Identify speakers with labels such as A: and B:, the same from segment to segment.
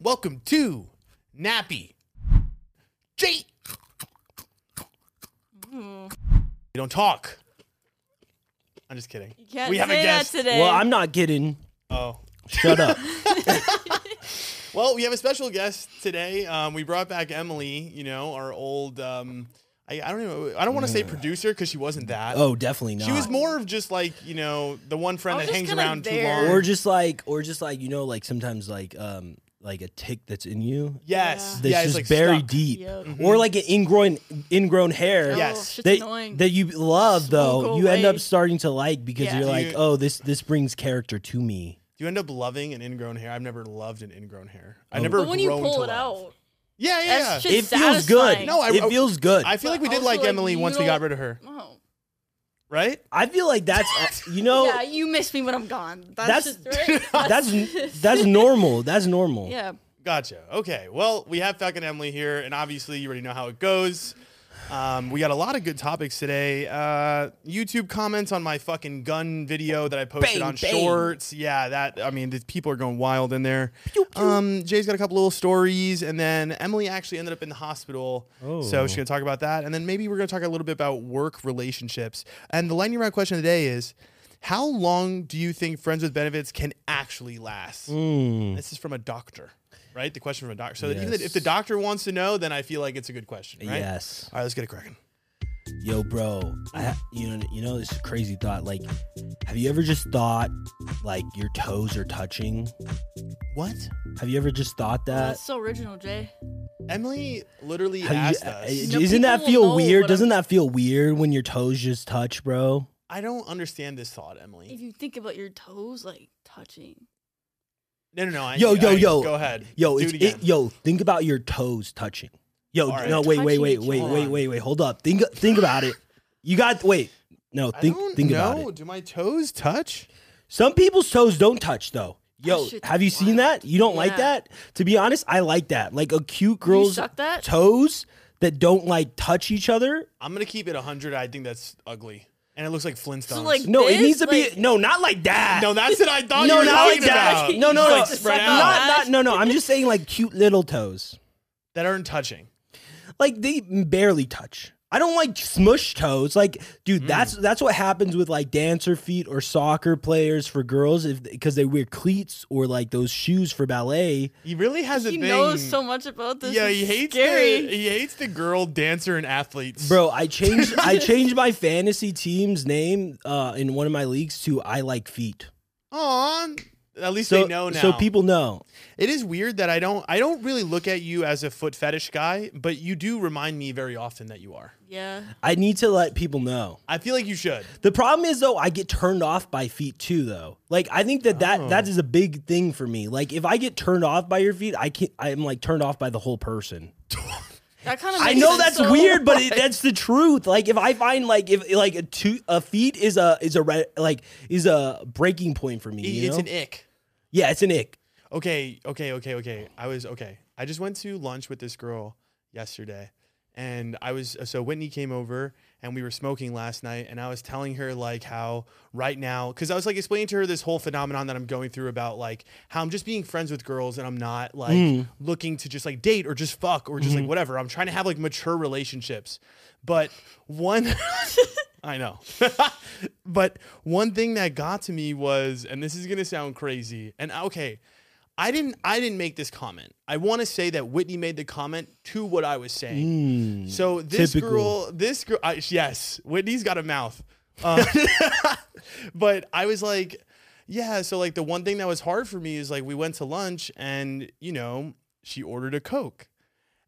A: Welcome to Nappy. Jay. You don't talk. I'm just kidding.
B: You can't
A: We have a
B: say that
A: guest.
B: today.
C: Well, I'm not getting.
A: Oh.
C: Shut up.
A: Well, we have a special guest today. Um, we brought back Emily, you know, our old um, I, I don't know I don't want to say producer because she wasn't that.
C: Oh, definitely not.
A: She was more of just like, you know, the one
B: I
A: friend
B: was
A: that
B: just
A: hangs
B: kinda
A: around too
B: there.
A: long.
C: or just like, or just like you know, like sometimes like um like a tick that's in you
A: yes.
C: that's
A: yeah, it's like
C: just buried
A: stuck.
C: deep,
B: Yep.
C: or like an ingrown ingrown hair.
B: Oh,
A: Yes.
B: shit's
C: That,
B: annoying.
C: that you love
B: Just
C: though
B: won't go
C: you end
B: away.
C: up starting to like because
B: Yeah.
C: you're
A: Do
C: like
A: you-
C: oh this this brings character to me
A: Do you end up loving an ingrown hair? I've never loved an ingrown hair. I
C: Oh.
A: never.
B: but when you
A: grown to
B: pull it
A: love.
B: out,
A: yeah, yeah. yeah.
B: that's just
C: it feels good
B: satisfying.
A: No, I-
C: it feels good
A: I feel like
B: But
A: we did
B: also,
A: like
B: like,
A: Emily
B: you
A: once we got
B: don't-
A: rid of her,
B: Oh.
A: right?
C: I feel like that's you know
B: yeah, you miss me when I'm gone. That's,
C: That's-
B: just right.
C: that's that's normal that's normal
B: yeah.
A: Gotcha. Okay. Well, we have fucking Emily here, and obviously, you already know how it goes. Um, we got a lot of good topics today. Uh, YouTube comments on my fucking gun video that I posted
C: Bang,
A: on
C: bang.
A: Shorts. Yeah, that. I mean, the people are going wild in there. Um, Jay's got a couple little stories, and then Emily actually ended up in the hospital, so
C: Oh.
A: she's gonna talk about that, and then maybe we're gonna talk a little bit about work relationships. And the lightning round question of the day is. How long do you think friends with benefits can actually last?
C: Mm.
A: This is from a doctor, right? The question from a doctor. So even
C: Yes.
A: if the doctor wants to know, then I feel like it's a good question, right?
C: yes
A: All right, let's get it cracking.
C: yo bro I ha- you know you know this is a crazy thought like have you ever just thought like your toes are touching
A: What?
C: have you ever just thought that
A: Uh,
B: That's so original, Jay.
A: Emily literally
C: Have you-
A: asked us.
C: uh,
B: No,
C: isn't that
B: people
C: feel
B: will know what
C: weird
B: I'm-
C: doesn't that feel weird when your toes just touch bro
A: I don't understand this thought, Emily.
B: If you think about your toes like touching,
A: No, no, no. I,
C: Yo, yo,
A: I-
C: yo.
A: Go ahead.
C: Yo,
A: Do
C: it's,
A: it
C: it,
A: again.
C: yo, think about your toes touching. Yo,
A: All right.
C: no, wait, wait,
B: Touching
C: wait,
B: each
C: wait,
A: other.
C: wait, wait, wait. Hold up. Think, think about it. You got wait. No,
A: I
C: think,
A: don't
C: think
A: know.
C: about it.
A: Do my toes touch?
C: Some people's toes don't touch though. Yo,
B: shit's
C: have you seen
B: wild.
C: that? You don't like
B: Yeah.
C: that? To be honest, I like that. Like a cute
B: you
C: girl's
B: suck that?
C: toes that don't like touch each other.
A: I'm gonna keep it hundred. I think that's ugly, and it looks like Flintstones.
B: like-
C: No, it
B: This,
C: needs to
B: like-
C: be no, not like that.
A: no, that's what I thought you
C: no,
A: were
C: not
A: talking
C: like that.
A: about.
C: No,
A: Just,
C: no, no,
A: like,
B: Suck
A: spread
B: on
A: out
C: not,
B: that.
C: not, no, no. I'm just saying like cute little toes.
A: that aren't touching.
C: like they barely touch. I don't like smush toes. Like, dude,
A: Hmm.
C: that's that's what happens with like dancer feet or soccer players for girls if because they wear cleats or like those shoes for ballet.
A: He really has a
B: he
A: thing.
B: knows so much about this.
A: yeah,
B: It's
A: he hates
B: scary.
A: The, he hates the girl dancer and athletes.
C: Bro, I changed I changed my fantasy team's name uh, in one of my leagues to I like feet.
A: Aw. At least
C: So
A: they know now.
C: so people know.
A: It is weird that I don't I don't really look at you as a foot fetish guy, but you do remind me very often that you are.
B: yeah.
C: I need to let people know.
A: I feel like you should.
C: The problem is though, I get turned off by feet too. Though, like I think that that,
A: Oh.
C: that is a big thing for me. Like if I get turned off by your feet, I can not I'm like turned off by the whole person.
B: That kind of.
C: I know that's weird, but it, that's the truth. Like if I find like if like a two a feet is a is a red like is a breaking point for me.
A: I-
C: You
A: E, It's
C: know?
A: an ick.
C: yeah, it's an ick.
A: Okay, okay, okay, okay. I was okay. I just went to lunch with this girl yesterday. And I was uh, so Whitney came over and we were smoking last night and I was telling her like how right now cuz I was like explaining to her this whole phenomenon that I'm going through about like how I'm just being friends with girls and I'm not like looking to just like date or just fuck or just like whatever. I'm trying to have like mature relationships. But one I know. but one thing that got to me was, and this is gonna sound crazy, and uh, okay, I didn't I didn't make this comment. I wanna say that Whitney made the comment to what I was saying. so this
C: Mm. typical.
A: girl, this girl I, yes, Whitney's got a mouth. Um, but I was like, yeah, so like the one thing that was hard for me is like we went to lunch and you know, she ordered a Coke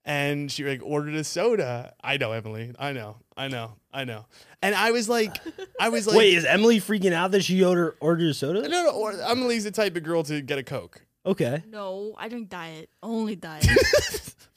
A: and she like ordered a soda. I know, Emily. I know. I know. I know. And I was like, I was like,
C: Wait, is Emily freaking out that she order ordered a soda?
A: no, no. Or, Emily's the type of girl to get a Coke.
C: Okay,
B: No, I drink diet. Only diet.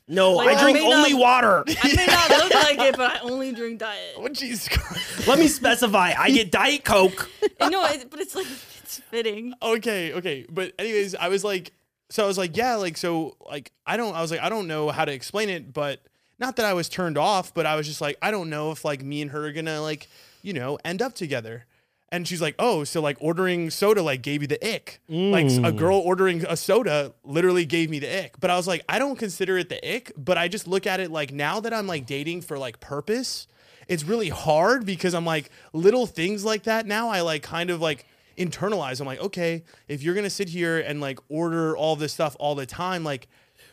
C: no,
B: Like,
C: I
B: I
C: drink
B: may
C: only
B: not-
C: water.
B: I may not look like it, but I only drink diet.
A: Oh, Jesus Christ.
C: Let me specify. I get Diet Coke.
B: I know, it, but it's like it's fitting.
A: Okay, okay. But anyways, I was like, so I was like, yeah, like so, like I don't. I was like, I don't know how to explain it, but not that I was turned off, but I was just like, I don't know if like me and her are gonna like, you know, end up together. and she's like, "Oh, so like ordering soda like gave you the ick. Like s- a girl ordering a soda literally gave me the ick." But I was like, "I don't consider it the ick, but I just look at it like now that I'm like dating for like purpose, it's really hard because I'm like little things like that now I like kind of like internalize. I'm like, "Okay, if you're going to sit here and like order all this stuff all the time, like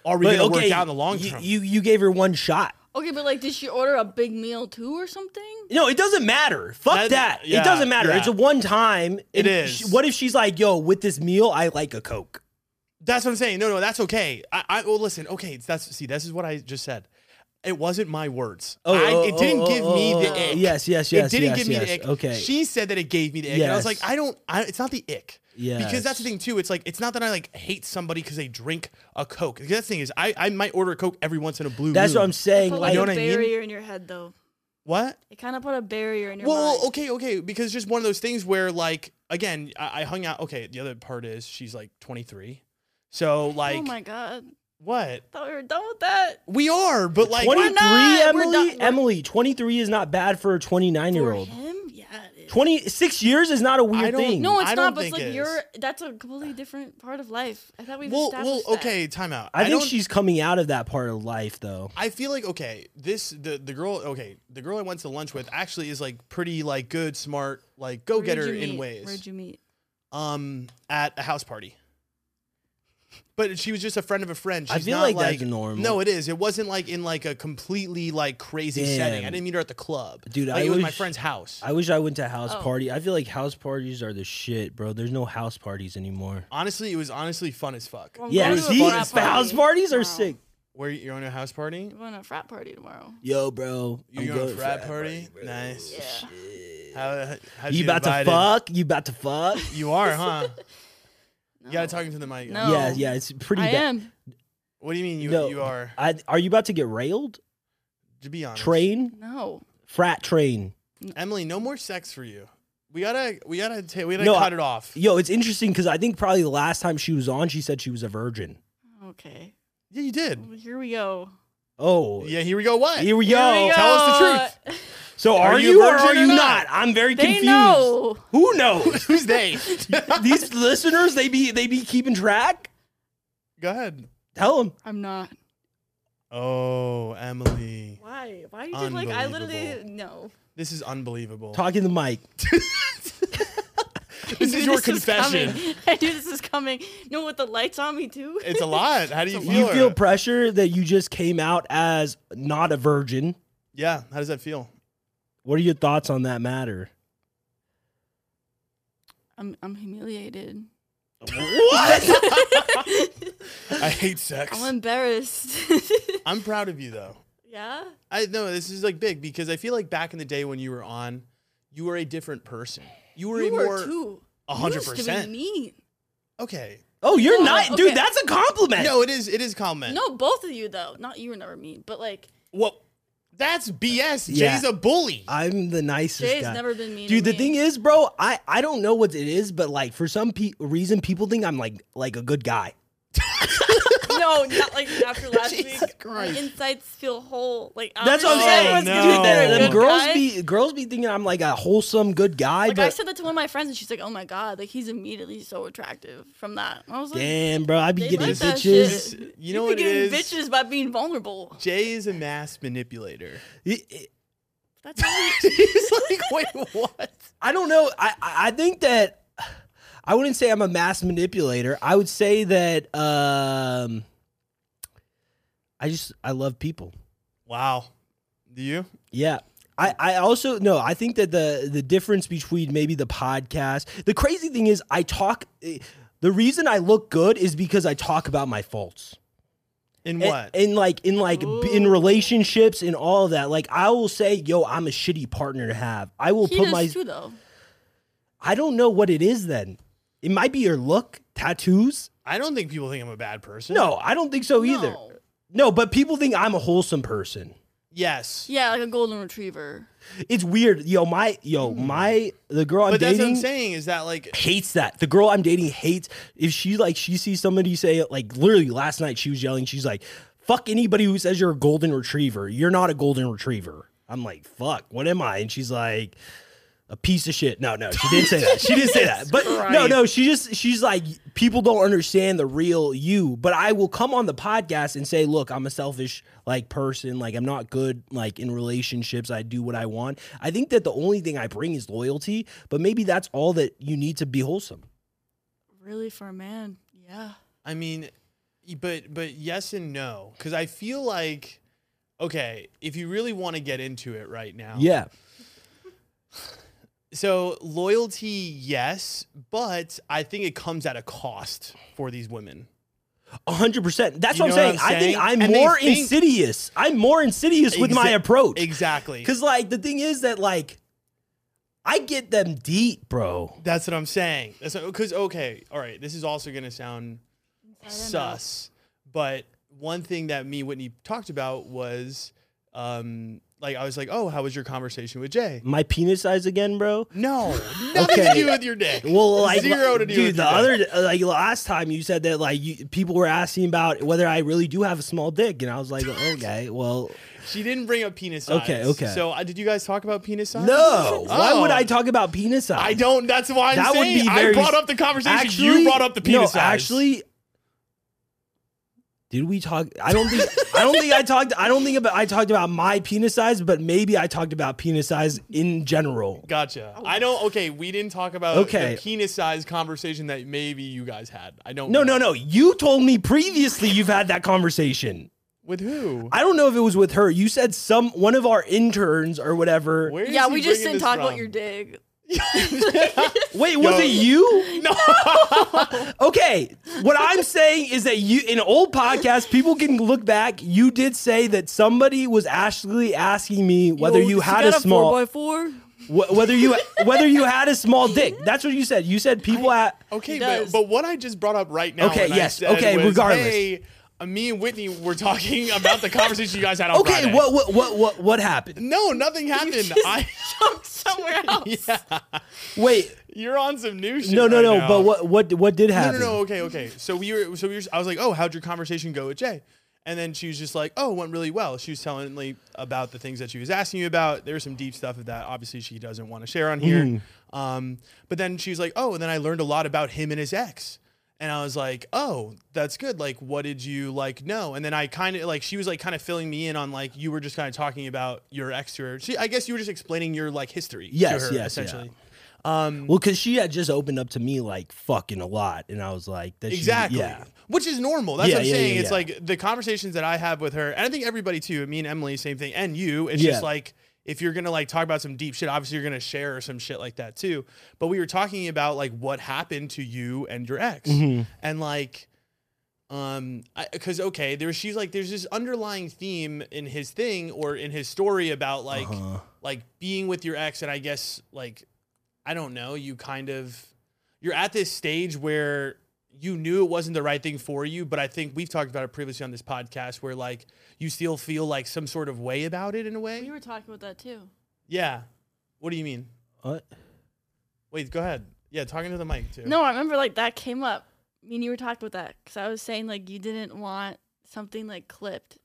A: are we
C: But,
A: going to work out in the long
C: you-
A: term?"
C: You you gave her one shot.
B: Okay, but like, did she order a big meal too or something?
C: No, it doesn't matter. Fuck
A: That-
C: that.
A: yeah,
C: it doesn't matter.
A: yeah.
C: It's a one time.
A: It
C: And
A: is.
C: sh- What if she's like, yo, with this meal, I like a Coke.
A: That's what I'm saying. No, no, that's okay. I, I well, listen. Okay, that's see. This is what I just said. It wasn't my words. I, it didn't
C: oh,
A: give
C: oh,
A: me the
C: oh,
A: ick.
C: Yes, yes, yes.
A: it didn't
C: yes,
A: give me
C: yes.
A: the ick.
C: Okay.
A: She said that it gave me the ick, and I was like,
C: Yes.
A: I don't. I, it's not the ick. Because that's the
C: Yes.
A: thing too. It's like it's not that I like hate somebody because they drink a Coke. Because That's the thing is, I, I might order a Coke every once in a blue.
C: That's what
A: moon.
C: I'm saying.
B: Put
C: Like,
B: like
A: You know
B: a
A: what I mean?
B: barrier in your head though.
A: What?
B: It kind of put a barrier in your
A: Well,
B: mind.
A: okay, okay, because just one of those things where, like, again, I, I hung out. Okay, the other part is she's like 23, so like,
B: oh my god,
A: what?
B: thought we were done with that.
A: We are, but like,
C: 23,
B: not? We're
C: Emily?
B: not- we're-
C: Emily, 23 is not bad for a 29 year
B: For
C: old.
B: him, yeah. It is.
C: 26 years is not a weird
A: don't
C: thing.
B: No, it's
A: I don't
B: not. But it's
A: think
B: like
A: it is.
B: you're. That's a completely different part of life. I thought we
A: well, well,
B: established that.
A: okay, time out.
C: I, think
A: don't-
C: she's coming out of that part of life, though.
A: I feel like okay, this the the girl okay, the girl I went to lunch with actually is like pretty like good, smart, like go
B: Where'd
A: getter
B: you
A: in
B: meet?
A: ways.
B: Where'd you meet?
A: um, at a house party. But she was just a friend of a friend. She's
C: I feel
A: not
C: like
A: like,
C: that's normal.
A: No, it is. It wasn't like in like a completely like crazy setting. I
C: Damn.
A: didn't meet her at the club,
C: Dude,
A: Like,
C: I
A: it was my
C: wish-
A: friend's house.
C: I wish I went to house
B: Oh.
C: party. I feel like house parties are the shit, bro. There's no house parties anymore.
A: honestly, it was honestly fun as fuck.
B: Well, I'm
C: Yeah,
B: going
A: was
B: to a
C: see,
B: frat
C: house
B: party
C: parties are
B: tomorrow.
C: sick.
A: Where you're on a house party?
B: We're going to a frat party tomorrow.
C: Yo, bro,
A: You going to frat party? Nice.
B: Yeah.
A: How, how'd
C: You about to
A: invited?
C: fuck? You about to fuck?
A: You are, huh? You gotta
B: No.
A: talk into the mic.
B: No.
C: Yeah, yeah. It's pretty
B: I
C: bad.
B: am.
A: What do you mean you
C: No.
A: you are?
C: I, are you about to get railed?
A: To be honest,
C: Train?
B: No.
C: Frat train.
A: Emily, no more sex for you. We gotta we gotta ta- we gotta
C: No,
A: cut
C: I-
A: it off.
C: Yo, it's interesting because I think probably the last time she was on, she said she was a virgin.
B: Okay.
A: Yeah, you did.
B: Well, here we go.
C: Oh,
A: Yeah, here we go. What?
C: here we go.
B: Here we
A: tell us the truth.
B: go.
C: So
A: Are
C: are,
A: you a
C: you or
A: virgin
C: are
A: or
C: you
A: not?
C: not? I'm very
B: They
C: confused.
B: know.
C: Who knows?
A: Who's they?
C: These listeners, they be they be keeping track.
A: go ahead.
C: Tell them.
B: I'm not.
A: Oh, Emily,
B: Why? Why you just like I literally
A: Unbelievable.
B: no.
A: this is unbelievable.
C: Talking to Mike.
A: This
B: I
A: is
B: knew
A: your
B: was
A: confession.
B: coming. I knew this was coming. No, with the lights on me too.
A: It's a lot. How do you feel?
C: You feel
A: Eric?
C: pressure that you just came out as not a virgin.
A: yeah. How does that feel?
C: What are your thoughts on that matter?
B: I'm I'm humiliated.
C: What?
A: I hate sex.
B: I'm embarrassed.
A: I'm proud of you though.
B: yeah.
A: I no, this is like big because I feel like back in the day when you were on, you were a different person. You were
B: You
A: a more
B: were too.
A: a
B: You
A: hundred
B: used to be
A: percent.
B: mean.
A: Okay.
C: oh, you're
B: No,
C: not,
B: okay.
C: dude. That's a compliment.
A: No, it is it is comment.
B: No, both of you though. Not you were never mean, but like
A: Well, that's BS.
C: Yeah.
A: Jay's a bully.
C: I'm the nicest
B: Jay's
C: guy.
B: never been mean.
C: Dude,
B: to me.
C: the thing is, bro, I I don't know what it is, but like for some pe- reason, people think I'm like like a good guy.
B: no, not like after last
C: Jesus
B: week.
C: Christ.
B: My insides feel whole. Like
C: That's what I'm
B: honestly,
C: saying.
B: everyone's
A: Oh,
C: Dude,
A: no.
B: considered
C: that,
B: a
C: them
B: good
C: girls
B: guy.
C: be girls be thinking I'm like a wholesome good guy,
B: Like
C: but
B: I said that to one of my friends, and she's like, "Oh my god, like he's immediately so attractive from that." And I was like,
C: damn, bro, I be
B: They
C: getting
B: like that
C: bitches.
B: shit.
A: You
B: "You
A: know
B: be
A: what it
B: getting
A: is?
B: bitches by being vulnerable."
A: Jay is a mass manipulator.
C: It- it-
B: That's all we-
A: He's like, wait, what?
C: I don't know. I I I think that I wouldn't say I'm a mass manipulator. I would say that um I just I love people.
A: Wow. Do you?
C: Yeah. I, I also no i think that the the difference between maybe the podcast the crazy thing is i talk eh, the reason i look good is because i talk about my faults
A: In
C: And-
A: what?
C: and, like in like b in
B: Ooh.
C: relationships and all of that like i will say yo i'm a shitty partner to have i will
B: he
C: put
B: does
C: my
B: too, though.
C: i don't know what it is then it might be your look tattoos
A: I don't think people think I'm a bad person.
C: no i don't think so Oh, either
B: No.
C: no but people think i'm a wholesome person
A: Yes.
B: Yeah, like a golden retriever.
C: it's weird yo my yo
B: Hmm.
C: my the girl i'm
A: but that's
C: dating
A: what I'm saying is that like
C: hates that. The girl I'm dating hates if she like she sees somebody say like literally last night she was yelling. She's like, "Fuck anybody who says you're a golden retriever. You're not a golden retriever." I'm like, "Fuck, what am I?" And she's like, a piece of shit. No, no, she didn't say that. She didn't say that. But no, no, she just she's like people don't understand the real you. But I will come on the podcast and say, look, I'm a selfish like person. Like I'm not good like in relationships. I do what I want. I think that the only thing I bring is loyalty. But maybe that's all that you need to be wholesome.
B: Really, for a man, yeah.
A: I mean, y- but but yes and no, because I feel like okay, if you really want to get into it right now,
C: Yeah.
A: So loyalty, yes, but I think it comes at a cost for these women.
C: hundred percent. That's
A: You
C: what I'm
A: know
C: saying.
A: what I'm
C: I
A: saying?
C: think I'm
A: And they
C: more
A: think-
C: insidious. I'm more insidious with my
A: Exa-
C: approach.
A: Exactly.
C: Because like the thing is that like I get them deep, bro.
A: That's what I'm saying. That's because okay, all right. This is also gonna sound
B: I don't know.
A: sus, but one thing that me and Whitney talked about was, um, like I was like, oh, how was your conversation with Jay?
C: My penis size again, bro.
A: No, nothing
C: Okay.
A: to do with your dick.
C: Well, like
A: zero to do
C: dude.
A: with
C: The
A: your dick.
C: other like last time you said that like you, people were asking about whether I really do have a small dick, and I was like, okay, well,
A: She didn't bring up penis size.
C: Okay, okay.
A: So uh, did you guys talk about penis size?
C: no. Why would
A: Oh.
C: I talk about penis size?
A: I don't. That's why I'm
C: That would
A: saying
C: be
A: I
C: very-
A: brought up the conversation. you brought up the penis
C: no,
A: size.
C: Actually, did we talk? I don't think. I don't think I talked. I don't think about. I talked about my penis size, but maybe I talked about penis size in general.
A: Gotcha.
B: Oh,
A: I don't. Okay, we didn't talk about
C: Okay.
A: the penis size conversation that maybe you guys had. I don't.
C: No,
A: know.
C: no, no. You told me previously you've had that conversation.
A: With who?
C: I don't know if it was with her. You said some one of our interns or whatever.
A: Where is
B: Yeah,
A: he
B: we just
A: bringing
B: didn't
A: this
B: talk
A: from?
B: about your dig.
C: Wait, was
A: Yo.
C: it you?
A: No.
C: Okay. What I'm saying is that you in old podcasts, people can look back. You did say that somebody was actually asking me whether
B: Yo,
C: you
B: she
C: had
B: got
C: a small
B: four by four.
C: Wh- whether you whether you had a small dick. That's what you said. You said people at
A: Okay,
B: He
A: but,
B: does.
A: but what I just brought up right now.
C: Okay,
A: when I
C: yes,
A: said
C: okay,
A: was,
C: regardless.
A: Hey, uh, me and Whitney were talking about the conversation you guys had on
C: okay.
A: Friday.
C: What what what what what happened?
A: No, nothing happened.
B: You just
A: I.
B: jumped somewhere else.
A: Yeah,
C: Wait,
A: you're on some new shit.
C: no no
A: right
C: no.
A: now.
C: But what what what did
A: No,
C: happen?
A: no, no. Okay, okay. So we were, so we were. I was like, oh, how'd your conversation go with Jay? And then she was just like, oh, it went really well. She was telling me about the things that she was asking you about. There was some deep stuff of that. Obviously, she doesn't want to share on here.
C: Mm-hmm.
A: Um, but then she was like, oh, and then I learned a lot about him and his ex. And I was like, oh, that's good. Like, what did you like know? And then I kind of like she was like kind of filling me in on like you were just kind of talking about your ex to her. She, I guess you were just explaining your like history.
C: Yes,
A: to her,
C: yes, yeah.
A: essentially.
C: Well, because she had just opened up to me like fucking a lot, and I was like, that she-
A: Exactly.
C: yeah.
A: Which is normal. That's
C: Yeah,
A: what I'm
C: yeah,
A: saying.
C: yeah,
A: it's
C: yeah.
A: like the conversations that I have with her, and I think everybody too, me and Emily, same thing, and you. It's
C: Yeah.
A: just like if you're gonna like talk about some deep shit, obviously you're gonna share some shit like that too. But we were talking about like what happened to you and your ex.
C: Mm-hmm.
A: And like um because okay there's she's like there's this underlying theme in his thing or in his story about like
C: Uh-huh.
A: like being with your ex and i guess like i don't know you kind of you're at this stage where you knew it wasn't the right thing for you but i think we've talked about it previously on this podcast where like you still feel like some sort of way about it in a
B: We
A: way
B: were talking about that too.
A: yeah what do you mean
C: What?
A: wait go ahead yeah talking to the mic too
B: No, I remember like that came up. Me and you were talking about that because I was saying like you didn't want something like clipped,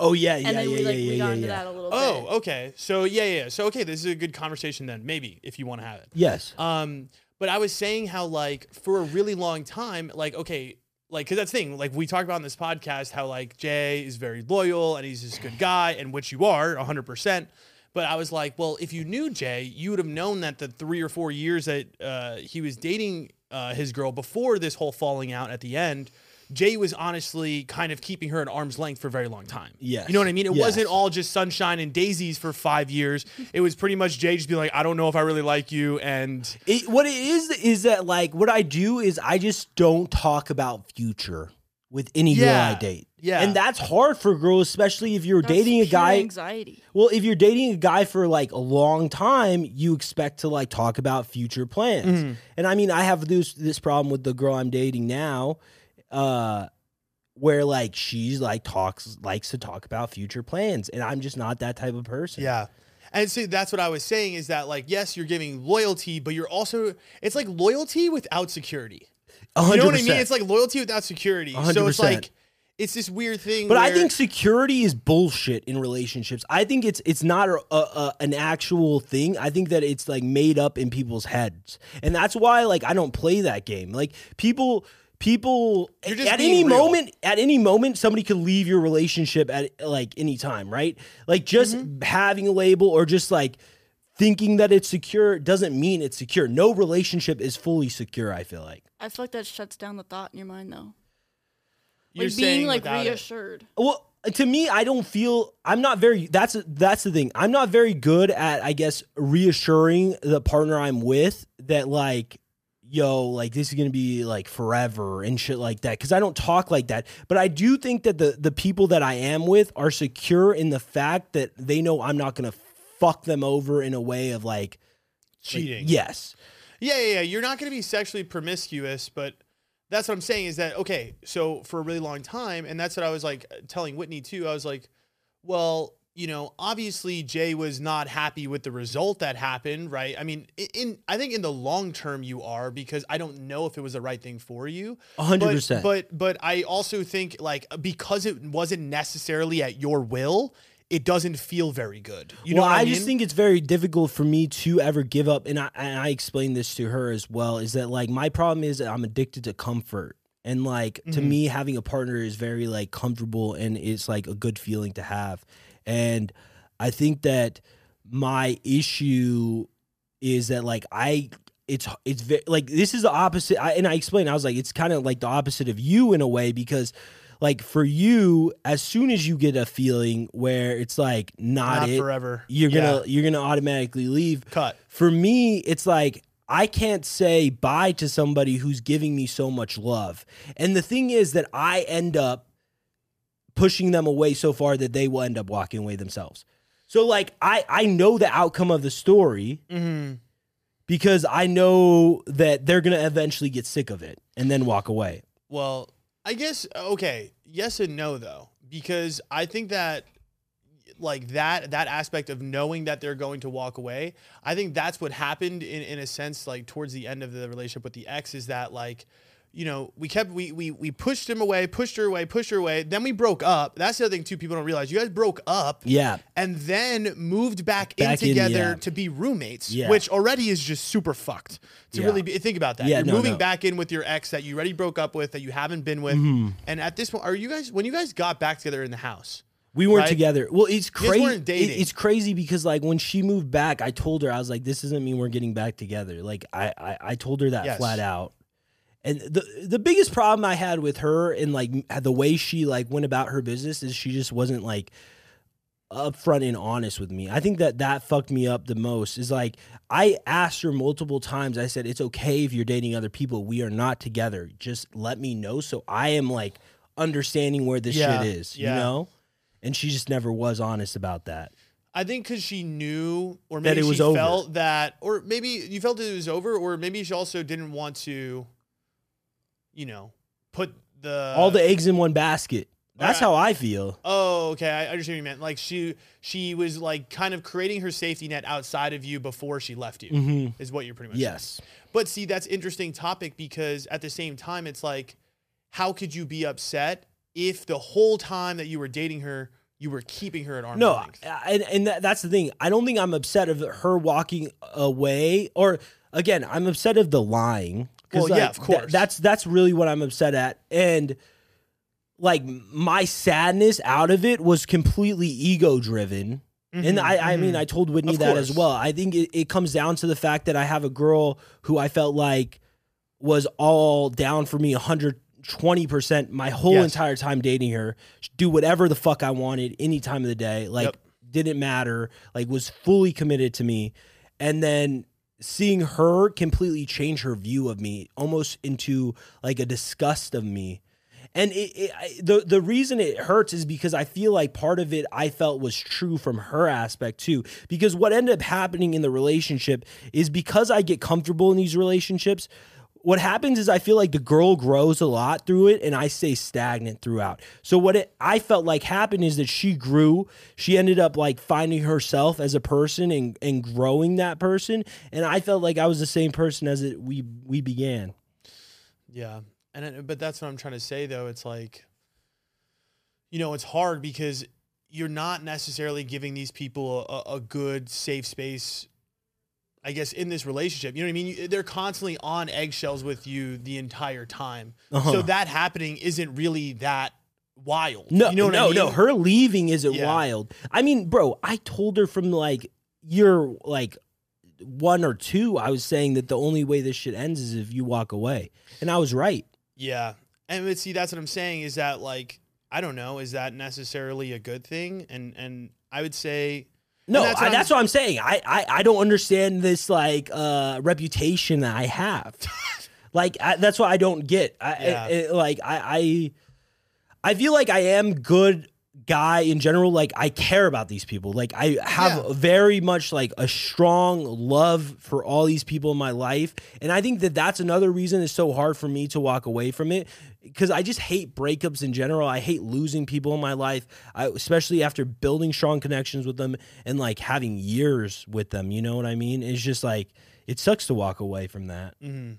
C: Oh yeah,
B: and
C: yeah,
B: then
C: yeah,
B: we like
C: yeah,
B: we
C: yeah,
B: got
C: yeah,
B: into
C: yeah.
B: that a little
A: oh
B: bit.
A: okay so yeah yeah so okay this is a good conversation then maybe if you want to have it
C: Yes.
A: Um, but I was saying how like for a really long time, like okay, like because that's the thing. Like we talked about in this podcast how like Jay is very loyal and he's this good guy, and which you are hundred percent. But I was like, well, if you knew Jay, you would have known that the three or four years that uh, he was dating uh, his girl before this whole falling out at the end, Jay was honestly kind of keeping her at arm's length for a very long time.
C: Yes.
A: You know what I mean? It
C: Yes.
A: wasn't all just sunshine and daisies for five years. It was pretty much Jay just being like, I don't know if I really like you. And
C: It, what it is is that like what I do is I just don't talk about future with any girl
A: Yeah,
C: I date.
A: yeah.
C: And that's hard for girls, espally if you're
B: That's
C: dating a
B: pure
C: guy.
B: Anxiety.
C: Well, if you're dating a guy for like a long time, you expect to like talk about future plans.
A: Mm-hmm.
C: And I mean, I have this this problem with the girl I'm dating now, uh, where like she's like talks likes to talk about future plans, and I'm just not that type of person.
A: yeah. And see, that's what I was saying is that, like, yes, you're giving loyalty, but you're also, it's like loyalty without security.
C: a
A: You
C: hundred
A: know what I
C: percent.
A: mean? It's like loyalty without security.
C: A hundred
A: So it's
C: percent.
A: like, it's this weird thing.
C: But I
A: where-
C: think security is bullshit in relationships. I think it's it's not a, a, a, an actual thing. I think that it's like made up in people's heads, and that's why like I don't play that game. Like people. People
A: You're just
C: at
A: being
C: any
A: real.
C: moment, at any moment, somebody could leave your relationship at like any time, right? Like just
A: Mm-hmm.
C: having a label or just like thinking that it's secure doesn't mean it's secure. No relationship is fully secure. I feel like.
B: I feel like that shuts down the thought in your mind though.
A: you're
B: like
A: saying
B: being like
A: without it.
B: reassured.
C: well to me i don't feel i'm not very that's that's the thing i'm not very good at i guess reassuring the partner i'm with that like yo like this is gonna be like forever and shit like that because i don't talk like that but i do think that the the people that i am with are secure in the fact that they know i'm not gonna fuck them over in a way of like like,
A: cheating.
C: yes
A: Yeah, yeah, yeah. You're not going to be sexually promiscuous, but that's what I'm saying is that, okay, so for a really long time, and that's what I was like telling Whitney too, I was like, well, you know, obviously Jay was not happy with the result that happened, right? I mean, i- in I think in the long term you are because I don't know if it was the right thing for you. But,
C: 100%
A: but but I also think like because it wasn't necessarily at your will, it doesn't feel very good. You know
C: well,
A: what
C: I,
A: I, mean?
C: just think it's very difficult for me to ever give up, and I and I explained this to her as well. Is that like my problem is that I'm addicted to comfort, and like to
A: Mhm.
C: me, having a partner is very like comfortable, and it's like a good feeling to have. And I think that my issue is that like I it's it's ve- like this is the opposite I, and I explained I was like it's kind of like the opposite of you in a way because like for you as soon as you get a feeling where it's like not,
A: not
C: it
A: forever.
C: you're
A: Yeah.
C: going to you're going to automatically leave
A: cut.
C: for me, it's like I can't say bye to somebody who's giving me so much love. And the thing is that I end up pushing them away so far that they will end up walking away themselves. So like I I know the outcome of the story
A: Mm-hmm.
C: because I know that they're going to eventually get sick of it and then walk away.
A: Well, I guess okay, yes and no though, because I think that like that that aspect of knowing that they're going to walk away, I think that's what happened in in a sense like towards the end of the relationship with the ex is that like you know, we kept we we we pushed him away, pushed her away, pushed her away. Then we broke up. That's the other thing too people don't realize. You guys broke up
C: Yeah.
A: and then moved back, in
C: Back in,
A: together
C: yeah.
A: to be roommates,
C: Yeah.
A: which already is just super fucked. To
C: Yeah.
A: really be, think about that,
C: Yeah,
A: you're
C: no,
A: moving
C: no.
A: back in with your ex that you already broke up with, that you haven't been with,
C: Mm-hmm.
A: and at this point, are you guys when you guys got back together in the house?
C: We weren't
A: Right?
C: together. Well, it's
A: guys
C: crazy.
A: weren't dating.
C: It's crazy because like when she moved back, I told her I was like, "This doesn't mean we're getting back together." Like I, I, I told her that
A: Yes.
C: flat out. And the the biggest problem I had with her and like m- the way she like went about her business is she just wasn't like upfront and honest with me. I think that that fucked me up the most. Is like I asked her multiple times. I said, "It's okay if you're dating other people. We are not together. Just let me know so I am like understanding where this
A: Yeah,
C: shit is."
A: yeah.
C: You know and she just never was honest about that.
A: I think because she knew, or
C: That
A: maybe
C: it was
A: she
C: over.
A: felt that, or maybe you felt it was over, or maybe she also didn't want to, you know, put the
C: All the eggs in one basket.
A: Alright.
C: That's how I feel.
A: Oh, okay. I I understand what you meant. Like she, she was like kind of creating her safety net outside of you before she left you.
C: Mhm.
A: Is what you're pretty much. saying.
C: Yes.
A: But see, that's interesting topic because at the same time, it's like, how could you be upset if the whole time that you were dating her, you were keeping her at arm's
C: No,
A: length?
C: I- and and that, that's the thing. I don't think I'm upset of her walking away or again, I'm upset of the lying. 'Cause,
A: Well, yeah,
C: like,
A: of course.
C: that- that's that's really what I'm upset at. And like my sadness out of it was completely ego driven. And I, I mean, I told Whitney
A: Mm-hmm. Of
C: that as
A: course.
C: well. I think it, it comes down to the fact that I have a girl who I felt like was all down for me 120% my whole
A: Yes.
C: entire time dating her. Do whatever the fuck I wanted any time of the day. Like,
A: Yep.
C: didn't matter. Like, was fully committed to me. And then seeing her completely change her view of me almost into like a disgust of me. And it, it, I, the the reason it hurts is because I feel like part of it I felt was true from her aspect too. Because what ended up happening in the relationship is because I get comfortable in these relationships. What happens is I feel like the girl grows a lot through it, and I stay stagnant throughout. So what it, I felt like happened is that she grew. She ended up like finding herself as a person and and growing that person. And I felt like I was the same person as it we we began.
A: Yeah, and it, but that's what I'm trying to say though. It's like you know, it's hard because you're not necessarily giving these people a, a good safe space. I guess in this relationship, you know what I mean. You- They're constantly on eggshells with you the entire time,
C: Uh-huh.
A: so that happening isn't really that wild.
C: No,
A: you know what
C: no,
A: I mean?
C: no. Her leaving isn't
A: Yeah.
C: wild. I mean, bro, I told her from like year like one or two, I was saying that the only way this shit ends is if you walk away, and I was right.
A: Yeah. And but see that's what I'm saying is that like I don't know, is that necessarily a good thing? And and I would say
C: No,
A: that's
C: that's
A: what
C: what, I,
A: I'm-
C: that's what I'm saying. I, I I don't understand this like uh reputation that I have. like I, that's what I don't get. I, I-
A: Yeah.
C: I- like I, I I feel like I am good guy in general. Like I care about these people. Like I have
A: Yeah.
C: very much like a strong love for all these people in my life, and I think that that's another reason it's so hard for me to walk away from it because I just hate breakups in general. I hate losing people in my life, I, especially after building strong connections with them and like having years with them. You know what I mean? It's just like it sucks to walk away from that.
A: mhm.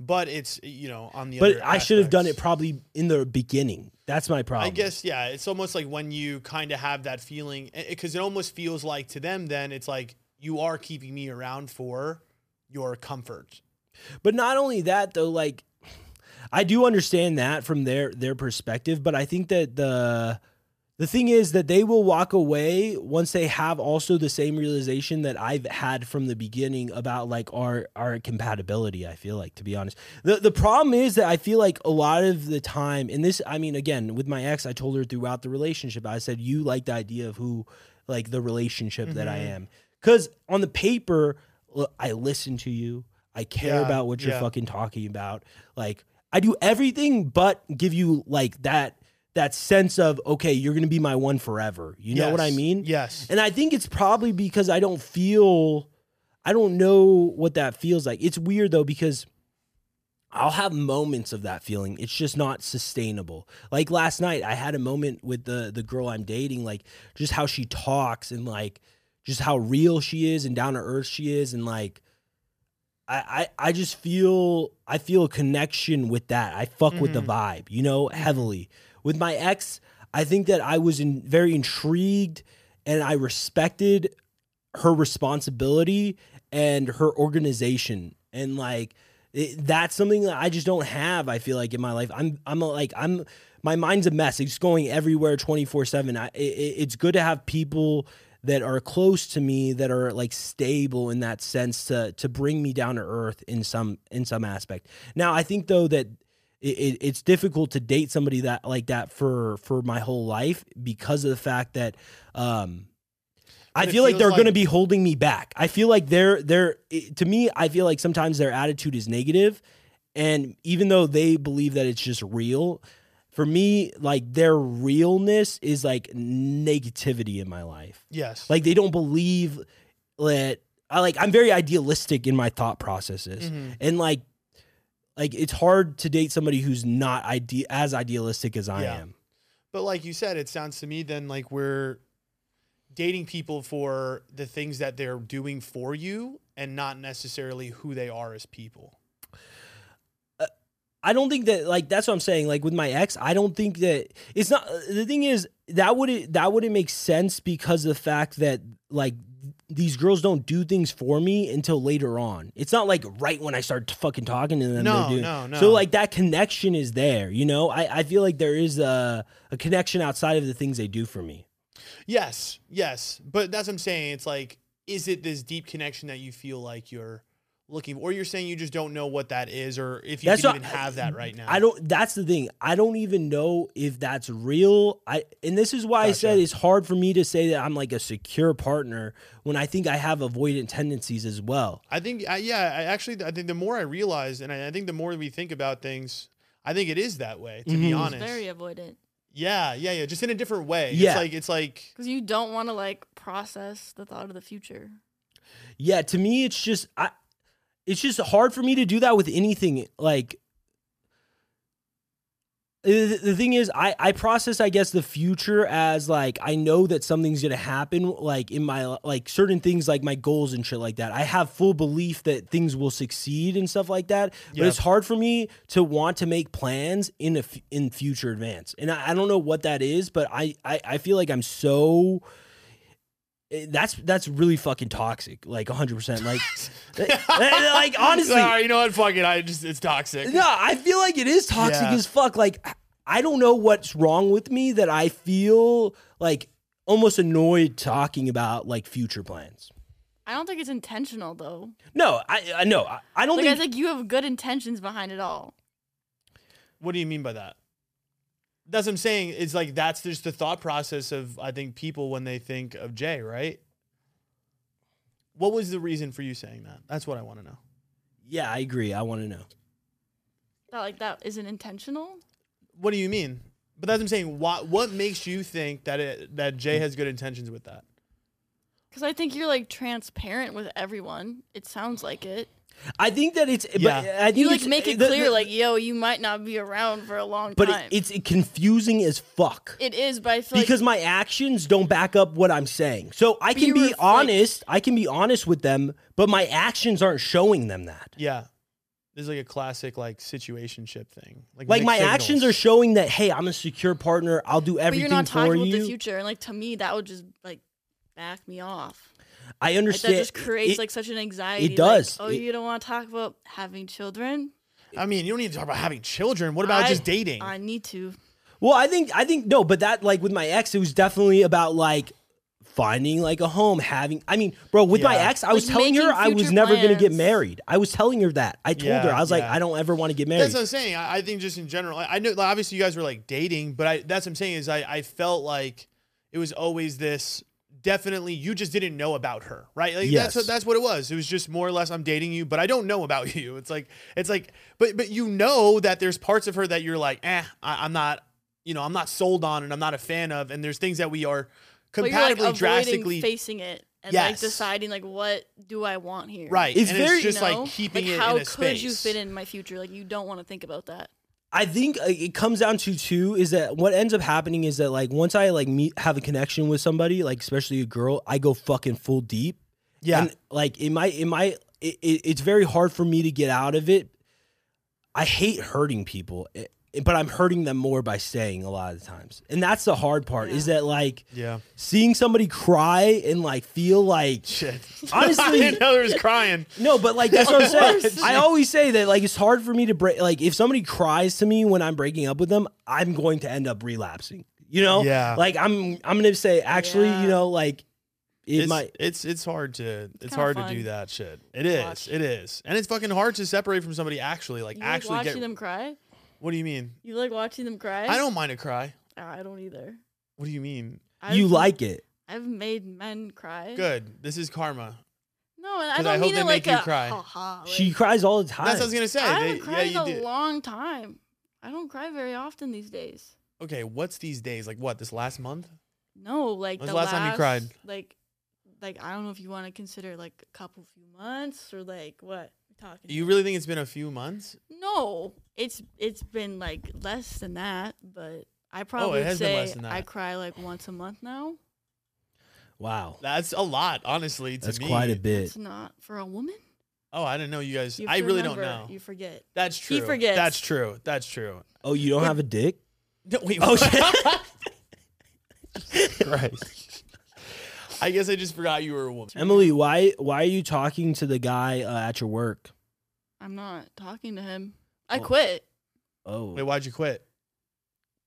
A: but it's you know, on the
C: But
A: other
C: I should have done it
A: aspects.
C: probably in the beginning. That's my problem.
A: I guess yeah, it's almost like when you kind of have that feeling because it almost feels like to them then it's like you are keeping me around for your comfort.
C: But not only that though, like I do understand that from their their perspective, but I think that the the thing is that they will walk away once they have also the same realization that I've had from the beginning about like our our compatibility, I feel like to be honest. The the problem is that I feel like a lot of the time and this I mean again, with my ex I told her throughout the relationship, I said you like the idea of who like the relationship that I
A: Mhm.
C: am. Cuz on the paper l- I listen to you. I care
A: Yeah,
C: about what you're
A: yeah.
C: fucking talking about. Like I do everything but give you like that that sense of okay, you're going to be my one forever. You know what I
A: Yes,
C: mean?
A: Yes.
C: And I think it's probably because I don't feel I don't know what that feels like. It's weird though because I'll have moments of that feeling. It's just not sustainable. Like last night I had a moment with the the girl I'm dating like just how she talks and like just how real she is and down to earth she is and like I, I, I just feel I feel a connection with that. I fuck with the
A: Mhm.
C: vibe, you know, heavily. With my ex, I think that I was in, very intrigued and I respected her responsibility and her organization and like it, that's something that I just don't have. I feel like in my life, I'm I'm a, like I'm my mind's a mess. It's going everywhere twenty four seven. I it, it- It's good to have people that are close to me that are like stable in that sense to to bring me down to earth in some in some aspect. Now I think though that it, it, it's difficult to date somebody that like that for for my whole life because of the fact that um I
A: But it
C: feel like
A: feels
C: they're
A: like-
C: going to be holding me back. I feel like they're they're it- to me I feel like sometimes their attitude is negative and even though they believe that it's just real for me like their realness is like negativity in my life.
A: yes.
C: Like they don't believe that I like I'm very idealistic in my thought processes
A: Mhm.
C: and like like it's hard to date somebody who's not ide- as idealistic as I
A: Yeah.
C: am.
A: But like you said, it sounds to me then like we're dating people for the things that they're doing for you and not necessarily who they are as people.
C: I don't think that like that's what I'm saying. Like with my ex, I don't think that it's not. The thing is that would that wouldn't make sense because of the fact that like these girls don't do things for me until later on. It's not like right when I start fucking talking to them.
A: No,
C: they're doing-
A: no, no.
C: So like that connection is there. You know, I I feel like there is a a connection outside of the things they do for me.
A: Yes, yes. But that's what I'm saying. It's like, is it this deep connection that you feel like you're looking or you're saying you just don't know what that is or if you
C: That's
A: can
C: what-
A: even have that right now.
C: I don't. That's the thing. I don't even know if that's real. I and this is why I said
A: Gotcha.
C: it's hard for me to say that I'm like a secure partner when I think I have avoidant tendencies as well.
A: I think, I, yeah, I actually, I think the more I realize, and I, I think the more we think about things, I think it is that way. To be
C: Mhm.
B: It's
A: honest,
B: very avoidant
A: yeah, yeah, yeah, just in a different way.
C: Yeah.
A: it's like it's like
B: because you don't want to like process the thought of the future.
C: Yeah, to me, it's just I. It's just hard for me to do that with anything. Like, the the thing is I, I process i guess the future as like i know that something's gonna happen like in my like certain things like my goals and shit like that i have full belief that things will succeed and stuff like that
A: Yeah.
C: but it's hard for me to want to make plans in a f- in future advance and I, I don't know what that is but I, I i feel like i'm so eh, that's that's really fucking toxic like 100% like eh, eh, like honestly
A: Sorry, you know what? Fuck it. I just it's toxic.
C: no, I feel like it is toxic
A: Yeah.
C: as fuck. Like I don't know what's wrong with me that I feel like almost annoyed talking about like future plans.
B: I don't think it's intentional though.
C: No, I I know I, I don't
B: Like I
C: think
B: think you have good intentions behind it all.
A: What do you mean by that? That's what I'm saying. It's like that's just the thought process of I think people when they think of Jay, right? What was the reason for you saying that? That's what I want to know.
C: yeah, I agree. I want to know.
B: That like that isn't intentional.
A: What do you mean? But that's what I'm saying. What what makes you think that it that Jay has good intentions with that?
B: Because I think you're like transparent with everyone. It sounds like it.
C: I think that it's
A: Yeah.
C: but I think
B: You like
C: it's- eh,
B: make it
C: the-
B: clear,
C: the-
B: like, yo, you might not be around for a long
C: but
B: time.
C: it, it's confusing as fuck.
B: it is, but I feel like
C: because my actions don't back up what I'm saying. So I
B: you
C: can
B: were,
C: be
B: like-
C: honest, I can be honest with them, but my actions aren't showing them that.
A: Yeah. This is like a classic like situationship thing. Like,
C: Like
A: mixed
C: my
A: signals.
C: actions are showing that hey, I'm a secure partner. I'll do
B: but
C: everything
B: you're not
C: for
B: talking about
C: you.
B: the future, and like to me, that would just like back me off.
C: I
B: Like, that
C: understand.
B: just creates
C: it-
B: like such an anxiety. like,
C: does.
B: oh,
C: It-
B: you don't want to talk about having children.
A: I mean, you don't need to talk about having children. What about
B: I-
A: just dating?
B: I need to.
C: well, I think I think no, but that like with my ex, it was definitely about like finding like a home, having. I mean, bro, with my
A: Yeah.
C: ex, I was
B: Like,
C: telling her
B: making
C: I was
B: future
C: never gonna get
B: plans.
C: married. I was telling her that. I told
A: Yeah,
C: her I was like,
A: yeah.
C: I don't ever want to get married.
A: That's what I'm saying. I, I think just in general, I, I know like, obviously you guys were like dating, but I that's what I'm saying is I, I felt like it was always this definitely you just didn't know about her, right? Like
C: Yes.
A: that's what that's what it was. It was just more or less I'm dating you, but I don't know about you. It's like it's like but but you know that there's parts of her that you're like, eh, I, I'm not you know, I'm not sold on and I'm not a fan of, and there's things that we are
B: But you're like
A: compatibly
B: avoiding
A: drastically
B: facing it and like
A: Yes.
B: deciding like what do I want here?
A: right.
C: It's
A: and
C: very-
A: it's just
B: you know?
A: like keeping
B: like,
A: it
B: how
A: in a
B: could
A: space.
B: you fit in my future? Like you don't want to think about that.
C: I think uh, it comes down to too is that what ends up happening is that like once I like meet have a connection with somebody like especially a girl I go fucking full deep
A: Yeah.
C: and like in my in my it, it, it's very hard for me to get out of it I hate hurting people eh, but I'm hurting them more by staying a lot of the times and that's the hard part is that like
A: yeah.
C: seeing somebody cry and like feel like
A: Shit. I
C: honestly
A: didn't know there was crying.
C: no, but like that's what I'm saying.
B: course.
C: I always say that like it's hard for me to break. Like if somebody cries to me when I'm breaking up with them, I'm going to end up relapsing. You know,
A: Yeah.
C: Like I'm, I'm gonna say actually,
B: Yeah.
C: you know, like it
A: it's,
C: might.
A: it's it's hard to it's,
B: kinda
A: hard to
B: fun
A: do that shit. It
B: to
A: is.
B: watch.
A: It is. And it's fucking hard to separate from somebody actually like
B: You
A: actually
B: like watching
A: get
B: them cry?
A: What do you mean?
B: You like watching them cry?
A: I don't mind to cry.
B: Oh, I don't either.
A: What do you mean?
B: I've,
C: you like it?
B: I've made men cry.
A: Good. This is karma.
B: No, and I
A: 'Cause
B: don't
A: I hope
B: mean
A: they
B: it
A: make
B: like
A: you
B: a
A: cry.
B: ha-ha, like,
C: She cries all the time.
A: That's what I was going to say.
B: I
A: They-
B: haven't cried
A: yeah, you
B: in a
A: do.
B: long time. I don't cry very often these days.
A: Okay, what's these days? Like what? This last month?
B: No, like
A: When's
B: the
A: the last time you cried?
B: Like, like I don't know if you want to consider like a couple few months or like what we're talking.
A: You really think it's been a few months?
B: no, it's it's been like less than that, but I probably would
A: Oh, has been
B: say
A: less than
B: I
A: that.
B: cry like once a month now.
C: wow,
A: That's a lot, honestly, to
C: that's
A: me.
C: quite a
B: It's
C: bit.
B: not for a woman.
A: Oh, I didn't know you guys.
B: You
A: I really don't
B: remember,
A: know.
B: You forget.
A: That's true.
B: He forgets.
A: That's true. That's true.
C: Oh, you don't have a dick?
A: No, wait.
C: Oh,
A: what?
C: shit.
A: Christ. I guess I just forgot you were a woman.
C: Emily, why why are you talking to the guy uh, at your work?
B: I'm not talking to him. I
C: Oh.
B: quit.
C: Oh,
A: Wait, why'd you quit?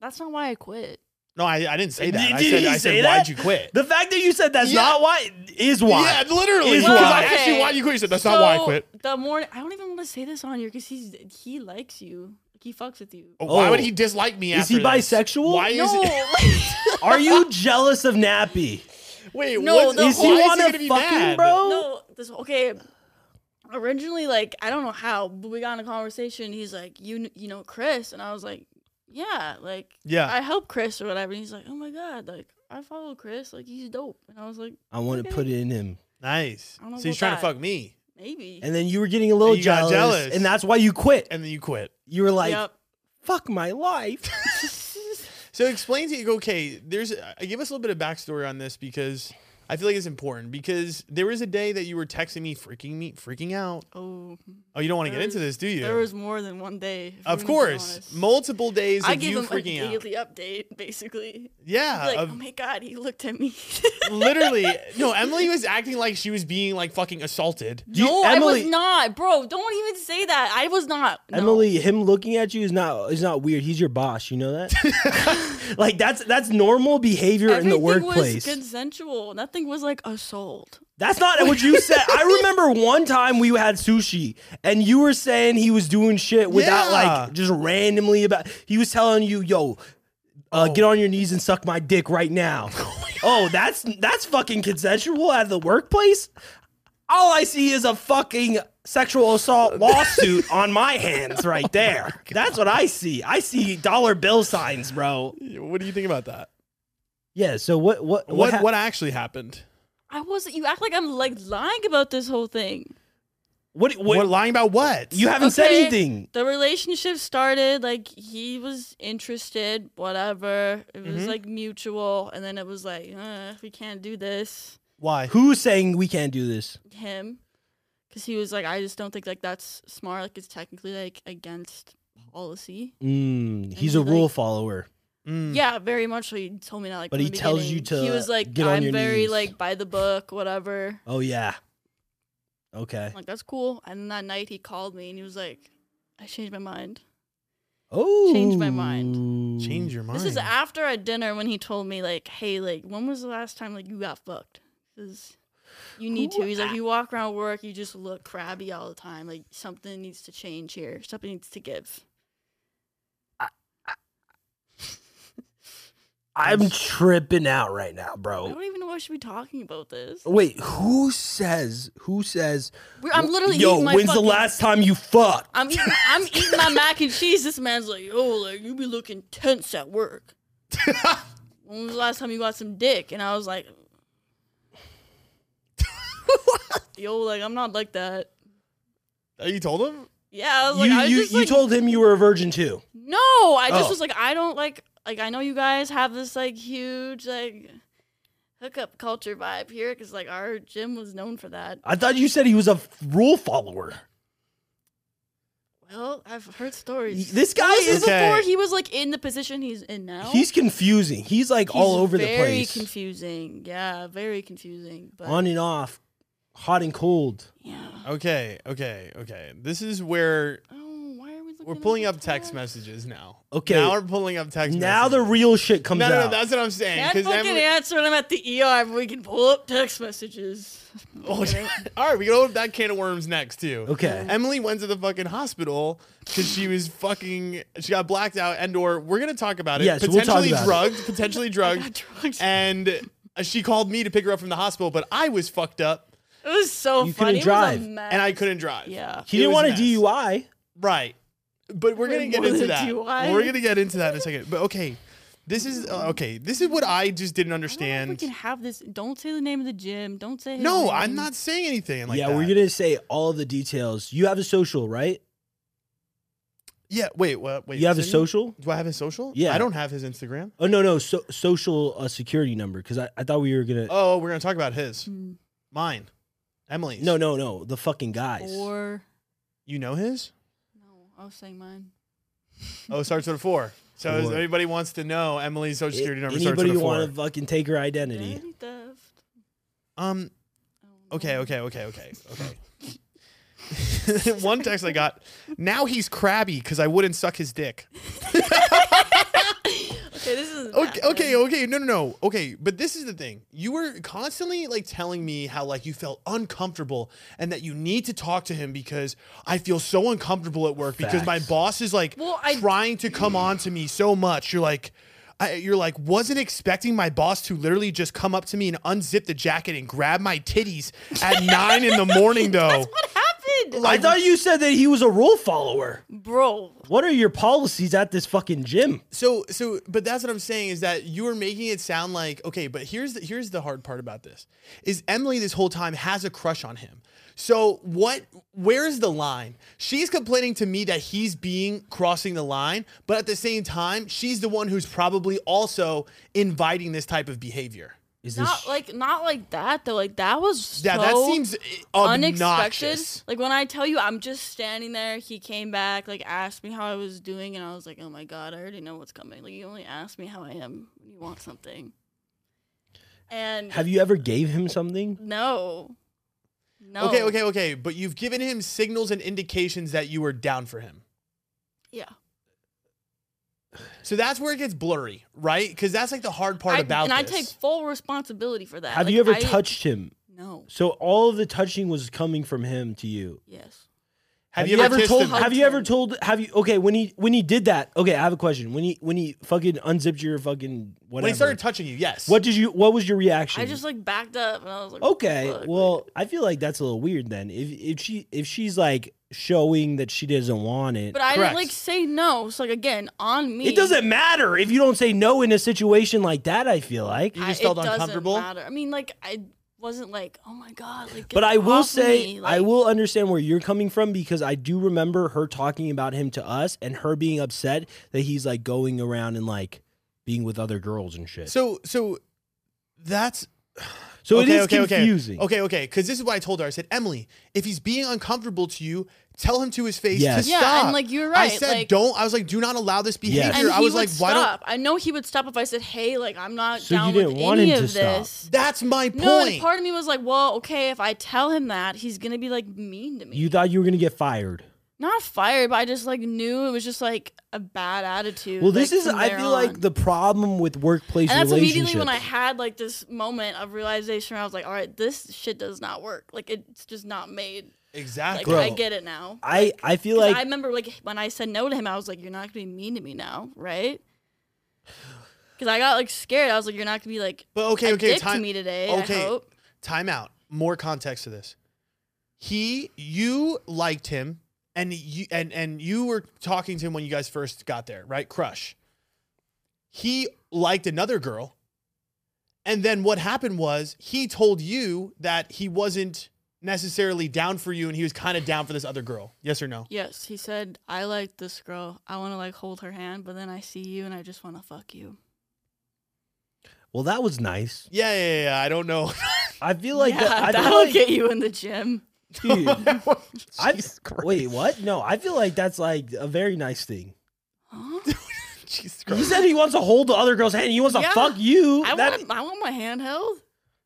B: That's not why I quit.
A: No, I, I didn't say that.
C: Did-
A: I
C: did
A: said,
C: he
A: I
C: say
A: said
C: that?
A: why'd you quit?
C: the fact that you said that's
A: Yeah.
C: not why is why.
A: Yeah, literally.
C: Is
A: Because
C: why. Oh.
A: I asked you
B: Okay.
A: why you quit. You said, that's not why I
B: So,
A: quit.
B: The morning, I don't even want to say this on here because he's he likes you. He fucks with you.
A: Oh, Why
C: Oh.
A: would he dislike me
C: Is
A: after
C: he
A: this?
C: bisexual?
A: Why is
B: no,
A: it?
C: Are you jealous of Nappy?
A: Wait,
B: No,
A: what's,
B: the
A: is
C: Is
A: he
C: he
A: want
B: whole-
C: want
A: to
C: to
A: be
C: fucking
A: mad?
C: bro?
B: no. This okay. Originally, like I don't know how, but we got in a conversation. He's like, you kn- you know Chris, and I was like, yeah, like
A: Yeah.
B: I help Chris or whatever. And he's like, oh my god, like I follow Chris, like he's dope. And I was like,
C: I want
B: Okay.
C: to put it in him.
A: nice.
B: I don't know
A: So he's
B: about
A: trying to
B: that.
A: fuck me.
B: maybe.
C: And then you were getting a little
A: You got
C: jealous,
A: jealous.
C: and that's why you quit.
A: And then you quit.
C: You were like,
B: yep.
C: "Fuck my life."
A: So explain to you, okay, there's uh, give us a little bit of backstory on this because I feel like it's important because there was a day that you were texting me, freaking me, freaking out.
B: Oh,
A: Oh, you don't want to get
B: There
A: into
B: was-
A: this, do you?
B: there was more than one day.
A: of
B: if we're gonna be
A: course,
B: honest.
A: multiple days
B: I
A: of
B: gave
A: you
B: him a
A: freaking out.
B: daily update, basically.
A: Yeah,
B: like,
A: of-
B: oh my god, he looked at me.
A: literally. No, Emily was acting like she was being like fucking assaulted.
C: Do you-
B: no, I
C: Emily,
B: was not, bro. Don't even say that. I was not. No.
C: Emily, him looking at you is not is not weird. He's your boss. You know that. like that's that's normal behavior in the
B: Everything
C: workplace.
B: was consensual. Nothing was like assault.
C: That's not what you said. I remember one time we had sushi and you were saying he was doing shit without
A: Yeah.
C: like just randomly about he was telling you, yo, uh, get on your knees and suck my dick right now. oh, that's that's fucking consensual at the workplace? All I see is a fucking sexual assault lawsuit on Oh my hands right there. that's what I see. I see dollar bill signs, bro.
A: What do you think about that?
C: Yeah, so what what
A: What
C: hap-
A: what actually happened?
B: I wasn't. You act like I'm like lying about this whole thing.
C: what,
A: What,
C: what,
A: lying about what?
C: you haven't said
B: Okay.
C: anything.
B: The relationship started like he was interested, whatever. It was
C: Mm-hmm.
A: Mhm.
B: like mutual, and then it was like uh, we can't do this.
A: why?
C: Who's saying we can't do this?
B: Him, because he was like, I just don't think like that's smart. Like it's technically like against policy.
C: Mm, he's
B: he,
C: a rule
B: like-
C: follower.
A: Mm.
B: Yeah, very much. So he told me that like.
C: Hmm. But
B: from
C: he
B: the
C: tells you
B: beginning.
C: to
B: He was like,
C: get on
B: I'm
C: your
B: very
C: knees."
B: like by the book, whatever.
C: Oh yeah. Okay.
B: I'm like that's cool. And then that night he called me and he was like, I changed my mind.
C: Oh.
B: Change my mind.
A: Change your mind.
B: This is after at dinner when he told me like, "Hey, like, when was the last time like you got fucked? 'Cause you need
C: Who
B: to." He's like, "You walk around work, you just look crabby all the time. Like something needs to change here. Something needs to give."
C: I'm tripping out right now,
B: I
C: bro.
B: don't even know why I should be talking about this.
C: Wait, who says? Who says?
B: We're, I'm literally
C: Yo,
B: eating my
C: when's
B: fucking-
C: the last time you fucked?
B: I'm eating, I'm eating my mac and cheese. This man's like, "Yo, like you be looking tense at work. when was the last time you got some dick?" And I was like, "Yo, like I'm not like that."
A: Oh, you told him?
B: Yeah, I was like,
C: you
B: I was
C: you,
B: just
C: you
B: like,
C: told him you were a virgin too.
B: No, I just
C: Oh.
B: was like, I don't like like I know you guys have this like huge like hookup culture vibe here because like our gym was known for that.
C: I thought you said he was a f- rule follower.
B: Well, I've heard stories.
C: This guy
B: This is
C: is
A: Okay.
B: before he was like in the position he's in now.
C: he's confusing. He's like
B: He's
C: all over the
B: very
C: place.
B: confusing. Yeah, very confusing. But
C: On and off, hot and cold.
B: yeah.
A: Okay, okay, okay. This is where
B: Oh, why are we looking?
A: we're
B: at
A: pulling
B: the
A: up text
B: text?
A: messages now.
C: Okay.
A: Now we're pulling up text
C: Now the
A: messages.
C: real shit comes
A: No,
C: out.
A: no, no, that's what I'm saying.
B: Can't
A: 'cause
B: fucking
A: Emily-
B: answer when I'm at the ER. But we can pull up text messages.
A: Oh, all right, we can open that can of worms next too.
C: okay.
A: Emily went to the fucking hospital because she was fucking. She got blacked out, and or we're gonna talk about it.
C: Yes, we'll talk
A: potentially
C: about it.
A: drugged, potentially
B: I
A: drugged,
B: got drugged.
A: and uh, she called me to pick her up from the hospital, but I was fucked up
B: It was so
C: You couldn't
B: funny.
C: drive,
B: It was a mess.
A: and I couldn't drive.
B: Yeah.
C: He
A: It
C: didn't
A: was
C: want a
A: mess.
C: DUI.
A: Right. But we're gonna
B: Wait,
A: get
B: more
A: into
B: than
A: that.
B: DUI?
A: We're gonna get into that in a second. But okay, this is uh, okay. This is what I just didn't
B: I don't know if we
A: understand.
B: can have this. Don't say the name of the gym. Don't say. his
A: No,
B: name.
A: I'm not saying anything like
C: yeah,
A: that.
C: we're gonna say all of the details. You have a social, right?
A: Yeah, wait, what? Wait,
C: you have a
A: so
C: social?
A: Do I have his social?
C: Yeah.
A: I don't have his Instagram.
C: Oh no, no, so, social uh, security number. Because I, I thought we were gonna.
A: Oh, we're gonna talk about his,
B: Hmm.
A: mine, Emily's.
C: no, no, no, the fucking guys.
B: Or
A: you know his.
B: no, I was saying mine.
A: Oh, it starts with a four. So if
C: Four.
A: anybody wants to know Emily's social security number starts
C: Anybody
A: with a
C: want
A: four.
C: to fucking take her identity?
B: Identity theft.
A: Um.
B: I
C: Oh,
B: don't know.
A: Okay. Okay. Okay. Okay. Okay. One text I got. Now he's crabby because I wouldn't suck his dick.
B: Okay, this is.
A: Okay, okay, okay. No, no, no. Okay, but this is the thing. You were constantly like telling me how like you felt uncomfortable and that you need to talk to him because I feel so uncomfortable at work because my
C: Facts.
A: boss is like
B: Well, I-
A: trying to come on to me so much. You're like I, you're like wasn't expecting my boss to literally just come up to me and unzip the jacket and grab my titties at nine in the morning though.
B: What happened? did.
C: I thought you said that he was a rule follower.
B: Mm. bro.
C: What are your policies at this fucking gym?
A: So so but that's what I'm saying is that you are making it sound like okay, but here's the, here's the hard part about this. Is Emily this whole time has a crush on him. So what where's the line? She's complaining to me that he's being crossing the line, but at the same time, she's the one who's probably also inviting this type of behavior.
C: Is this
B: Not like not like that though. Like that was
A: Yeah,
B: so
A: that seems
B: unexpected.
A: obnoxious.
B: Like when I tell you, I'm just standing there. He came back, like asked me how I was doing, and I was like, "Oh my god, I already know what's coming." Like you only ask me how I am when you want something. And
C: have you ever gave him something?
B: no, no.
A: Okay, okay, okay, but you've given him signals and indications that you were down for him.
B: Yeah,
A: So that's where it gets blurry, right? Because that's like the hard part
B: I-
A: about
B: and I
A: this.
B: take full responsibility for that.
C: Have
B: Like,
C: you ever
B: I-
C: touched him?
B: No.
C: So all of the touching was coming from him to you.
B: Yes.
A: Have you ever kissed
C: told?
A: him?
C: Have you ever
B: Hugged
C: told? Have you? Okay, when he when he did that. Okay, I have a question. When he when he fucking unzipped your fucking whatever.
A: when he started touching you, yes.
C: what did you? What was your reaction?
B: I just like backed up and I was like,
C: Okay,
B: "Fuck."
C: well, I feel like that's a little weird then. If if she if she's like showing that she doesn't want it,
B: but I didn't
A: Correct.
B: like say no. So like again, on me.
C: it doesn't matter if you don't say no in a situation like that. I feel like.
A: You just
B: I-
A: felt
B: it doesn't
A: uncomfortable?
B: matter. I mean, like I wasn't like, oh my god, like.
C: But
B: get
C: I will
B: off of
C: say,
B: me,"
C: I
B: like-
C: will understand where you're coming from because I do remember her talking about him to us and her being upset that he's like going around and like being with other girls and shit. So,
A: So so that's
C: it
A: okay,
C: is
A: okay, okay.
C: confusing.
A: Okay, okay, because this is what I told her. I said, Emily, if he's being uncomfortable to you, tell him to his face
C: Yes.
A: to
B: Yeah,
A: stop.
B: and like you're right.
A: I said,
B: like,
A: don't. I was like, do not allow this behavior.
C: Yes.
B: And
A: I
B: he
A: was
B: would
A: like, why don't?
B: stop. I know he would stop if I said, hey, like I'm not
C: So you
B: down
C: didn't
B: with
C: want
B: any
C: him to
B: of
C: stop.
B: this.
A: That's my point.
B: No, and part of me was like, well, okay, if I tell him that, he's gonna be like mean to me.
C: You thought you were gonna get fired.
B: Not fired, but I just like knew it was just like a bad attitude.
C: Well, this
B: like,
C: is
B: from
C: I
B: there
C: feel
B: on.
C: like the problem with workplace
B: And that's
C: relationships.
B: immediately when I had like this moment of realization where I was like, all right, this shit does not work. Like it's just not made. Like
A: exactly.
B: I get it now.
C: I, I feel
B: 'Cause
C: like
B: I remember like when I said no to him, I was like, you're not gonna be mean to me now, right? Because I got like scared. I was like, you're not gonna be like
A: But okay,
B: a
A: okay.
B: dick
A: time,
B: to me today.
A: okay.
B: I hope.
A: time out. More context to this. He, you liked him, and you and and you were talking to him when you guys first got there, right? Crush. He liked another girl, and then what happened was he told you that he wasn't necessarily down for you, and he was kind of down for this other girl. Yes or no?
B: Yes, he said, I like this girl. I want to like hold her hand, but then I see you and I just want to fuck you.
C: well that was nice.
A: Yeah, yeah, yeah. yeah, I don't know.
C: I feel like
B: yeah,
C: that, I
B: that'll
C: feel like,
B: get you in the gym.
C: dude, I- wait, what? No, I feel like that's like a very nice thing.
B: Huh?
A: Jesus
C: He
A: Christ.
C: said he wants to hold the other girl's hand. He wants to
B: Yeah.
C: fuck you.
B: I
C: That-
B: want, I want my hand held.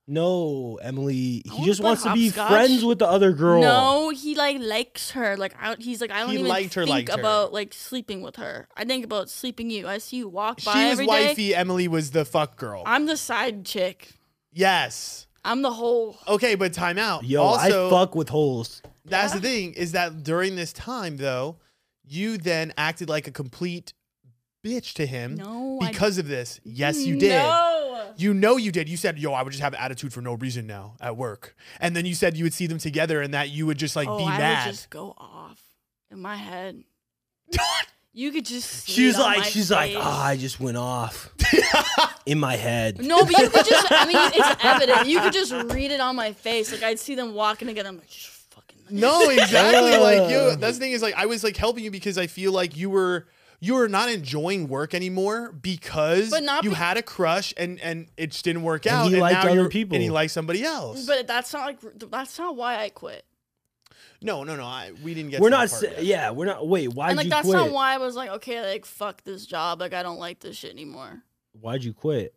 C: no, Emily.
B: I
C: He
B: wanna
C: just
B: play
C: wants to be
B: hopscotch.
C: friends with the other girl.
B: No, he like likes her. Like I, he's like I don't
A: He
B: even
A: liked her,
B: think
A: liked her.
B: about like sleeping with her. I think about sleeping you. I see you walk by
A: She was
B: every day.
A: wifey. Emily was the fuck girl.
B: I'm the side chick.
A: yes.
B: I'm the whole.
A: Okay, but time out.
C: Yo,
A: also,
C: I fuck with holes.
A: That's
B: Yeah.
A: the thing is that during this time though, you then acted like a complete bitch to him
B: No, I-
A: because of this. Yes, you did.
B: No.
A: You know you did. You said, "Yo, I would just have an attitude for no reason now at work," and then you said you would see them together and that you would just like
B: oh,
A: be
B: I
A: mad.
B: would just go off in my head. you could just. See
C: She's
B: it on
C: like,
B: my
C: she's like,
B: face.
C: ah, I just went off in my head.
B: No, but you could just. I mean, it's evident. You could just read it on my face. Like I'd see them walking together. I'm like, just fucking.
A: No, exactly. like
C: Yeah.
A: you. That's the thing is like I was like helping you because I feel like you were you were not enjoying work anymore because
B: But not
A: you
B: be-
A: had a crush and and it just didn't work
C: And
A: out.
C: he liked
A: now
C: other
A: you're-
C: people.
A: and he liked somebody else.
B: But that's not like. That's not why I quit.
A: no, no, no. I, we didn't get.
C: We're
A: to that
C: not.
A: part
C: sa-
A: yet.
C: Yeah, we're not. Wait, why'd
B: and like
C: you
B: that's
C: quit?
B: not why I was like, okay, like fuck this job. Like I don't like this shit anymore.
C: Why'd you quit?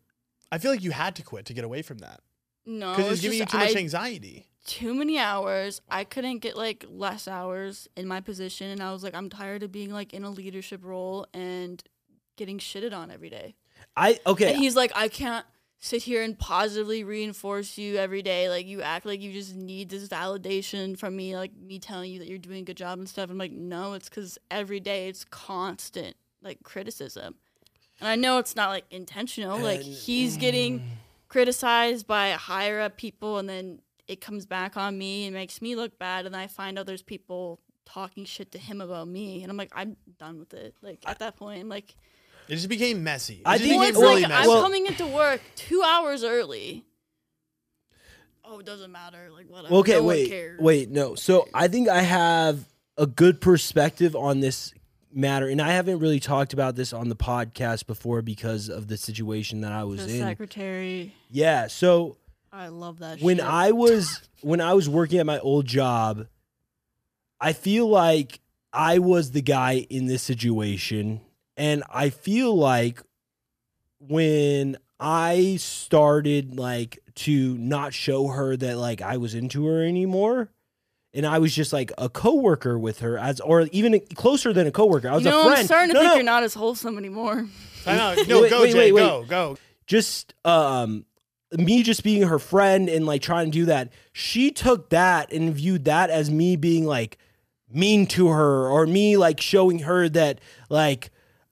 A: I feel like you had to quit to get away from that
B: No,
A: because
B: Oh, it's
A: it's giving you
B: just
A: too much
B: I-
A: anxiety.
B: too many hours. I couldn't get like less hours in my position, and I was like, I'm tired of being like in a leadership role and getting shitted on every day.
C: I okay.
B: And he's like, I can't sit here and positively reinforce you every day. Like you act like you just need this validation from me, like me telling you that you're doing a good job and stuff. I'm like, no, it's because every day it's constant like criticism. And I know it's not like intentional. Like
C: And-
B: he's getting criticized by higher up people, and then it comes back on me and makes me look bad and i find out there's people talking shit to him about me and i'm like i'm done with it like at that point i'm like
A: It just became messy. It
C: I
A: just
C: think-
B: well,
A: became
B: it's
C: really
B: like
C: messy.
B: i'm
C: Well-
B: coming into work two hours early oh it doesn't matter like whatever
C: Okay,
B: No one
C: wait,
B: cares.
C: wait, no. So I think I have a good perspective on this matter, and I haven't really talked about this on the podcast before because of the situation that I was
B: the
C: in.
B: secretary
C: yeah. So
B: i love that
C: when
B: shit.
C: I was when I was working at my old job, I feel like I was the guy in this situation, and I feel like when I started like to not show her that like I was into her anymore. And I was just like a coworker with her, as or even closer than a coworker. I was
B: you know,
C: a friend.
B: I'm starting to
C: No,
B: think
C: no,
B: you're not as wholesome anymore.
A: Time out. No,
C: Wait,
A: go,
C: wait,
A: Jay.
C: wait, wait.
A: Go, go.
C: just um me just being her friend and like trying to do that she took that and viewed that as me being like mean to her or me like showing her that like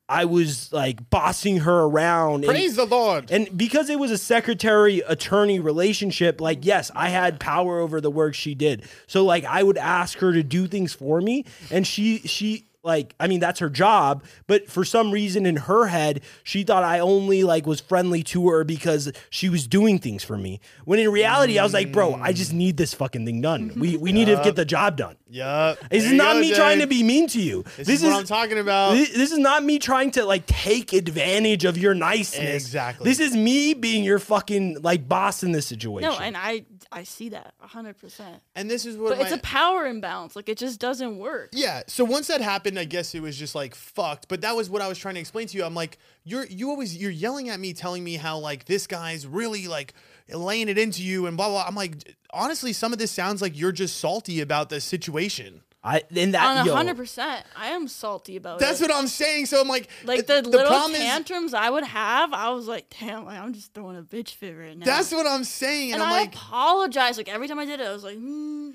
C: i was like bossing her around and-
A: Praise the Lord.
C: and because it was a secretary attorney relationship, like, yes, I had power over the work she did. So like I would ask her to do things for me. And she she like I mean that's her job, but for some reason in her head, she thought I only like was friendly to her because she was doing things for me. When in reality, I was like, bro, I just need this fucking thing done. We we need to get the job done.
A: Yup.
C: This is
A: There you
C: not
A: go,
C: me
A: Jay.
C: trying to be mean to you.
A: This, is, what I'm talking about.
C: Thi- This is not me trying to like take advantage of your niceness.
A: Exactly.
C: This is me being your fucking like boss in this situation.
B: No, and I I see that 100%.
A: and this is what
B: But
A: my,
B: it's a power imbalance. Like it just doesn't work.
A: Yeah. So once that happened, I guess it was just like fucked. But that was what I was trying to explain to you. I'm like, you're you always you're yelling at me, telling me how like this guy's really like laying it into you and blah blah. I'm like, honestly, some of this sounds like you're just salty about the situation.
C: I and that
B: On
C: yo,
B: hundred percent, I am salty about
A: That's
B: it.
A: what I'm saying. So I'm like,
B: like the,
A: th-
B: little tantrums I would have, I was like, damn, like, I'm just throwing a bitch fit right now.
A: that's what I'm saying.
B: and
A: I'm
B: I
A: like,
B: apologize. Like every time I did it, I was like, hmm.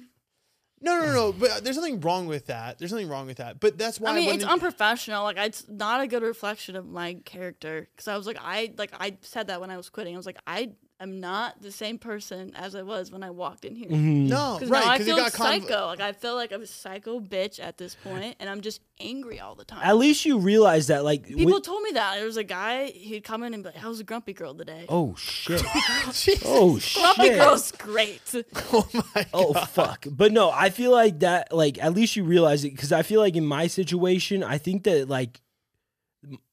A: no, no, no, no. But there's nothing wrong with that. There's nothing wrong with that. But that's why
B: I mean,
A: when
B: it's
A: the-
B: unprofessional. Like it's not a good reflection of my character. Because I was like, I like I said that when I was quitting. I was like, I am not the same person as I was when I walked in here.
C: Mm-hmm.
A: no,
B: Because now
A: right?
B: I
A: Because it
B: feel
A: got conv-
B: psycho. like I feel like I'm a psycho bitch at this point, and I'm just angry all the time.
C: At least you realize that like
B: People
C: wi-
B: told me that there was a guy. He'd come in and be like, "How's a grumpy girl today?"
C: oh shit. oh
B: grumpy
C: shit.
B: girl's great.
A: oh my.
C: Oh fuck. But no, I feel like that like at least you realize it cuz I feel like in my situation, I think that like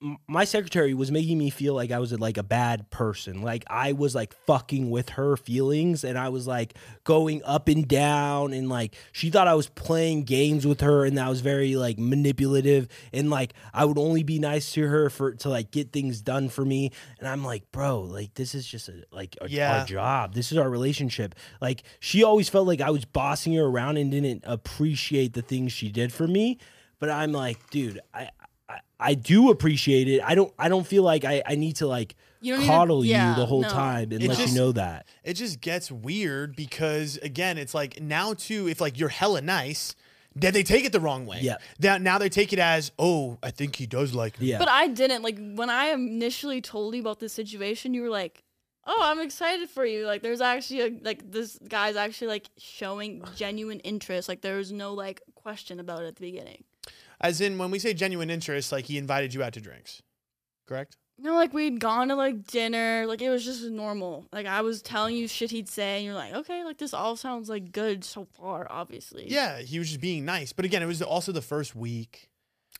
C: m- my secretary was making me feel like I was like a bad person. Like I was like fucking with her feelings and I was like going up and down and like she thought I was playing games with her and that was very like manipulative and like I would only be nice to her for to like get things done for me and I'm like, "Bro, like this is just a like a,
A: Yeah.
C: our job. This is our relationship." Like she always felt like I was bossing her around and didn't appreciate the things she did for me, but I'm like, "Dude, I I, I do appreciate it. I don't I don't feel like I, I need to like
B: You don't need to-
C: coddle
B: yeah,
C: you the whole
B: no.
C: time and let
A: just-
C: you know that.
A: it just gets weird because again, it's like now too, if like you're hella nice, then they take it the wrong way.
C: Yeah.
A: That now they take it as, oh, I think he does like me.
C: Yeah.
B: But I didn't like when I initially told you about this situation. You were like, "Oh, I'm excited for you." Like, there's actually a like this guy's actually like showing genuine interest. Like, there was no like question about it at the beginning.
A: As in when we say genuine interest, like he invited you out to drinks. Correct?
B: No, like we'd gone to like dinner, like it was just normal. Like I was telling you shit he'd say, and you're like, okay, like this all sounds like good so far, obviously.
A: Yeah, he was just being nice. But again, it was also the first week.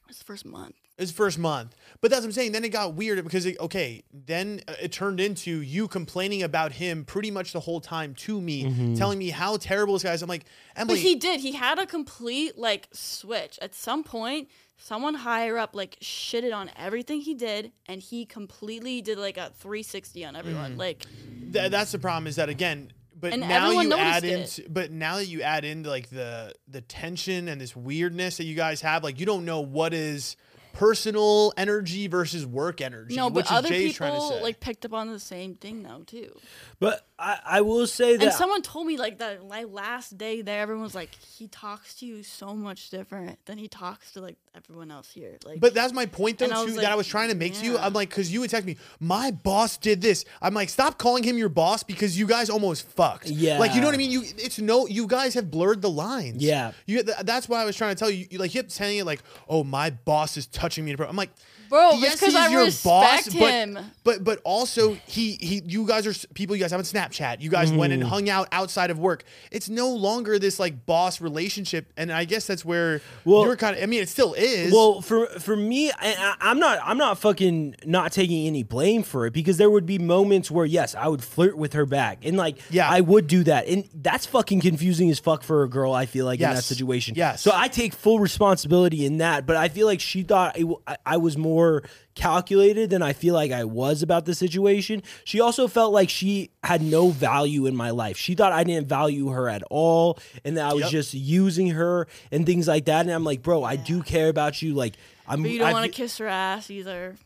B: It's the first month.
A: It was the first month. But that's what I'm saying. Then it got weird because, it, okay, then uh, it turned into you complaining about him pretty much the whole time to me, telling me how terrible this guy is. I'm like, Emily.
B: But he did. He had a complete like switch. At some point, someone higher up like shitted on everything he did, and he completely did like a 360 on
A: Mm.
B: everyone. Like
A: Th- that's the problem is that again but
B: And
A: now
B: everyone
A: you
B: noticed
A: add in
B: it.
A: but now that you add in like the the tension and this weirdness that you guys have like you don't know what is personal energy versus work energy.
B: No,
A: which
B: but
A: is
B: other
A: Jay's trying to
B: people
A: say.
B: like picked up on the same thing though too.
C: But I, I will say that
B: And someone told me like that my last day there, everyone was like, he talks to you so much different than he talks to like everyone else here. Like,
A: But that's my point though
B: And I
A: too
B: was
A: that I
B: like,
A: was trying to make to you.
B: yeah.
A: I'm like, because you would text me, my boss did this. I'm like, stop calling him your boss because you guys almost fucked. like you know what I
C: Yeah.
A: mean. You it's no, you guys have blurred the lines.
C: Yeah.
A: you. th- that's why I was trying to tell you. you like you kept saying it like, oh my boss is touching me. I'm like,
B: bro,
A: yes,
B: it's because
A: he's
B: I
A: your
B: respect
A: boss,
B: him.
A: but but but also he he you guys are s- people. You guys have on Snapchat. You guys went
B: Mm.
A: and hung out outside of work. It's no longer this like boss relationship. And I guess that's where
C: Well-
A: you're kind of. I mean, it still is.
C: Well, for for me, I, I, I'm not I'm not fucking not taking any blame for it because there would be moments where yes, I would flirt with her back, and like
A: Yeah.
C: I would do that, and that's fucking confusing as fuck for a girl. I feel like in that
A: Yes.
C: situation,
A: Yes.
C: So I take full responsibility in that, but I feel like she thought it, w- I, I was more calculated than I feel like I was about the situation. She also felt like she had no value in my life. She thought I didn't value her at all, and that I was
A: Yep.
C: just using her and things like that. And I'm like, bro, I do care about you. Like, I'm.
B: But you don't
C: I
B: want to
C: fe-
B: kiss her ass either,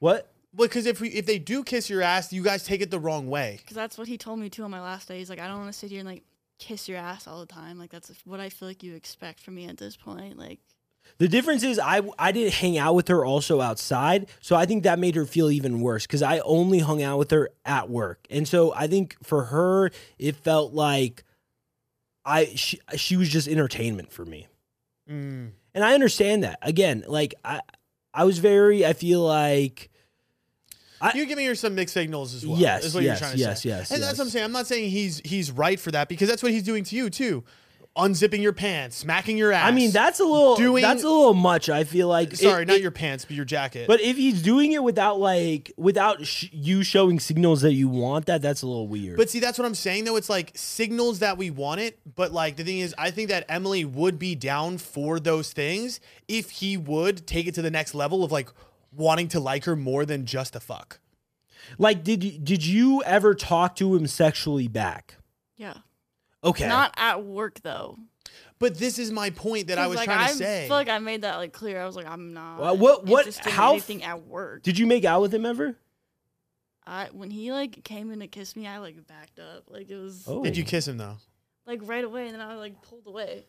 C: What?
A: because if we if they do kiss your ass, you guys take it the wrong way.
B: because that's what he told me too on my last day. He's like, I don't want to sit here and like kiss your ass all the time. Like that's what I feel like you expect from me at this point. Like,
C: The difference is I I didn't hang out with her also outside, so I think that made her feel even worse because I only hung out with her at work, and so I think for her it felt like I she she was just entertainment for me,
A: Mm.
C: and I understand that. Again, like I I was very I feel like I-
A: You're giving her some mixed signals as well.
C: Yes,
A: is what
C: yes,
A: you're trying to
C: yes,
A: say.
C: yes,
A: and that's what I'm
C: yes.
A: saying. I'm not saying he's he's right for that because that's what he's doing to you too, unzipping your pants, smacking your ass.
C: I mean that's a little
A: Doing-
C: that's a little much. I feel like It-
A: sorry,
C: it-
A: not your pants, but your jacket.
C: But if he's doing it without like without sh- you showing signals that you want that, that's a little weird.
A: But see, that's what I'm saying though. It's like signals that we want it, but like the thing is, I think that Emily would be down for those things if he would take it to the next level of like wanting to like her more than just a fuck.
C: like, did you, did you ever talk to him sexually back?
B: yeah,
C: Okay,
B: not at work though.
A: But this is my point that I
B: 'Cause,
A: was
B: like,
A: trying
B: I
A: to say.
B: feel like I made that like clear. I was like, I'm not.
C: Well, what- what-
B: interested in
C: how f-
B: anything at work?
C: did you make out with him ever?
B: I when he like came in to kiss me, I like backed up. Like it was
C: Oh.
A: Did you kiss him though?
B: like right away, and then I like pulled away.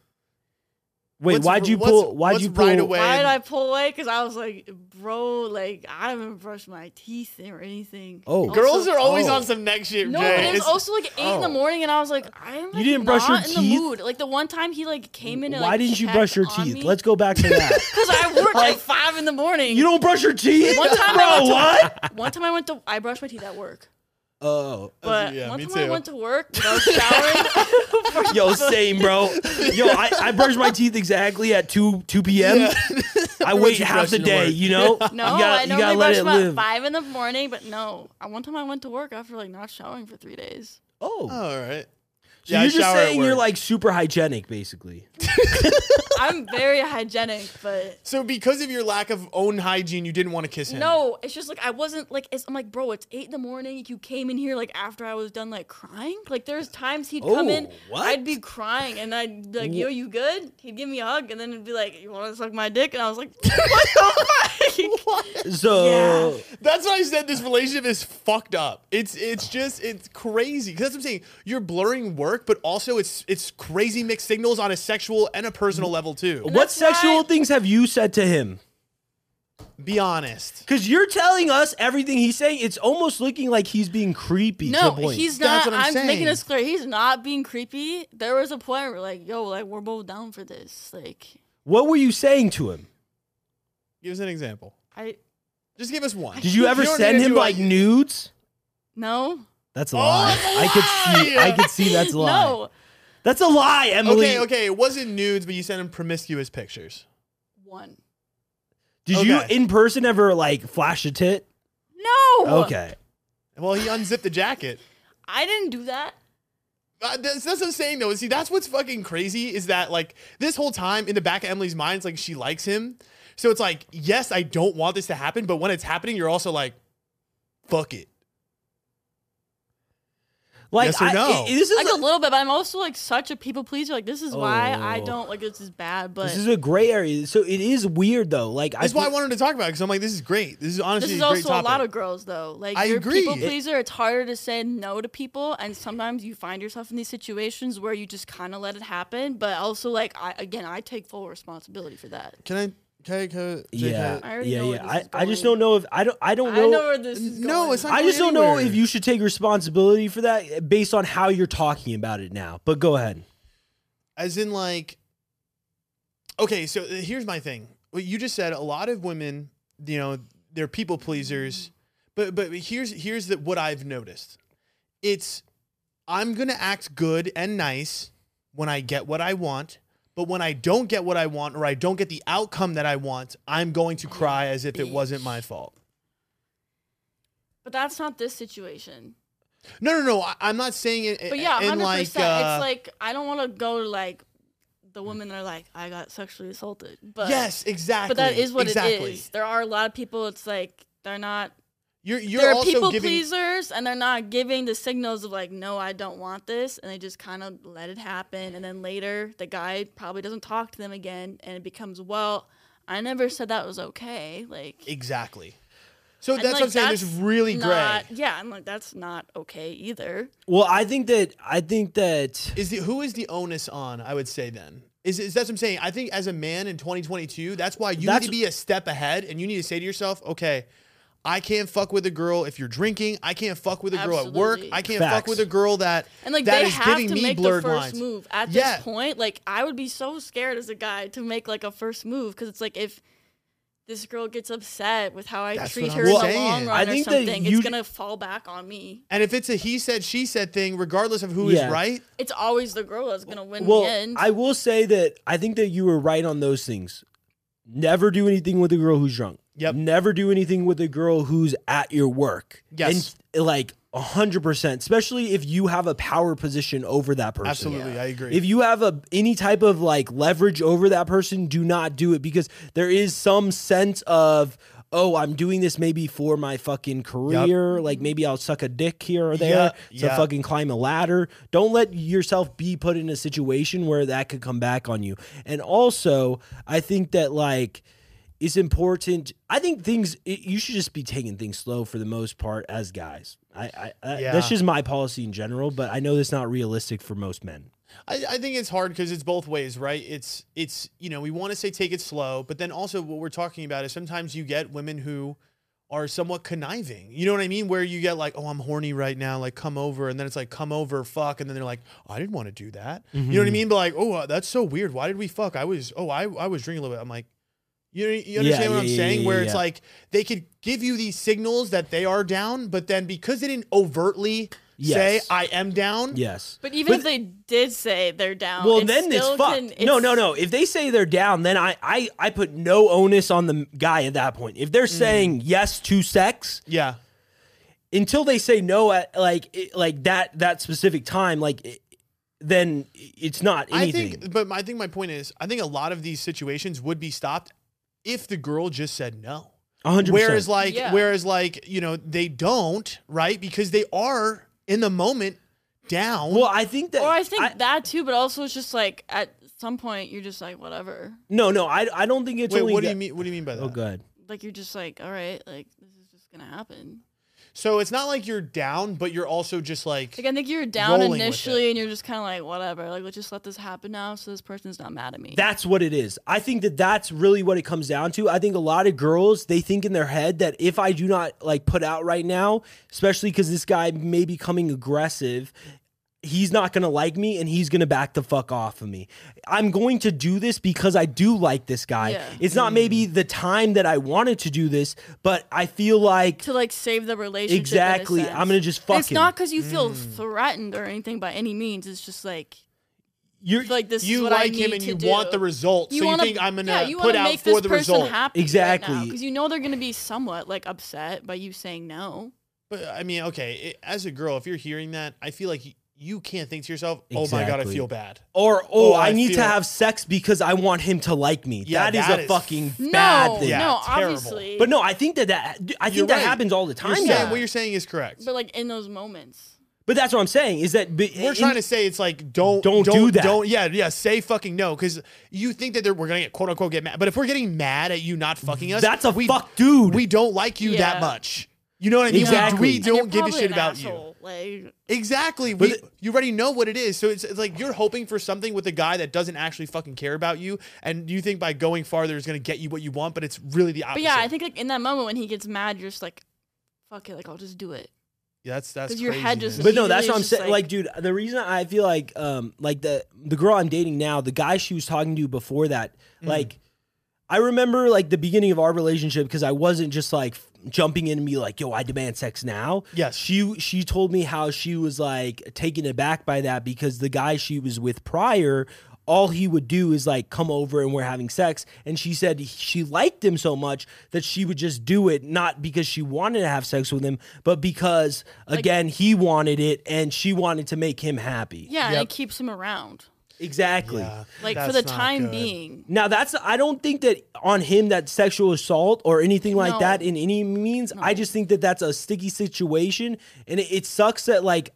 C: Wait,
A: What's-
C: why'd you
A: what's-
C: pull? Why'd
A: what's
C: you pull?
A: right away?
B: Why
A: When-
B: did I pull away? Because I was like, bro, like I haven't brushed my teeth or anything.
C: Oh.
B: Also-
A: Girls are always
C: oh.
A: on some next shit.
B: No,
A: Jay.
B: but it was
A: It's-
B: also like eight in the morning, and I was like, I'm. Like,
C: didn't brush your
B: not in
C: teeth?
B: The mood. Like the one time he like came in. And,
C: Why didn't you brush your teeth? Let's go back to that.
B: Because I work at five in the morning.
C: you don't brush your teeth,
B: One time I
C: bro.
B: went to-
C: what?
B: One time I went to I brushed my teeth at work,
C: Oh,
B: but
A: yeah,
B: one
A: me
B: time I
A: too.
B: went to work without showering.
C: yo, same, bro. Yo, I, I brush my teeth exactly at two two p.m. I wait
A: you
C: half the
A: brushing at
C: day.
A: work.
C: You know,
B: No,
C: you gotta,
B: I
C: you
B: normally
C: gotta let
B: brush
C: it
B: about
C: live.
B: five in the morning, but no. I, one time I went to work after like not showering for three days.
A: all
C: Oh,
A: right.
C: So
A: Uh, Yeah, I
C: you're just
A: shower at
C: saying you're
A: work.
C: like super hygienic, basically.
B: I'm very hygienic, but
A: So because of your lack of own hygiene, you didn't want to kiss him.
B: no, it's just like I wasn't like it's, I'm like, bro, it's eight in the morning. You came in here like after I was done like crying. Like there's times he'd come in,
C: Oh, what?
B: I'd be crying, and I'd be like, yo, you good? He'd give me a hug, and then it'd be like, you want to suck my dick? And I was like, what the fuck?
C: So
A: That's why I said this relationship is fucked up. It's it's just it's crazy. 'Cause that's what I'm saying. You're blurring work, but also it's it's crazy mixed signals on a sexual and a personal level too.
C: what
B: that's
C: sexual
B: why-
C: things have you said to him?
A: Be honest.
C: Because you're telling us everything he's saying. It's almost looking like he's being creepy. to a
B: No,
C: point.
B: he's
A: That's
B: not.
A: what I'm
B: I'm, making
A: saying.
B: this clear. He's not being creepy. There was a point where, like, yo, like we're both down for this. Like,
C: What were you saying to him?
A: Give us an example.
B: I
A: Just give us one.
C: Did you ever
A: don't
C: send
A: need to
C: him
A: do Oh,
C: like nudes?
B: no,
C: That's a lie. I could see.
A: lie!
C: I could see that's a lie.
B: no.
C: That's a lie, Emily.
A: Okay, okay. It wasn't nudes, but you sent him promiscuous pictures.
B: One.
C: Did you
A: Okay.
C: in person ever like flash a tit?
B: No.
C: Okay.
A: Well, he unzipped the jacket.
B: I didn't do that.
A: Uh, that's, that's what I'm saying though. See, that's what's fucking crazy is that like this whole time in the back of Emily's mind, it's like she likes him. So it's like, yes, I don't want this to happen, but when it's happening, you're also like, fuck it.
C: Like
A: Yes or
C: I-
A: no?
C: it- this is
B: like a
C: a-
B: little bit, but I'm also like such a people pleaser. Like this is why I
C: Oh.
B: don't like this is bad, but
C: this is a gray area. So it is weird though. Like
A: That's
C: I
A: why I
C: think-
A: wanted to talk about it because I'm like, this is great. This is honestly
B: this is
A: a great
B: also a
A: topic.
B: lot of girls though. Like
A: I
B: you're a people
A: agree. It-
B: pleaser. It's harder to say no to people, and sometimes you find yourself in these situations where you just kind of let it happen. But also, like I again, I take full responsibility for that.
A: can I? Can I? Can I-
C: yeah,
A: Can I
B: I already
C: yeah,
B: know where
C: yeah.
B: this
C: I,
B: is
C: I just
B: going.
C: don't know if I don't I don't
B: I know where this is going.
A: No, it's not-
C: I
A: going
C: just don't know
A: anywhere.
C: if you should take responsibility for that eh, based on how you're talking about it now. But go ahead.
A: as in like, okay. So uh, here's my thing. What you just said. A lot of women, you know, they're people pleasers. But but here's here's the, what I've noticed. It's I'm gonna act good and nice when I get what I want. But when I don't get what I want or I don't get the outcome that I want, I'm going to cry as if it wasn't my fault.
B: But that's not this situation.
A: No, no, no. I, I'm not saying it.
B: But yeah,
A: in
B: hundred
A: like,
B: percent.
A: uh,
B: it's like I don't want to go to like the women that are like I got sexually assaulted. But
A: yes, exactly.
B: uh, but that is what
A: exactly.
B: it is. There are a lot of people. It's like they're not.
A: You're you're
B: there are
A: also
B: people
A: giving.
B: pleasers, and they're not giving the signals of like, no, I don't want this, and they just kind of let it happen. And then later, the guy probably doesn't talk to them again, and it becomes well. I never said that was okay. Like
A: Exactly. So
B: and,
A: that's
B: like,
A: what I'm saying. There's
B: that's
A: really
B: not-
A: gray.
B: Yeah, I'm like that's not okay either.
C: Well, I think that I think that
A: Is the who is the onus on? I would say then is, is that's what I'm saying. I think as a man in 2022, that's why you
C: That's-
A: need to be a step ahead, and you need to say to yourself, okay. I can't fuck with a girl if you're drinking. I can't fuck with a girl at work.
B: Absolutely.
A: I can't fuck
C: Facts.
A: with a girl that
B: And like
A: that
B: they
A: is
B: have
A: giving
B: to
A: me
B: make the
A: blurred
B: first
A: lines.
B: move at this
A: Yeah.
B: point. Like I would be so scared as a guy to make like a first move because it's like if this girl gets upset with how I
A: That's
B: treat
A: what
B: her
A: I'm
B: in the long
A: saying.
B: run
C: I
B: or
C: think that
B: something,
C: you-
B: it's gonna fall back on me.
A: And if it's a he said she said thing, regardless of who is
C: Yeah.
A: right,
B: It's always the girl that's gonna win
C: well,
B: in the end.
C: I will say that I think that you were right on those things. Never do anything with a girl who's drunk.
A: Yep.
C: Never do anything with a girl who's at your work.
A: Yes.
C: And like hundred percent, especially if you have a power position over that person.
A: absolutely, I agree.
C: If you have a any type of like leverage over that person, do not do it because there is some sense of oh, I'm doing this maybe for my fucking career. Like maybe I'll suck a dick here or there
A: Yeah,
C: to
A: yeah.
C: fucking climb a ladder. Don't let yourself be put in a situation where that could come back on you. And also, I think that like it's important. I think things it, you should just be taking things slow for the most part as guys. I, I, I
A: Yeah.
C: that's just my policy in general, but I know that's not realistic for most men.
A: I, I think it's hard because it's both ways, right? It's it's you know we want to say take it slow, but then also what we're talking about is sometimes you get women who are somewhat conniving. You know what I mean? Where you get like, oh, I'm horny right now, like come over, and then it's like come over, fuck, and then they're like, I didn't want to do that. You know
C: Mm-hmm.
A: what I mean? But like, oh, uh, that's so weird. Why did we fuck? I was oh, I I was drinking a little bit. I'm like. You, you understand what
C: yeah,
A: I'm
C: yeah,
A: saying?
C: yeah,
A: Where
C: yeah,
A: it's
C: yeah.
A: like they could give you these signals that they are down, but then because they didn't overtly say
C: Yes.
A: I am down,
C: Yes.
B: but even if they did say they're down,
C: Well,
B: it
C: then it's
B: still
C: fucked.
B: can-
C: no,
B: it's-
C: no, no. If they say they're down, then I, I, I put no onus on the guy at that point. If they're
B: Mm.
C: saying yes to sex
A: yeah,
C: until they say no at like it- like that that specific time, like it, then it's not anything.
A: I think, but I think my point is, I think a lot of these situations would be stopped if the girl just said no.
C: 100%.
A: Whereas, like,
B: Yeah.
A: whereas, like, you know, they don't, right? Because they are in the moment down.
C: well, I think that
B: Or I think
C: I-
B: that too, but also it's just like at some point you're just like whatever.
C: no, no. I, I don't think it's
A: Wait,
C: only.
A: what do
C: that-
A: you mean? What do you mean by that?
C: Oh, good.
B: Like you're just like all right, like this is just gonna happen.
A: So it's not like you're down, but you're also just like,
B: Like I think you're down
A: rolling with it.
B: initially, and you're just kind of like, whatever. Like let's just let this happen now, so this person's not mad at me.
C: That's what it is. I think that that's really what it comes down to. I think a lot of girls they think in their head that if I do not like put out right now, especially because this guy may be coming aggressive, he's not gonna like me and he's gonna back the fuck off of me. I'm going to do this because I do like this guy.
B: Yeah.
C: It's
A: Mm.
C: not maybe the time that I wanted to do this, but I feel like
B: to like save the relationship. in a
C: exactly.
B: sense.
C: I'm gonna just
B: And
C: fuck
B: It's
C: him.
B: not because you feel
A: Mm.
B: threatened or anything by any means. It's just like
C: You're
B: like this. is
A: you
B: what I
A: like him
B: need
A: and
B: to
A: you
B: do.
A: want the result. so
B: wanna-
A: you think I'm going to
B: yeah, you
A: put
B: wanna
A: out
B: make
A: for
B: this
A: the
B: person
A: result.
B: Happy
C: Exactly.
B: because you know they're gonna be somewhat like upset by you saying no.
A: But I mean, okay, it, as a girl, if you're hearing that, I feel like y- you can't think to yourself, oh my God, I
C: Exactly.
A: feel bad.
C: or oh,
A: Oh, I
C: I, need to
A: feel-
C: have sex because I want him to like me.
A: Yeah,
C: that is
A: that
C: a
A: is
C: fucking
B: No,
C: bad thing.
A: Yeah,
B: no,
A: terrible.
B: obviously.
C: But no, I think that that I think
A: You're
C: that
A: right.
C: happens all the time.
A: You're
C: now.
A: saying, what you're saying is correct.
B: but like in those moments.
C: But But that's what I'm saying is that but
A: We're trying to say it's like don't
C: Don't do that.
A: Don't yeah yeah say fucking no because you think that they're- we're gonna get quote unquote get mad, but if we're getting mad at you not fucking us,
C: That's a
A: we,
C: fuck, dude.
A: We don't like you that
B: Yeah.
A: much. You know what I mean? Like,
C: Exactly.
A: we
C: And
B: And
A: don't
B: you're
A: give a
B: probably
A: shit
B: an
A: about you.
B: asshole. Like,
A: Exactly. We,
C: it-
A: you already know what it is. So it's, it's like you're hoping for something with a guy that doesn't actually fucking care about you, and you think by going farther is gonna get you what you want, but it's really the
B: but
A: opposite.
B: yeah, I think like in that moment when he gets mad, you're just like, fuck it, like I'll just do it.
A: Yeah, that's that's
B: 'Cause your
A: crazy,
B: head
A: man.
B: just-
C: But no,
B: He
C: that's
B: really
C: what I'm
B: is just
C: saying. Like,
B: like-
C: dude, the reason I feel like, um, like the the girl I'm dating now, the guy she was talking to before that,
A: Mm.
C: like, I remember like the beginning of our relationship because I wasn't just like f- jumping in and be like, "Yo, I demand sex now."
A: Yes.
C: she she told me how she was like taken aback by that because the guy she was with prior. All he would do is like come over and we're having sex. And she said she liked him so much that she would just do it, not because she wanted to have sex with him, but because again, he wanted it and she wanted to make him happy.
B: Yeah,
A: Yep.
B: and it keeps him around.
C: Exactly.
A: Yeah,
B: Like for
A: that's
B: the
A: not
B: time
A: good.
B: being.
C: Now that's I don't think that on him that sexual assault or anything like
B: No.
C: that in any means. I just think that that's a sticky situation, and it, it sucks that like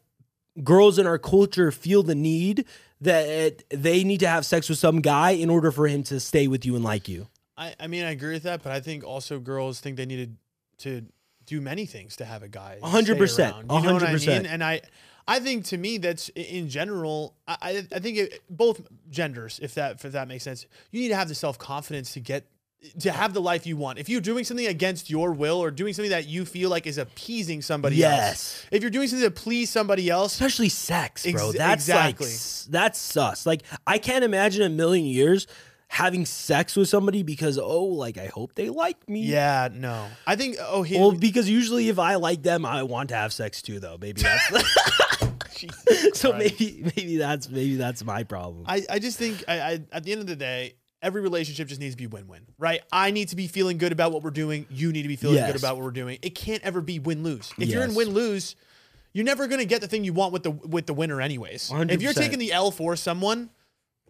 C: girls in our culture feel the need that they need to have sex with some guy in order for him to stay with you and like you.
A: I, I mean, I agree with that, but I think also girls think they needed to do many things to have a guy.
C: A hundred
A: stay
C: percent.
A: around.
C: A
A: You know what
C: hundred
A: I
C: percent.
A: mean? And I, I think to me that's i- in general. I, I, I think it, both genders, if that if that makes sense, you need to have the self confidence to get to have the life you want. If you're doing something against your will or doing something that you feel like is appeasing somebody else,
C: Yes.
A: if you're doing something to please somebody else,
C: Especially sex, bro.
A: Ex-
C: that's
A: exactly.
C: like s- that's sus. Like I can't imagine a million years having sex with somebody because oh, like I hope they like me.
A: yeah, no. I think oh he
C: Well, because usually if I like them, I want to have sex too, though. Maybe that's so.
A: Christ.
C: Maybe maybe that's maybe that's my problem.
A: I, I just think I, I at the end of the day, every relationship just needs to be win-win, right? I need to be feeling good about what we're doing. You need to be feeling
C: Yes.
A: good about what we're doing. It can't ever be win-lose. If you're in
C: Yes.
A: win-lose, you're never gonna get the thing you want with the with the winner, anyways. If you're
C: 100%.
A: taking the L for someone,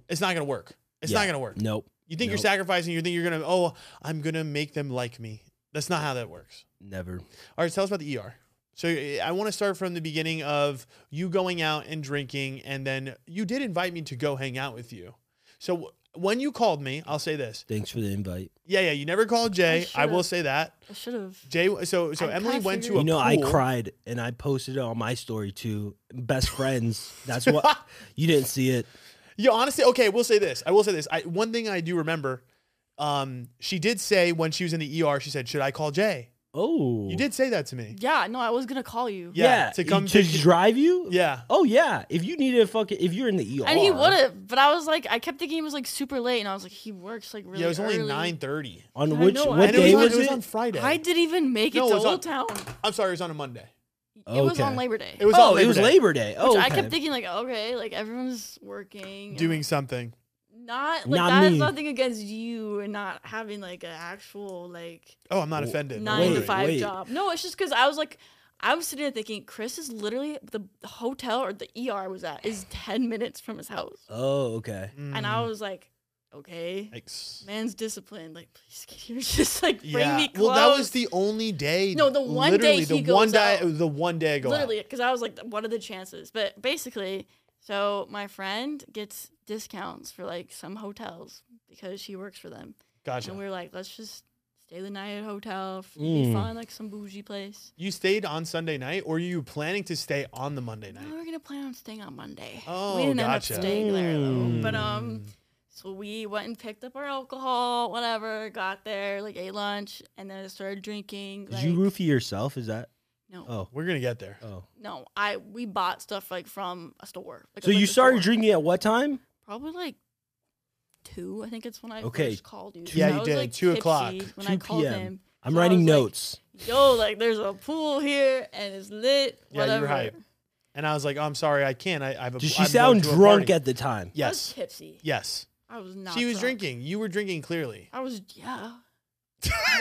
A: it's not gonna work. It's
C: Yeah.
A: not gonna work.
C: Nope.
A: You think you're
C: Nope.
A: sacrificing. You think you're gonna oh I'm gonna make them like me. That's not how that works.
C: Never.
A: All right, tell us about the ER. So uh, I want to start from the beginning of you going out and drinking, and then you did invite me to go hang out with you. So w- when you called me, I'll say this.
C: Thanks for the invite.
A: Yeah, yeah, you never called Jay. I,
B: should've.
A: will say that.
B: I should have.
A: Jay. So so
B: I
A: Emily
B: kinda
A: went to a
C: You know, I
A: pool.
C: cried and I posted it on my story too. Best friends. That's what you didn't see it.
A: Yo, honestly, okay, we'll say this. I will say this. I one thing I do remember. Um, she did say when she was in the ER, she said, "Should I call Jay?"
C: Oh,
A: You did say that to me.
B: Yeah, no, I was gonna call you.
A: Yeah, to come
C: to
A: pick you-
C: drive you.
A: Yeah.
C: Oh yeah. If you needed a fucking, if you're in the ER,
B: And he would have, but I was like, I kept thinking it was like super late, and I was like, he works like really.
A: yeah, it was only
B: early.
A: nine thirty.
C: On
B: I
C: which
B: know, I
C: what
A: And it was,
C: day
A: on,
C: was
A: it was
C: it?
A: on Friday.
B: I didn't even make it
A: No, it
B: to
A: was
B: Old
A: on-
B: Town.
A: I'm sorry, it was on a Monday.
B: It was
C: Okay.
B: on Labor Day.
A: It was on
C: Oh,
A: Labor
C: it was
A: Day.
C: Labor Day. Oh,
B: Which I
C: okay.
B: kept thinking like, okay, like everyone's working, and
A: doing something.
B: not like
C: Not
B: that is
C: me.
B: nothing against you and not having like an actual like
A: Oh, I'm not
C: Oh,
A: offended. Don't
B: nine to
A: worry.
B: five
C: wait.
B: job. No, it's just because I was like, I was sitting there thinking, Chris is literally the the hotel or the ER was at is ten minutes from his house,
C: Oh, okay.
A: Mm.
B: and I was like, okay,
A: Yikes.
B: man's disciplined. Like, please can you just like bring me close?
A: Well, that was the E only day.
B: No, the one day
A: literally, the
B: he
A: one
B: goes
A: day,
B: out.
A: the one day I go out.
B: literally because I was like, what are the chances? But basically, so my friend gets discounts for like some hotels because she works for them,
A: Gotcha.
B: and we were like, let's just stay the night at a hotel, f-
C: Mm.
B: we find like some bougie place.
A: you stayed on Sunday night, or you planning to stay on the Monday
B: No,
A: night?
B: we were gonna plan on staying on Monday.
A: Oh,
B: we didn't
A: gotcha.
B: end up staying there though. But
A: Mm.
B: um, so we went and picked up our alcohol, whatever. Got there, like ate lunch, and then started drinking.
C: Did
B: Like,
C: you roofie yourself? Is that?
B: no,
C: Oh,
A: We're gonna get there.
C: oh.
B: no, I we bought stuff like from a store. Like a
C: So you
B: liquor store.
C: started drinking at what time?
B: probably like two. I think it's when I
C: Okay,
B: first called you.
C: two-
A: Yeah,
B: I
A: you
B: was,
A: did,
B: Like
A: two o'clock,
B: tipsy when
C: 2
B: I called
C: p.m..
B: him.
C: I'm
B: So I
C: writing
B: was like,
C: notes.
B: Yo, like there's a pool here and it's lit.
A: Yeah, you were
B: whatever.
A: hype. And I was like, oh, I'm sorry, I can't. I, I have a.
C: Did she
A: I'm going
C: sound
A: to a
C: drunk
A: party."
C: at the time?
B: I was
A: Yes.
B: tipsy.
A: Yes.
B: I was not.
A: she was
B: drunk.
A: drinking. You were drinking clearly.
B: I was yeah.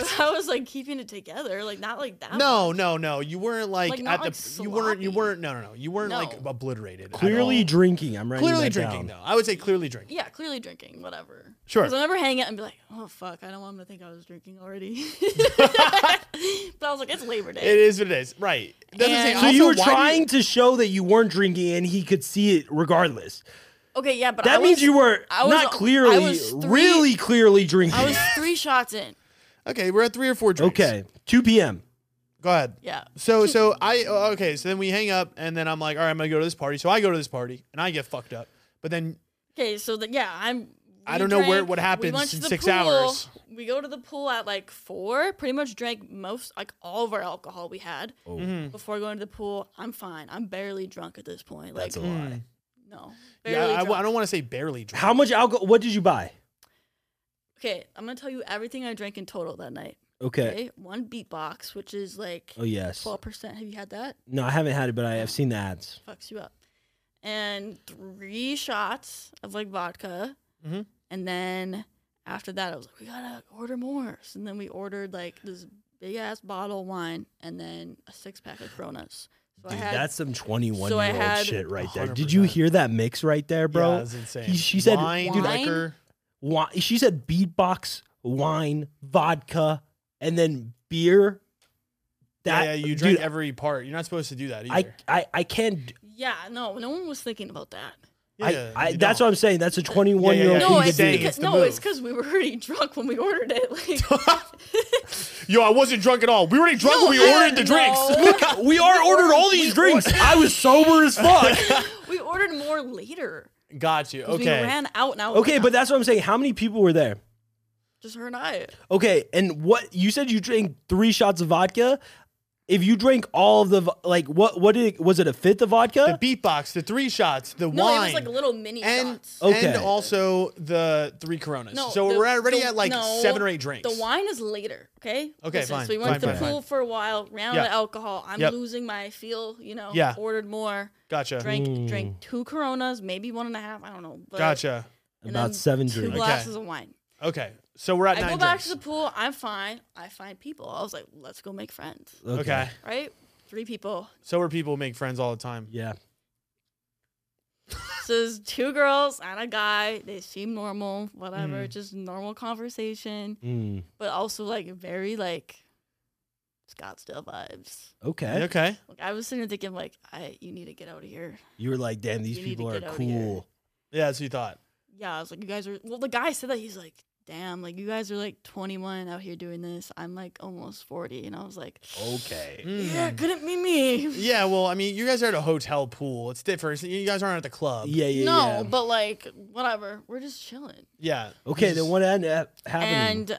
B: But I was like keeping it together, like not like that.
A: No,
B: much.
A: no, no. You weren't like,
B: Like,
A: at
B: not,
A: the.
B: like,
A: you weren't. You
B: sloppy.
A: weren't. No, no, no. You weren't like
B: No.
A: obliterated. at
C: Clearly
A: all.
C: drinking. I'm writing.
A: Clearly
C: that
A: drinking
C: down.
A: though. I would say clearly drinking.
B: Yeah, clearly drinking, whatever.
A: Sure.
B: Because I remember hanging out and be like, oh fuck, I don't want him to think I was drinking already. but I was like, it's Labor Day.
A: It is what it is. Right. doesn't say
B: And-
C: So
A: Also,
C: you were
A: why do you-
C: trying to show that you weren't drinking, and he could see it regardless.
B: Okay, yeah, but
C: That
B: I
C: means
B: was,
C: you were
B: I was-
C: not
B: I
C: clearly,
B: was three-
C: really clearly drinking.
B: I was three shots in.
A: Okay, we're at three or four drinks.
C: okay, 2 p.m.
A: go ahead.
B: Yeah.
A: So so I oh, okay. So then we hang up, and then I'm like, all right, I'm gonna go to this party. So I go to this party, and I get fucked up. But then
B: Okay, so the, yeah, I'm.
A: I
B: we
A: don't know where-
B: drank-
A: what
B: we
A: happens
B: went to
A: in
B: the
A: six
B: pool.
A: hours.
B: We go to the pool at like four. Pretty much drank most, like all of our alcohol we had
A: mm-hmm.
B: before going to the pool. I'm fine. I'm barely drunk at this point. Like mm.
C: That's a lie.
B: no,
A: yeah,
B: barely
A: I,
B: drunk.
A: I don't want to say barely drunk.
C: How much alcohol? What did you buy?
B: okay, I'm gonna tell you everything I drank in total that night.
C: Okay.
B: Okay, one beatbox, which is like
C: Oh yes.
B: twelve percent. Have you had that?
C: No, I haven't had it, but I have seen the ads.
B: Fucks you up. And three shots of like vodka,
A: Mhm.
B: and then after that, I was like, we gotta order more. So then we ordered like this big ass bottle of wine, and then a six pack of Coronas. So I
C: Dude,
B: had
C: that's some 21
B: so I
C: year old
B: had
C: shit right there. Did you
A: 100%.
C: hear that mix right there,
A: Yeah,
C: bro?
A: that's insane.
C: He- she said-
A: wine,
B: Dude, I-
A: liquor.
C: Wi- she said beatbox, wine, vodka, and then beer.
A: yeah, yeah, you drink
C: dude,
A: every part. You're not supposed to do that
C: I,
A: either.
C: I I can't.
B: yeah. No, no one was thinking about that.
A: Yeah,
C: I, I
A: you
C: that's
A: don't.
C: what I'm saying. That's a 21
A: Yeah,
C: year
A: yeah,
C: old.
A: yeah.
B: no,
A: he's
B: it's
A: saying
B: because
A: it's the
B: no, it's
A: move.
B: because we were already drunk when we ordered it. Like
A: Yo, I wasn't drunk at all. We were already drunk when we
B: No,
A: ordered the
B: no.
A: drinks.
C: we are ordered all these drinks. I was sober as fuck.
B: we ordered more later.
A: Got you.
B: 'cause
A: Okay.
B: We ran out now.
C: okay, but that's what I'm saying. How many people were there?
B: "Ah, just her and I.
C: Okay, and what you said you drank three shots of vodka. If you drank all of the vo- like, what what did it, was it a fifth of vodka?
A: the beatbox, the three shots, the
B: No,
A: wine.
B: it was like little mini
A: and, Oh,
B: shots.
C: Okay.
A: and also the three coronas.
B: No,
A: so
B: the-
A: we're already
B: the-
A: at like
B: no,
A: seven or eight drinks.
B: The wine is later, okay?
A: Okay, fine,
B: So we went
A: fine,
B: to the
A: fine,
B: pool for a while, ran out
A: Yeah.
B: of alcohol. I'm
A: Yep.
B: losing my feel, you know.
A: Yeah.
B: Ordered more,
A: Gotcha. Mm,
B: drank drank two Coronas, maybe one and a half. I don't know. But,
A: Gotcha.
B: and
C: About
B: then
C: seven
B: two
C: drinks.
B: glasses of wine.
A: Okay. So we're at
B: I
A: nine
B: go back
A: drinks.
B: to the pool. I'm fine. I find people. I was like, let's go make friends,
A: okay.
B: right? Three people.
A: So where people make friends all the time.
C: Yeah.
B: So there's two girls and a guy. They seem normal,
A: Hmm.
B: whatever, just normal conversation,
C: Mm,
B: but also like very like Scottsdale vibes.
C: okay.
A: Okay.
B: Like I was sitting there thinking, like, I you need to get out of here.
C: You were like, damn, these
B: You need to
C: people are
B: get out of here.
C: cool.
A: Yeah, that's what you thought.
B: Yeah, I was like, you guys are. Well, the guy said that he's like, damn, like you guys are like 21 out here doing this. I'm like almost 40, and I was like,
C: Okay.
A: Mm.
B: yeah, couldn't be me.
A: Yeah, well, I mean, you guys are at a hotel pool. It's different. You guys aren't at the club.
C: Yeah, yeah,
B: no,
C: yeah.
B: but like whatever, we're just chilling.
A: Yeah.
C: Okay,
A: This
C: then
A: is-
C: what ended up happening?
B: And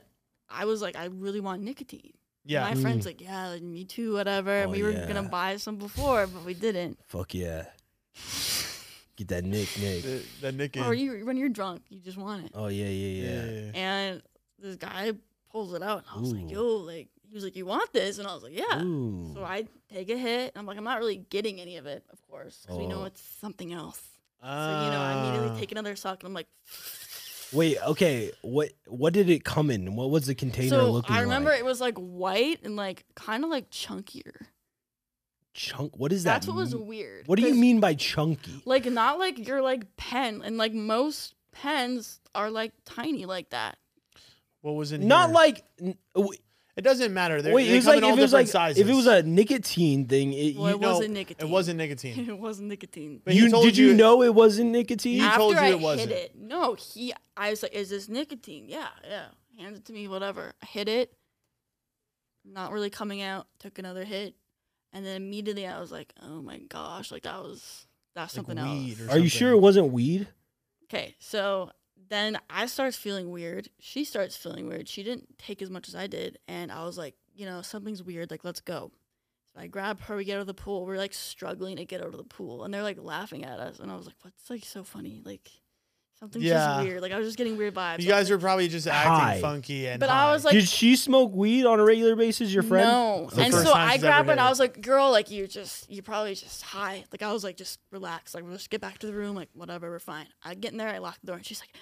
B: I was like, I really want nicotine.
A: Yeah.
B: My friend's like, yeah, like, me too, whatever.
C: Hmm. Oh,
B: we were
C: yeah.
B: gonna buy some before, but we didn't.
C: Fuck yeah. Get that nick, nick.
A: The, the Nick
B: Or
A: in.
B: you, when you're drunk, you just want it.
C: Oh yeah, yeah, yeah.
A: Yeah.
B: And this guy pulls it out, and I was like,
C: Ooh.
B: yo, like he was like, you want this? And I was like, yeah.
C: Ooh.
B: So I take a hit, and I'm like, I'm not really getting any of it, of course, because we know
C: Oh.
B: it's something else. So you know, I
A: Ah,
B: immediately take another suck, and I'm like,
C: Wait, okay. What what did it come in? What was the container
B: so
C: looking like?
B: I remember it was like white and like kind of like chunkier.
C: chunk. What is that?
B: That's what was
C: m-
B: weird.
C: What do you
B: 'cause,
C: mean by chunky?
B: Like not like your like pen, and like most pens are like tiny like that.
A: What was in
C: Not
A: here?
C: like n- w-
A: It doesn't matter. They're,
C: wait.
A: they
C: It was
A: come
C: like
A: in all
C: if it was
A: different
C: like
A: sizes.
C: if it was a nicotine thing. It,
B: Well,
C: you,
B: it
A: No,
B: wasn't nicotine.
A: It wasn't nicotine.
B: it wasn't nicotine.
A: But he
C: you
A: told
C: did you,
A: you-
C: know it wasn't nicotine?
A: You-
B: After
A: told you
B: I
A: it wasn't.
B: Hit it. No, he. I was like, "Is this nicotine?" Yeah, yeah. Hands it to me, whatever. I hit it. Not really coming out. Took another hit, and then immediately I was like, "Oh my gosh!" Like that was that's
A: Like
B: something
A: weed
B: else.
A: or
C: Are you
A: something.
C: sure it wasn't weed?
B: Okay, so then I start feeling weird. She starts feeling weird. She didn't take as much as I did, and I was like, you know, something's weird. Like, let's go. So I grab her. We get out of the pool. We're like struggling to get out of the pool, and they're like laughing at us. And I was like, what's like so funny? Like, something's
A: Yeah.
B: just weird. Like, I was just getting weird vibes.
A: You
B: I was
A: guys
B: like-
A: were probably just
C: High.
A: acting funky and.
B: But
A: high.
B: I was like,
C: did she smoke weed on a regular basis? Your friend?
B: no.
A: The
B: and
A: first
B: so
A: time
B: I
A: she's
B: grab
A: ever
B: her and
A: hit
B: I
A: it.
B: was like, girl, like you just, you probably just high. Like I was like, just relax. Like, we'll just get back to the room. Like, whatever, we're fine. I get in there, I lock the door, and she's like,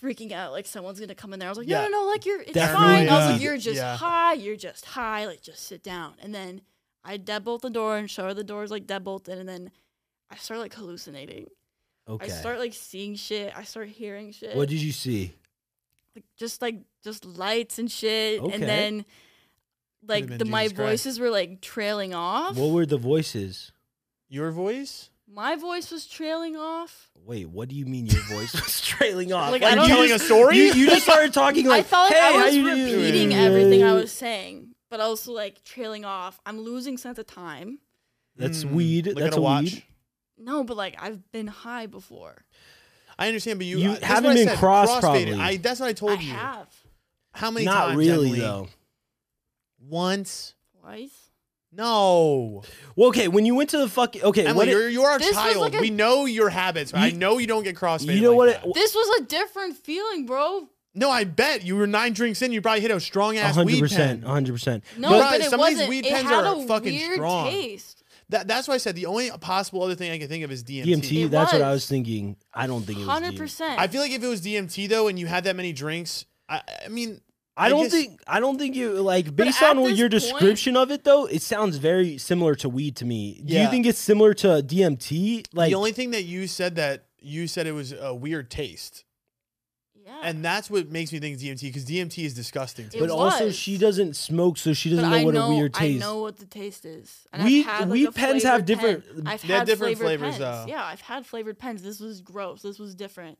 B: freaking out. Like, someone's going to come in there. I was like,
A: Yeah.
B: no, no, no, like you're, it's
C: Definitely
B: fine. I was
C: not.
B: like, you're just
A: Yeah.
B: high. You're just high. Like, just sit down. And then I deadbolt the door and show her the door's like deadbolted. And then I start like hallucinating.
C: Okay.
B: I start like seeing shit. I start hearing shit
C: what did you see?
B: like just like just lights and shit
C: Okay.
B: and then like
A: been
B: the my
A: Jesus Christ.
B: voices were like trailing off.
C: What were the voices?
A: Your voice?
B: my voice was trailing off.
C: Wait, what do you mean your voice was trailing off?
B: Like, I don't
C: you
B: know.
A: telling
C: just,
A: a story?
C: You, you just started talking like,
B: I felt like
C: hey, how
B: I was
C: you doing?" Mm,
B: repeating
A: Yeah,
B: everything I was saying, but also like trailing off. I'm losing sense of time.
C: That's
A: Mm,
C: weed.
A: look at
C: That's
A: a
C: a
A: watch.
C: weed.
B: No, but like I've been high before.
A: I understand, but you,
C: You
A: I- that's
C: haven't
A: what I
C: been
A: said,
C: cross
A: crossfaded.
C: probably.
A: I, that's what I
B: I
A: told you.
B: have
A: How many
C: Not
A: times?
C: really
A: Emily?
C: though.
A: Once.
B: twice.
A: No.
C: Well, okay, when you went to the fucking okay,
A: Emily,
C: what it-
A: you're, you're our
B: This was
A: child.
B: like a-
A: we know your habits. I
C: You-
A: know you don't get crossfaded.
C: you know
A: like
C: what?
A: that.
C: it-
B: This was a different feeling, bro.
A: No, I bet you were nine drinks in. You probably hit a strong ass
C: hundred
A: weed
C: percent,
A: pen.
C: hundred percent.
B: No,
A: But-
B: but,
A: Right,
B: it
A: some of these
B: wasn't.
A: weed
B: it
A: pens
B: had
A: are
B: a
A: fucking
B: weird
A: strong.
B: taste.
A: That, that's why I said the only possible other thing I can think of is DMT.
C: DMT.
B: It
C: That's what I
B: was.
C: was thinking. I don't think it was.
B: Hundred
C: DMT.
B: percent.
A: I feel like if it was DMT though, and you had that many drinks, I, I mean,
C: I,
A: I
C: don't
A: guess-
C: think I don't think you like
B: But
C: based
B: at
C: on what
B: this
C: your
B: point-
C: description of it though, it sounds very similar to weed to me. Do you
A: Yeah.
C: think it's similar to DMT? Like
A: the only thing that you said that you said it was a weird taste,
B: Yeah.
A: and that's what makes me think it's DMT because DMT is disgusting. To
B: It
A: me.
C: but also
B: was.
C: she doesn't smoke, so she
B: but
C: doesn't know
B: I
C: what
B: know,
C: a weird taste.
B: I know what the taste is. And
C: Weed-
B: I've had, like,
C: weed
B: a
C: pens
B: flavored
C: have different-
B: Pen. I've
A: They have
B: had
A: different
B: flavored
A: flavors,
B: pens.
A: though.
B: Yeah, I've had flavored pens. This was gross. This was different.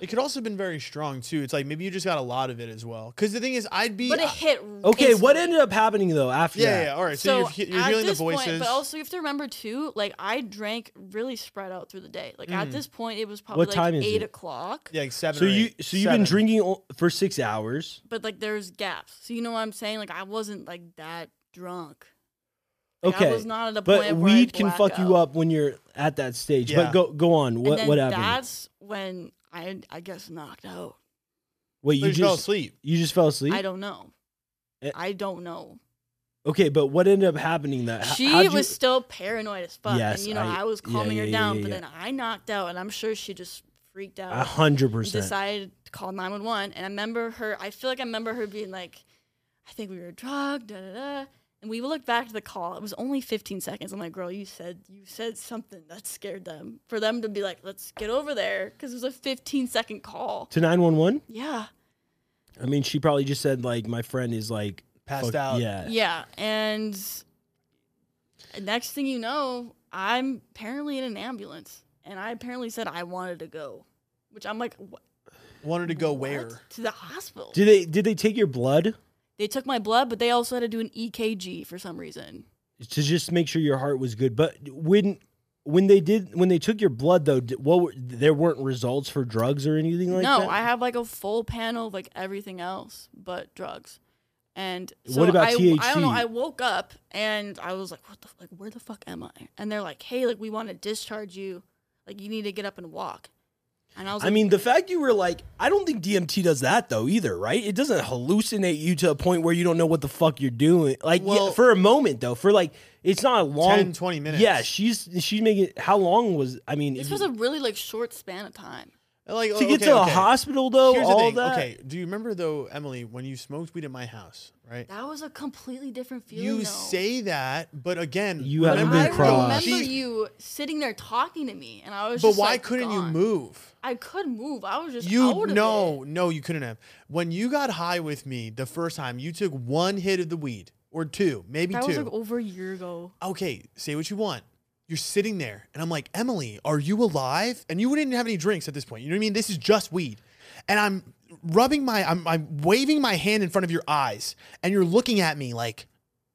A: It could also have been very strong too. It's like maybe you just got a lot of it as well. Because the thing is, I'd be
B: But it hit.
C: Okay, what
B: instantly.
C: ended up happening though after
A: yeah, yeah,
C: that?
A: yeah, All right, so,
B: So
A: you're, he- you're
B: at
A: healing the
B: this
A: voices.
B: point, but also you have to remember too. Like I drank really spread out through the day. Like
A: Mm.
B: at this point, it was probably
C: What
B: like
C: time is
B: eight
C: it?
B: o'clock.
A: yeah, like seven.
C: So
A: or
C: you
A: eight,
C: so you've been
A: seven.
C: drinking o- for six hours.
B: But like there's gaps. So you know what I'm saying? Like I wasn't like that drunk. Like, I
C: Okay,
B: was not at a
C: but
B: point where I'd
C: weed can
B: black
C: fuck you
B: out.
C: up when you're at that stage.
A: Yeah.
C: But go go on. What
B: and then
C: what happened?
B: That's when I I guess knocked out.
C: Wait,
A: You
C: you
A: just fell
C: just
A: asleep.
C: you just fell asleep.
B: I don't know.
C: Eh.
B: I don't know.
C: Okay, but what ended up happening? That
B: She
C: how'd you-
B: was still paranoid as fuck,
C: Yes,
B: and you know
C: I-
B: I, was
C: yeah,
B: calming
C: yeah,
B: her
C: yeah,
B: down,
C: yeah,
B: but
C: yeah.
B: then I knocked out, and I'm sure she just freaked out.
C: a hundred
B: and
C: percent.
B: Decided to call 911, and I remember her. I feel like I remember her being like, "I think we were drugged." Da da da. And we looked back to the call. It was only 15 seconds. I'm like, "Girl, you said you said something that scared them. For them to be like, let's get over there,' because it was a 15 second call.
C: to 911
B: Yeah,
C: i mean she probably just said like my friend is like
A: Passed
C: fuck-
A: out.
C: yeah
B: Yeah, and next thing you know, I'm apparently in an ambulance, and I apparently said I wanted to go, which I'm like, what?
A: Wanted to go
B: what?
A: where?
B: To the hospital.
C: did they did they take your blood
B: they took my blood, but they also had to do an EKG for some reason.
C: to just make sure your heart was good but when when they did when they took your blood though d- what were, there weren't results for drugs or anything like
B: no,
C: that
B: I have like a full panel of like everything else but drugs. And so
C: What about
B: I, I don't know.
C: THC?
B: I woke up and I was like, "What the like? Where the fuck am I?" And they're like, "Hey, like we want to discharge you. Like you need to get up and walk." And I was
C: I
B: like,
C: mean, the fact you were like, I don't think DMT does that though either, right? It doesn't hallucinate you to a point where you don't know what the fuck you're doing. Like, yeah,
A: Well-
C: for a moment though, for like, it's not a long
A: 10, 20 minutes.
C: Yeah, she's she's making. How long was? I mean,
B: This was a really like short span of time.
A: Like
C: to get to the hospital though.
A: Oh, Here's
C: all
A: the thing.
C: that.
A: Okay, do you remember though, Emily, when you smoked weed at my house, right?
B: That was a completely different feeling.
A: You
B: though.
A: say that, but again,
C: You
B: But
C: haven't
B: I
C: been crossed.
B: remember
A: She-
B: you sitting there talking to me, and I was.
A: But
B: just,
A: why
B: like,
A: couldn't you
B: gone.
A: move?
B: I could move. I was just.
A: You
B: out of
A: no, no, you couldn't have. When you got high with me the first time, you took one hit of the weed or two,
B: it.
A: maybe
B: That
A: two.
B: was like over a year ago.
A: okay, say what you want. You're sitting there, and I'm like, Emily, are you alive? And you wouldn't even have any drinks at this point. You know what I mean? This is just weed. And I'm rubbing my, I'm, I'm waving my hand in front of your eyes, and you're looking at me like,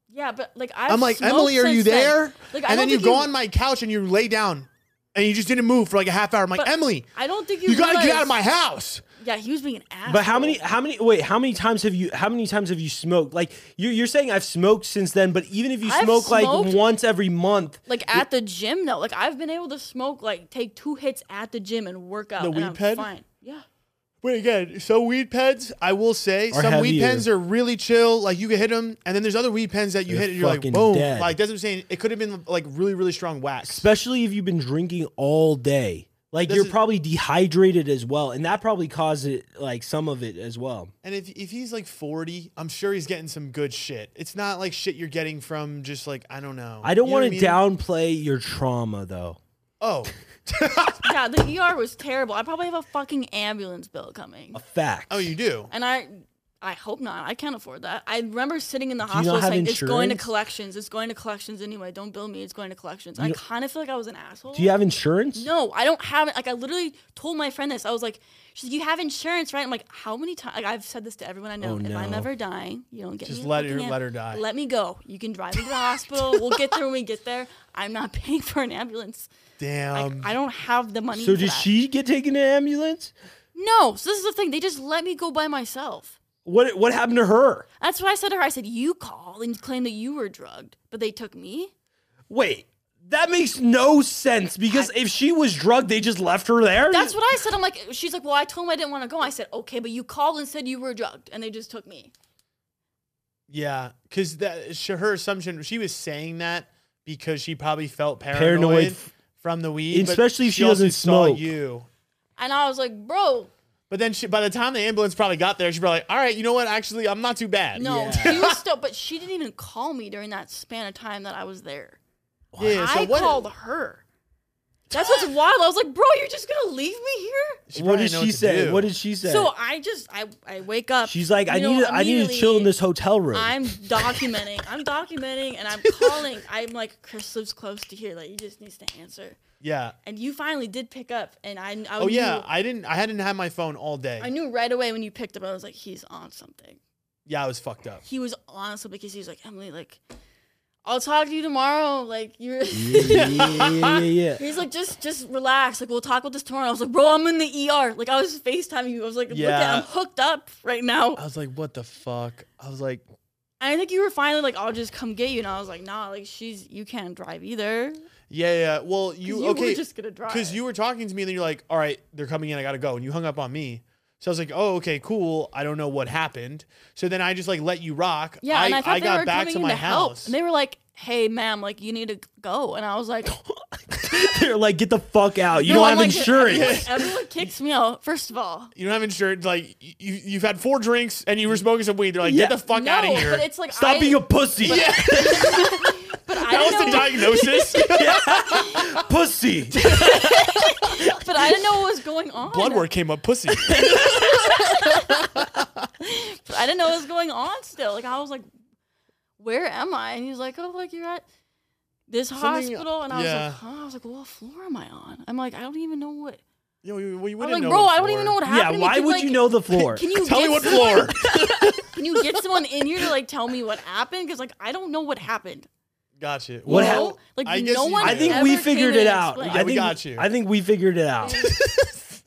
B: Yeah, but like I.
A: i am like, Emily, are you there?
B: Like, I
A: and then
B: don't
A: you
B: think
A: go on my couch and you lay down, and you just didn't move for like a half hour. I'm like,
B: But
A: Emily,
B: I don't think you.
A: you gotta get out
B: realize-
A: of my house.
B: Yeah, he was being an asshole.
C: But how many? How many? Wait, how many times have you? How many times have you smoked? Like you're, you're saying I've smoked since then, but even if you
B: I've
C: smoke like
B: smoked-
C: once every month,
B: Like at the gym though, like I've been able to smoke, like take two hits at the gym and work out.
A: The
B: and
A: weed
B: I'm
A: pen?
B: Fine. Yeah.
A: But again, so weed pens, I will say,
C: Are
A: some weed
C: heavier.
A: pens are really chill. Like you can hit them, and then there's other weed pens that you
C: They're
A: hit and you're like,
C: fucking
A: boom.
C: dead.
A: Like that's what I'm saying. It could have been like really, really strong wax.
C: especially if you've been drinking all day, like
A: This
C: you're
A: is-
C: probably dehydrated as well, and that probably caused it like some of it as well.
A: And if if he's like 40, I'm sure he's getting some good shit. It's not like shit you're getting from just like I don't know.
C: I don't
A: You know what
C: want to
A: mean?
C: downplay your trauma though.
A: Oh,
B: Yeah, E the ER was terrible. I probably have a fucking ambulance bill coming.
C: A fact.
A: oh, you do.
B: And I I hope not. I can't afford that. I remember sitting in the
C: Do you not
B: hospital
C: have
B: saying, "It's going to
C: insurance?
B: collections. It's going to collections anyway. Don't bill me. It's going to collections."
C: You
B: I
C: don't-
B: kind of feel like I was an asshole.
C: Do you have insurance?
B: No, I don't have it. Like I literally told my friend this. I was like, "She's like, you have insurance, right?" I'm like, "How many times?" Like I've said this to everyone I know.
C: Oh,
B: If I'm
C: no.
B: ever dying, you don't get
A: Just
B: me
A: let
B: looking
A: her-
B: at-
A: let her die.
B: Let me go. You can drive me to the hospital. We'll get there when we get there. I'm not paying for an ambulance. Like,
A: Damn.
B: I don't have the money.
C: Um, So
B: for
C: did
B: that.
C: she get taken to ambulance?
B: No. So this is the thing. They just let me go by myself.
C: What what happened to her?
B: That's what I said to her. I said, "You call and claim that you were drugged, but they took me."
C: Wait, that makes no sense because if she was drugged, they just left her there.
B: That's what I said. I'm like, she's like, "Well, I told them I didn't want to go." I said, "Okay, but you called and said you were drugged, and they just took me."
A: yeah, because that sh- her assumption she was saying that because she probably felt paranoid,
C: Paranoid f-
A: from the weed, but
C: Especially if she
A: also
C: doesn't
A: saw
C: smoke.
A: You.
B: And I was like, "Bro,
A: But then she, by the time the ambulance probably got there, she's probably like, all right, you know what? Actually, I'm not too bad.
B: No,
C: Yeah.
B: she was still, but she didn't even call me during that span of time that I was there.
A: Yeah, so
B: I
A: what-
B: called her. That's what's wild. I was like, bro, you're just gonna leave me here?
A: She
C: what
A: probably
C: did
A: know
C: she
A: to
C: say?
A: do.
C: What did she say?
B: So I just, I, I wake up.
C: She's like, I
B: you know,
C: need to- I need to chill
B: immediately
C: in this hotel room.
B: I'm documenting. I'm documenting, and I'm calling. I'm like, Chris lives close to here. Like, he just needs to answer.
A: yeah.
B: And you finally did pick up, and I, I
A: Oh yeah,
B: knew-
A: I didn't. I hadn't had my phone all day.
B: I knew right away when you picked up. I was like, he's on something.
A: yeah, I was fucked up.
B: he was on something because he was like, Emily, like, I'll talk to you tomorrow. Like you're
C: yeah, yeah, yeah, yeah.
B: He's like, just just relax. Like we'll talk about this tomorrow. I was like, bro, I'm in the ER. Like I was FaceTiming you. I was like, look at
A: Yeah. Oh.
B: I'm hooked up right now.
A: I was like, what the fuck? I was like,
B: And I think you were finally like, I'll just come get you. And I was like, nah, like she's you can't drive either. 'Cause
A: yeah, yeah. Well,
B: You,
A: you okay?
B: were just gonna drive.
A: because you were talking to me and then you're like all right they're coming in i gotta go and you hung up on me so i was like oh okay cool i don't know what happened so then i just like let you rock
B: Yeah,
A: i,
B: and I thought they
A: got
B: were
A: back
B: coming
A: to
B: in
A: my
B: to help.
A: house
B: And they were like, Hey ma'am, like you need to go. And I was like,
C: They're like, get the fuck out. You
B: No,
C: don't
B: I'm
C: have
B: like,
C: insurance.
B: Everyone, everyone kicks me out, first of all.
A: you don't have insurance like you, you've had four drinks and you were smoking some weed they're like
C: Yeah.
A: get the fuck
B: no,
A: out of here
B: but it's like
C: Stop
B: I,
C: being a pussy.
B: but I
A: that
B: don't
A: was the
B: know-
A: diagnosis
C: Pussy.
B: but I didn't know what was going on.
A: blood work came up pussy
B: But I didn't know what was going on still. Like I was like, where am I? And he's like, oh, like you're at this
A: Something-
B: hospital. And
A: yeah.
B: I was like, huh? I was like, what floor am I on? I'm like, I don't even know what.
A: you know, we, we
B: I'm
A: wouldn't
B: like,
A: know
B: bro,
A: what
B: I don't
A: for.
B: even know what
C: yeah,
B: happened.
C: why
B: Can,
C: would
B: like,
C: you know the floor?
B: Can you
A: tell
B: get
A: me what
B: someone,
A: floor
B: Can you get someone in here to like tell me what happened? Because like I don't know what happened.
A: gotcha
C: What
A: Well,
C: hap-
B: Like,
A: I
B: no
A: guess you
B: one
C: I
A: did.
C: think
B: ever
C: we
B: came
C: figured
B: in and
C: it out.
B: explained.
A: Yeah,
C: I
A: we
C: think
A: got you.
C: I think we figured it out.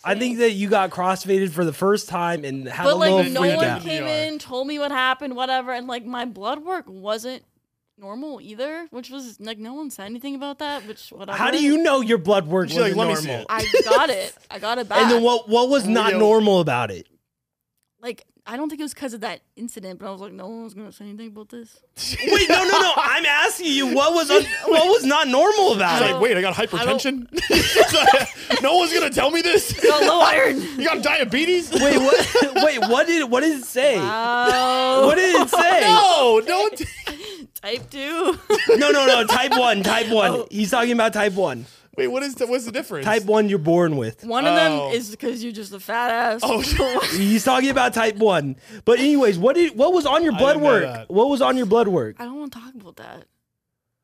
C: I think that you got crossfaded for the first time and had a
B: But
C: little
B: like
A: freaked
B: no
C: freak
B: one
C: out.
B: came
A: Yeah.
B: in, told me what happened, whatever, and like my blood work wasn't normal either, which was like no one said anything about that, which whatever.
C: How do you know your blood work
A: She's like, "Let
C: wasn't
A: me see
C: normal?
B: I got it. I got it back.
C: And then what? What was not
A: Yo.
C: normal about it?
B: Like I don't think it was because of that incident, but I was like, no one was gonna say anything about this.
C: Wait, no, no, no. I'm asking you what was un- what was not normal
A: She's
C: about
A: like,
C: it.
A: wait, I got hypertension. It's like, no one's gonna tell me this.
B: Got low iron.
A: You got diabetes?
C: Wait, what? Wait, what did what did it say?
B: Oh,
C: What did it say?
A: No, don't.
B: type two.
C: no, no, no. Type one, type one. He's talking about type one.
A: Wait, what is the, what's the difference?
C: Type one, you're born with.
B: One of
A: Oh.
B: them is because you're just a fat ass.
A: Oh, no.
C: He's talking about type one. But anyways, what did what was on your blood
A: didn't know
C: work?
A: that.
C: What was on your blood work?
B: I don't want to talk about that.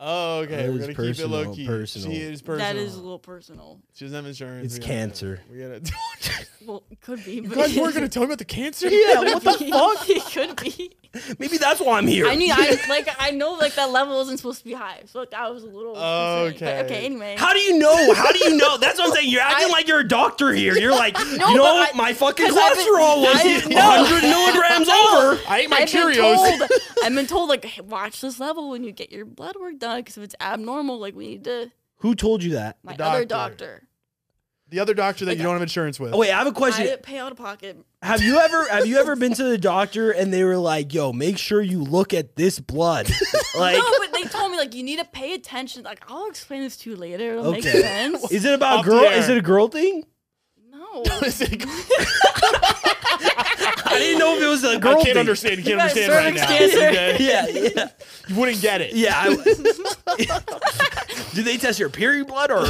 A: Oh, okay.
C: That
A: We're
C: is
A: gonna keep it low
C: personal,
A: key.
C: personal.
A: She is personal.
B: That is a little personal.
A: She doesn't have insurance.
C: It's
A: We gotta-
C: cancer.
A: We gotta.
B: Well, it could be.
A: you
B: But
A: guys were gonna tell me about the cancer.
C: Yeah, what the fuck?
B: it could be.
C: Maybe that's why I'm here.
B: I knew I like I know like that level isn't supposed to be high, so like, that was a little concerning. But,
A: Okay.
B: okay, anyway.
C: How do you know? How do you know? That's what I'm saying. You're acting
B: I-
C: like you're a doctor here. You're like, you
B: No,
C: know,
B: but
C: what
B: I-
C: my fucking
B: 'cause I've been-
C: cholesterol was
B: I've-
C: 100
B: no.
C: milligrams over.
A: I ate my
B: I've been
A: Cheerios.
B: told. I've been told like hey, watch this level when you get your blood work done because if it's abnormal, like we need to
C: Who told you that?
B: my
A: The
B: other
A: doctor.
B: doctor.
A: The other doctor that
B: Like,
A: you don't have insurance with.
C: Oh, wait, I have a
B: I
C: question.
B: didn't pay out of pocket.
C: Have you ever have you ever been to the doctor and they were like, "Yo, make sure you look at this blood." Like,
B: no, but they told me like you need to pay attention. Like I'll explain this to you later. It'll make
C: Okay.
B: sense.
C: is it about
A: Off the
C: girl?
A: air.
C: Is it a girl thing?
B: no.
A: It's like,
C: I didn't know if it was a
A: I
C: girl
A: can't
C: thing.
A: understand. You can't
B: got
A: understand right
B: cervix
A: now.
B: cancer.
A: okay?
C: Yeah, yeah,
A: You wouldn't get it.
C: yeah. I- Do they test your period blood or?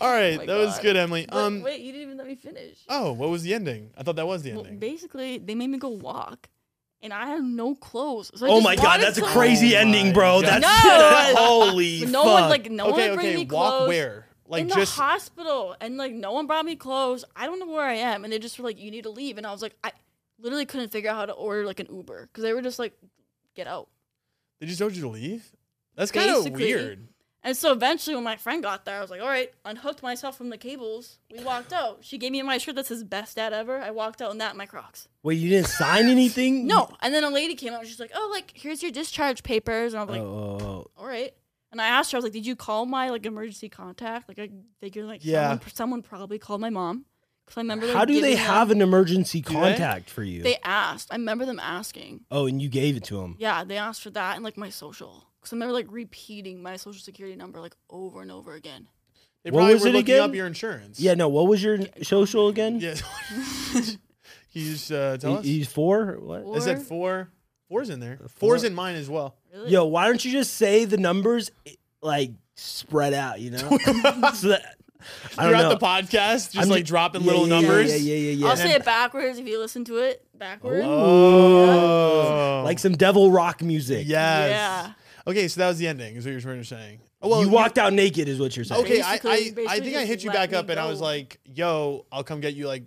A: All right,
B: my
A: that was
B: God.
A: good, Emily.
B: But
C: Oh
A: Um,
C: Um,
B: wait, you didn't even let me me finish.
A: Oh, what was the ending? I thought that was the
B: Well,
A: ending.
B: basically, they made me go walk, and I have no clothes. So I
C: Oh
B: just
C: my god,
B: wanted
C: that's a
B: some-
C: crazy
A: Oh
C: ending,
A: my
C: bro.
A: God.
C: That's
B: No.
C: holy
B: No
C: fuck.
B: one like no
A: okay,
B: one bring
A: okay.
B: me
A: walk
B: clothes.
A: where? Like
B: in
A: just
B: the hospital, and like no one brought me clothes. I don't know where I am, and they just were like, "You need to leave," and I was like, I literally couldn't figure out how to order like an Uber because they were just like, "Get out."
A: they just told you to leave. That's kind of
B: Basically.
A: weird.
B: And so eventually, when my friend got there, I was like, all right, unhooked myself from the cables. We walked out. She gave me my shirt that says best dad ever. I walked out in that and my Crocs.
C: Wait, you didn't sign anything?
B: No. And then a lady came out and she's like, oh, like, here's your discharge papers. And I was like,
C: Oh,
B: all right. And I asked her, I was like, did you call my like emergency contact? Like, I figured like
A: Yeah.
B: someone, someone probably called my mom. Because I remember like,
C: how do they
B: giving them-
C: have an emergency
A: they?
C: contact for you?
B: They asked. I remember them asking.
C: oh, and you gave it to them.
B: Yeah, they asked for that and like my social. Because I remember like repeating my social security number like over and over again.
A: They
C: What
A: probably
C: was
A: were
C: it
A: looking
C: again?
A: up your insurance.
C: Yeah, no. What was your social again?
A: Yeah. Can you just uh, tell
C: He-
A: us?
C: He's four. or What?
B: Four.
A: I said four. Four's in there.
C: four.
A: Four's in mine as well.
B: Really?
C: Yo, why don't you just say the numbers i- like spread out? You know, so that, I don't
A: Throughout
C: know.
A: the podcast, just
C: I'm
A: like
C: ju-
A: dropping
C: yeah,
A: little
C: yeah, yeah,
A: numbers.
C: Yeah, yeah, yeah, yeah.
B: I'll say it backwards if you listen to it backwards.
A: Oh,
C: like some devil rock music.
A: yes.
B: Yeah.
A: Okay, so that was the ending. Is what you're trying to say? Oh,
C: you walked out naked, is what you're saying.
A: Okay, I,
B: Basically-
A: I, I
B: basically
A: think I
B: just
A: hit you
B: let
A: back
B: me
A: up and I was
B: go.
A: like, "Yo, I'll come get you." Like,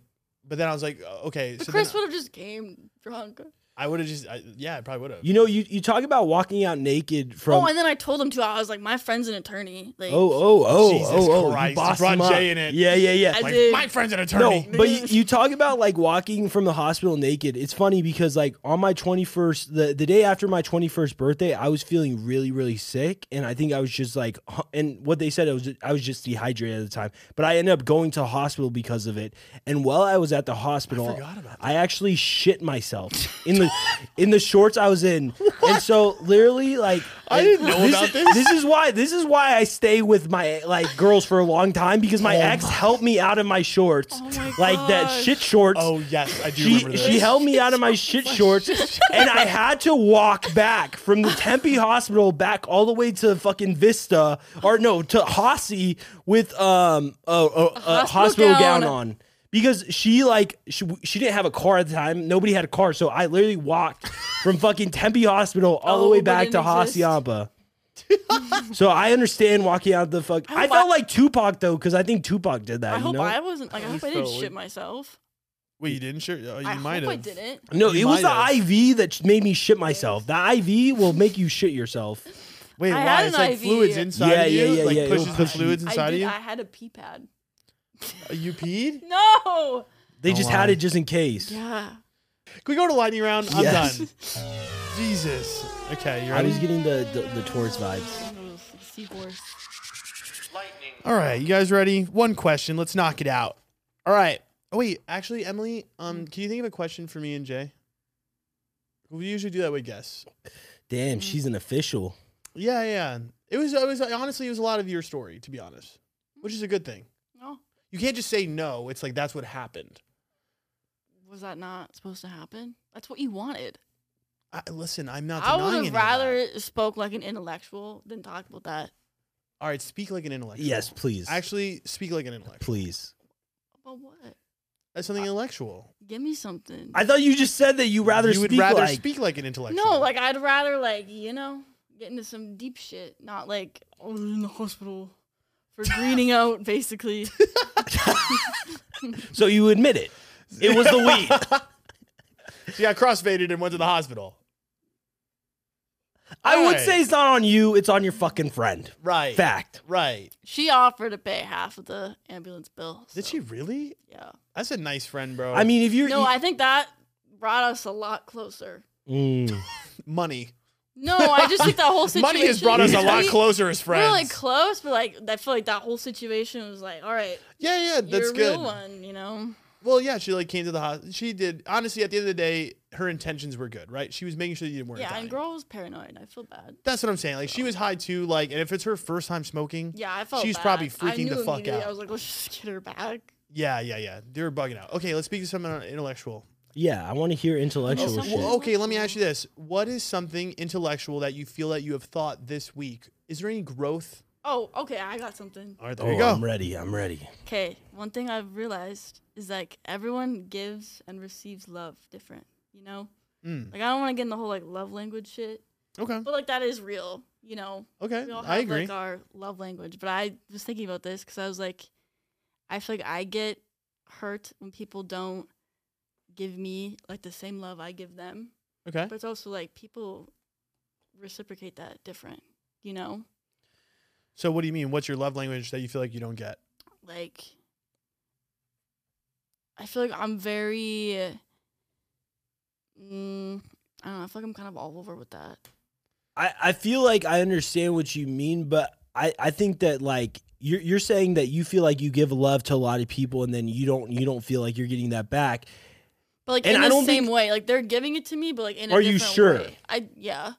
A: but then I was like, uh, "Okay."
B: But
A: so
B: Chris
A: then
B: would have just came drunk.
A: I would have just, I, yeah, I probably would have.
C: You know, you, you talk about walking out naked from.
B: oh, and then I told him too. I was like, my friend's an attorney. Like,
C: oh, oh, oh,
A: Jesus
C: oh, oh, you
A: Christ, you
C: bossed
A: brought
C: him up.
A: Jay in it.
C: Yeah, yeah, yeah.
B: I
A: Like,
B: did.
A: my friend's an
C: No,
A: attorney.
C: but you, you talk about like walking from the hospital naked. It's funny because like on my 21st, the, the day after my 21st birthday, I was feeling really, really sick. And I think I was just like, hu- and what they said, it was, I was just dehydrated at the time, but I ended up going to the hospital because of it. And while I was at the hospital, I,
A: forgot about
C: actually shit myself in the, in the shorts I was in. And so literally like,
A: I didn't know
C: this
A: about
C: is-
A: this.
C: This is why, this is why I stay with my like girls for a long time because my
A: Oh
C: ex
A: my-
C: helped me out of my shorts
B: Oh my
C: like that
B: gosh.
C: shit shorts.
A: oh yes, I do remember
C: she
A: this.
C: she held me out of my shit shorts, and I had to walk back from the Tempe hospital back all the way to fucking Vista, or no, to Hossie with um a, a, a hospital,
B: hospital
C: gown.
B: gown.
C: on. Because she like she, she didn't have a car at the time. Nobody had a car, so I literally walked from fucking Tempe Hospital all the
B: Oh,
C: way
B: but
C: back
B: it
C: to
B: exists.
C: Hacienda. so I understand walking out the fuck. I,
B: hope
C: felt
B: I-
C: like Tupac though, because I think Tupac did that.
B: I
C: you
B: hope
C: know?
B: I wasn't. Like, I hope I didn't
A: so-
B: shit myself.
A: Wait, you didn't sure? Oh, you
B: I
A: might
B: hope
A: have.
B: I didn't.
C: No,
A: You
C: it was the
A: might have.
C: IV that sh- made me shit myself. The IV will make you shit yourself.
A: Wait,
B: I
A: why?
B: had
A: It's
B: an
A: like
B: IV.
A: fluids inside
C: Yeah,
A: of you,
C: yeah, yeah,
A: like
C: yeah, it'll
A: pushes the
C: push you.
A: fluids
B: I
A: inside
B: did.
A: of you.
B: I had a pee pad.
A: you peed?
B: No.
C: They
A: Oh,
C: just
A: wow.
C: had it just in case.
B: Yeah.
A: Can we go to lightning round? I'm
C: Yes.
A: done. Jesus. Okay, you
C: I was
A: ready?
C: getting the the, the tourist vibes.
B: Those seahorse.
A: All right, you guys ready? One question. Let's knock it out. All right. Oh wait, actually, Emily, um, can you think of a question for me and Jay? We usually do that with guests.
C: Damn, she's an official.
A: Yeah, yeah. It was. It was honestly, it was a lot of your story, to be honest, which is a good thing.
B: No.
A: You can't just say no. It's like that's what happened.
B: Was that not supposed to happen? That's what you wanted.
A: I, listen, I'm not.
B: I
A: Denying
B: would
A: any of
B: have
A: that.
B: rather it spoke like an intellectual than talk about that.
A: All right, speak like an intellectual.
C: Yes, please.
A: Actually, speak like an intellectual.
C: please.
B: About what?
A: That's something intellectual.
B: Give me something.
C: I thought you just said that you rather
A: you would
C: speak
A: rather
C: like
A: speak like an intellectual.
B: No, like I'd rather like you know get into some deep shit, not like I was in the hospital for greening out, basically.
C: so you admit it. It was the weed.
A: she got crossfaded and went to the hospital.
C: I would
A: Alright.
C: say it's not on you, it's on your fucking friend.
A: Right.
C: Fact.
A: Right.
B: she offered to pay half of the ambulance bill.
A: Did
B: so,
A: she really?
B: Yeah.
A: That's a nice friend, bro.
C: I mean, if you're e
B: No, I think that brought us a lot closer.
C: Mm.
A: money.
B: No, I just think that whole situation.
A: Money has brought us a lot
B: We-
A: closer as friends.
B: We're like close, but like I feel like that whole situation was like, all right,
A: yeah, yeah,
B: you're
A: that's
B: a
A: good.
B: real one, you know.
A: Well, yeah, she like came to the hospital. She did. Honestly, at the end of the day, her intentions were good, right? She was making sure you didn't worry.
B: yeah, and girl was paranoid. I feel bad.
A: That's what I'm saying. Like she was high too. Like, and if it's her first time smoking,
B: Yeah, I felt.
A: She's
B: bad.
A: probably
B: I
A: freaking
B: knew
A: the fuck
B: immediately.
A: out.
B: I was like, let's just get her back.
A: yeah, yeah, yeah, they were bugging out. Okay, let's speak to someone intellectual.
C: Yeah, I want to hear intellectual
B: Oh,
C: shit.
A: Well, okay, let me ask you this: What is something intellectual that you feel that you have thought this week? Is there any growth
B: Oh, okay, I got something.
A: All right, there
C: oh,
A: you go.
C: I'm ready. I'm ready.
B: Okay, one thing I've realized is like everyone gives and receives love different, you know?
A: Mm,
B: Like I don't want to get in the whole like love language shit,
A: okay.
B: but like that is real, you know?
A: Okay.
B: We all have
A: I agree.
B: like our love language, but I was thinking about this cuz I was like I feel like I get hurt when people don't give me like the same love I give them.
A: okay.
B: But it's also like people reciprocate that different, you know?
A: So what do you mean? What's your love language that you feel like you don't get?
B: Like I feel like I'm very mm, I don't know, I feel like I'm kind of all over with that.
C: I, I feel like I understand what you mean, but I, I think that like you're you're saying that you feel like you give love to a lot of people and then you don't you don't feel like you're getting that back.
B: But like
C: And
B: in
C: I
B: the
C: don't
B: same
C: think-
B: way, like they're giving it to me, but like in a
C: Are you
B: different
C: sure?
B: way. I yeah.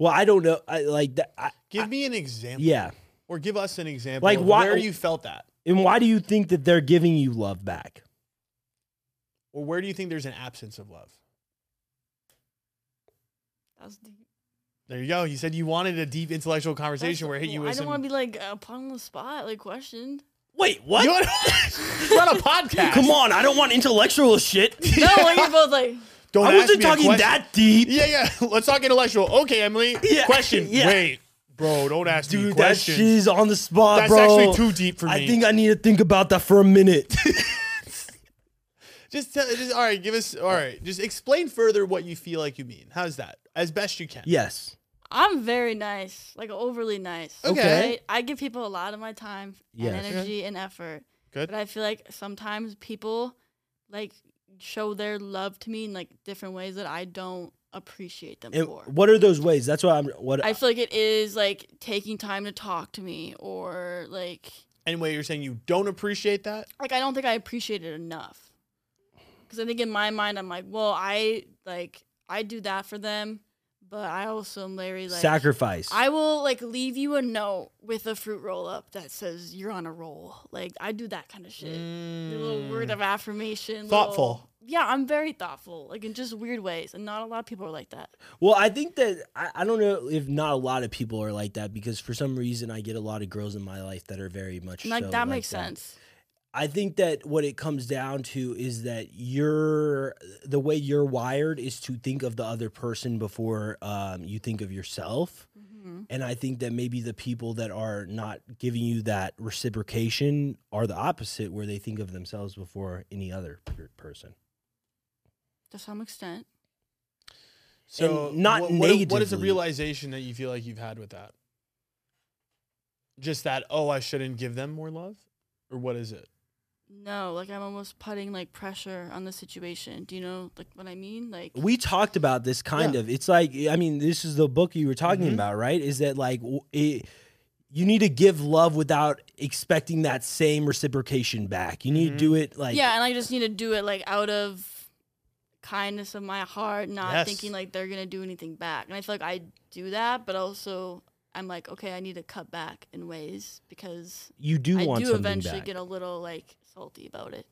C: Well, I don't know. I like that. I,
A: Give me an example.
C: yeah.
A: Or give us an example.
C: Like,
A: of
C: why-
A: where you felt that,
C: And why do you think that they're giving you love back?
A: or where do you think there's an absence of love?
B: That was deep.
A: There you go. You said you wanted a deep intellectual conversation
B: That's-
A: where it hit you
B: well,
A: with
B: I don't
A: some.
B: want to be like uh, put on the spot, like questioned.
C: Wait, what?
A: You wanna- it's not a podcast.
C: Come on, I don't want intellectual shit.
B: No, like you're both like
A: Don't
C: I
A: ask
C: wasn't
A: me a
C: talking
A: question.
C: that deep.
A: Yeah, yeah. Let's talk intellectual. Okay, Emily.
C: Yeah,
A: Question.
C: yeah.
A: Wait, bro. Don't ask me
C: Dude, that
A: questions.
C: shit's on the spot,
A: That's
C: bro.
A: actually too deep for me.
C: I think I need to think about that for a minute.
A: just tell. Just all right. Give us. All right. Just explain further what you feel like you mean. How's that? As best you can.
C: yes.
B: I'm very nice, like overly nice.
A: Okay.
B: right? I give people a lot of my time
C: Yes.
B: and
C: Okay.
B: energy and effort.
A: Good.
B: But I feel like sometimes people like show their love to me in like different ways that I don't appreciate them
C: And
B: for.
C: what are those ways? That's why I'm. What
B: I feel like it is like taking time to talk to me or like
A: Anyway, you're saying you don't appreciate that.
B: like I don't think I appreciate it enough. Cause I think in my mind I'm like, well, I like I do that for them, but I also am Larry like
C: sacrifice.
B: I will like leave you a note with a fruit roll up that says you're on a roll. Like I do that kind of shit.
C: Mm.
B: Your little word of affirmation. little-
A: Thoughtful.
B: yeah, I'm very thoughtful, like in just weird ways, and not a lot of people are like that.
C: Well, I think that I, I don't know if not a lot of people are like that because for some reason I get a lot of girls in my life that are very much
B: And, like
C: so
B: that makes
C: that.
B: sense.
C: I think that what it comes down to is that you're the way you're wired is to think of the other person before um, you think of yourself.
B: Mm-hmm.
C: And I think that maybe the people that are not giving you that reciprocation are the opposite, where they think of themselves before any other per- person.
B: To some extent.
A: So
C: And not
A: what, what- what is the
C: negatively.
A: realization that you feel like you've had with that? Just that, oh, I shouldn't give them more love? Or what is it?
B: No, like I'm almost putting like pressure on the situation. Do you know like what I mean? Like
C: we talked about this kind
A: Yeah.
C: of it's like i mean this is the book you were talking
A: Mhm.
C: about right is that like w- it, you need to give love without expecting that same reciprocation back you need
A: Mhm.
C: to do it like
B: yeah, and I just need to do it like out of kindness of my heart, not
A: Yes.
B: thinking like they're gonna do anything back. And I feel like I do that, but also I'm like, okay, I need to cut back in ways because
C: you do
B: I
C: want
B: do
C: something
B: eventually
C: back
B: get a little like salty about it,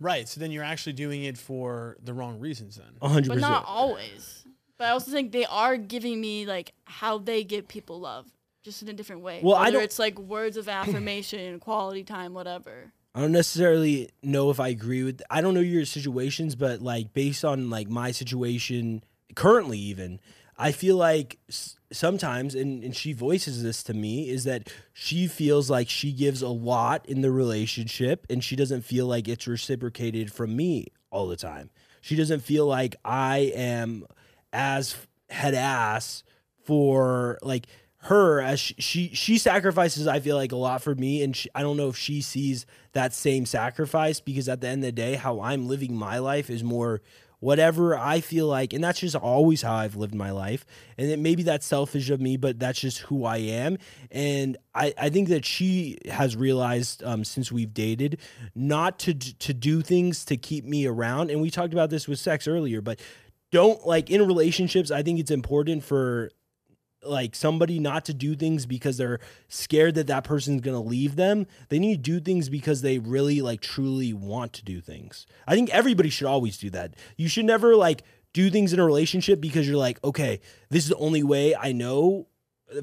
A: Right. So then you're actually doing it for the wrong reasons then.
C: 100%
B: but not always. But I also think they are giving me like how they give people love, just in a different way.
C: Well, I
B: Whether
C: don't-
B: it's like words of affirmation, quality time, whatever.
C: I don't necessarily know if I agree with. I don't know your situations, but like based on like my situation currently, even I feel like s- sometimes, and and she voices this to me, is that she feels like she gives a lot in the relationship, and she doesn't feel like it's reciprocated from me all the time. She doesn't feel like I am as head ass for like her as she, she she sacrifices i feel like a lot for me and she, i don't know if she sees that same sacrifice because at the end of the day how i'm living my life is more whatever i feel like and that's just always how i've lived my life and it maybe that's selfish of me but that's just who i am and i i think that she has realized um, since we've dated not to d- to do things to keep me around and we talked about this with sex earlier but don't like in relationships i think it's important for like somebody not to do things because they're scared that that person's going to leave them they need to do things because they really like truly want to do things i think everybody should always do that you should never like do things in a relationship because you're like okay this is the only way i know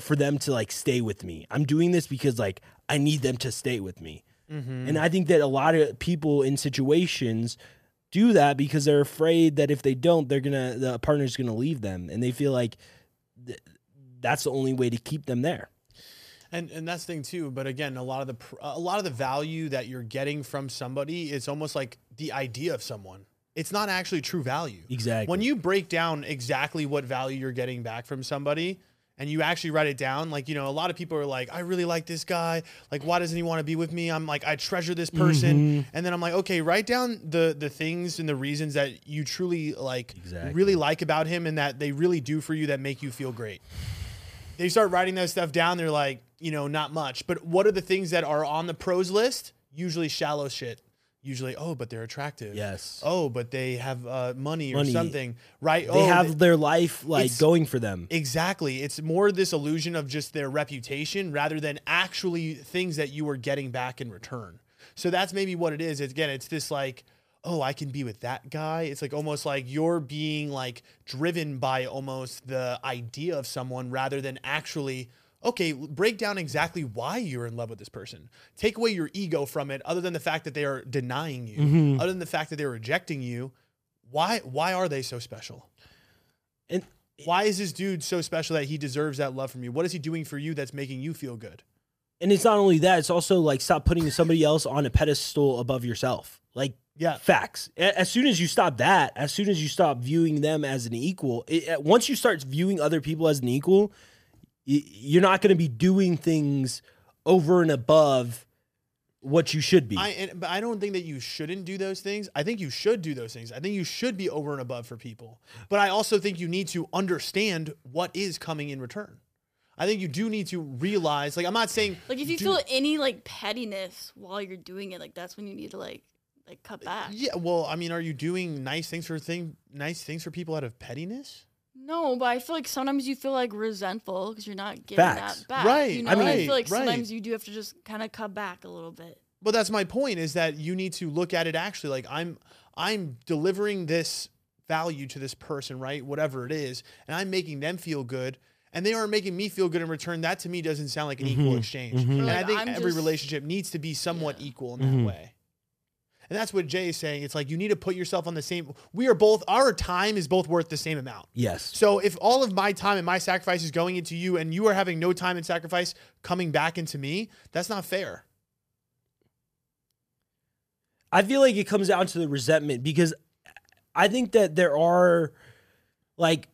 C: for them to like stay with me. I'm doing this because like I need them to stay with me. And
A: Mm.
C: I think that a lot of people in situations do that because they're afraid that if they don't, they're gonna the partner's gonna leave them, and they feel like th- that's the only way to keep them there.
A: And and that's the thing too. But again, a lot of the pr- a lot of the value that you're getting from somebody is almost like the idea of someone. It's not actually true value.
C: Exactly.
A: When you break down exactly what value you're getting back from somebody, and you actually write it down, like you know, a lot of people are like, "I really like this guy. Like, why doesn't he want to be with me?" I'm like, "I treasure this person,"
C: Mm-hmm.
A: and then I'm like, "Okay, write down the the things and the reasons that you truly like,
C: Exactly.
A: really like about him, and that they really do for you that make you feel great." they start writing that stuff down. They're like, you know, not much. But what are the things that are on the pros list? Usually shallow shit. Usually, oh, but they're attractive.
C: Yes.
A: Oh, but they have uh, money or
C: Money.
A: something, right?
C: they
A: oh,
C: have
A: th-
C: their life like
A: it's-
C: going for them.
A: exactly. It's more this illusion of just their reputation rather than actually things that you were getting back in return. So that's maybe what it is. It's, again, it's this like, oh, I can be with that guy. It's like almost like you're being like driven by almost the idea of someone rather than actually okay, l- break down exactly why you're in love with this person. Take away your ego from it, other than the fact that they are denying you, other than the fact that they're rejecting you. Why why are they so special?
C: And-
A: why is this dude so special that he deserves that love from you? What is he doing for you that's making you feel good?
C: And it's not only that; it's also like stop putting somebody else on a pedestal above yourself. Like
A: Yeah.
C: facts. A- As soon as you stop that, as soon as you stop viewing them as an equal, it, uh, once you start viewing other people as an equal, y- you're not going to be doing things over and above what you should be.
A: I and, but I don't think that you shouldn't do those things. I think you should do those things. I think you should be over and above for people. But I also think you need to understand what is coming in return. I think you do need to realize like I'm not saying
B: Like if you
A: do-
B: feel any like pettiness while you're doing it, like that's when you need to like like cut back.
A: Yeah, well, I mean, are you doing nice things for thing nice things for people out of pettiness?
B: No, but I feel like sometimes you feel like resentful because you're not getting
C: Facts.
B: that back.
A: Right,
B: You know,
A: I
B: and I
A: mean-
B: feel like
A: right.
B: sometimes you do have to just kind of cut back a little bit.
A: But that's my point is that you need to look at it actually like I'm I'm delivering this value to this person, right? Whatever it is, and I'm making them feel good and they aren't making me feel good in return. That to me doesn't sound like an equal exchange. And I
B: Like,
A: think
B: I'm
A: every
B: just-
A: relationship needs to be somewhat equal in that way. And that's what Jay is saying. It's like you need to put yourself on the same we are both our time is both worth the same amount.
C: yes.
A: So if all of my time and my sacrifice is going into you and you are having no time and sacrifice coming back into me, that's not fair.
C: I feel like it comes down to the resentment because I think that there are like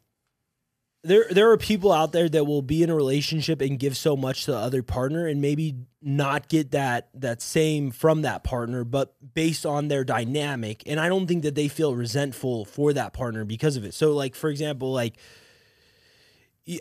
C: there there are people out there that will be in a relationship and give so much to the other partner and maybe not get that that same from that partner but based on their dynamic and I don't think that they feel resentful for that partner because of it. So like for example like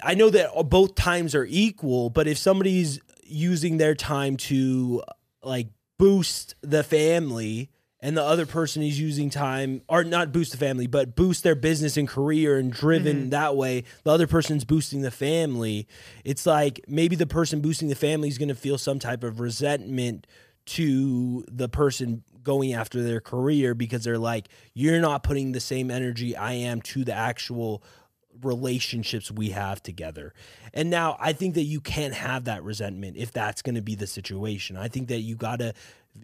C: I know that both times are equal, but if somebody's using their time to like boost the family and the other person is using time or not boost the family, but boost their business and career and driven that way, the other person's boosting the family. It's like maybe the person boosting the family is going to feel some type of resentment to the person going after their career because they're like you're not putting the same energy I am to the actual relationships we have together. And now I think that you can't have that resentment if that's going to be the situation. I think that you got to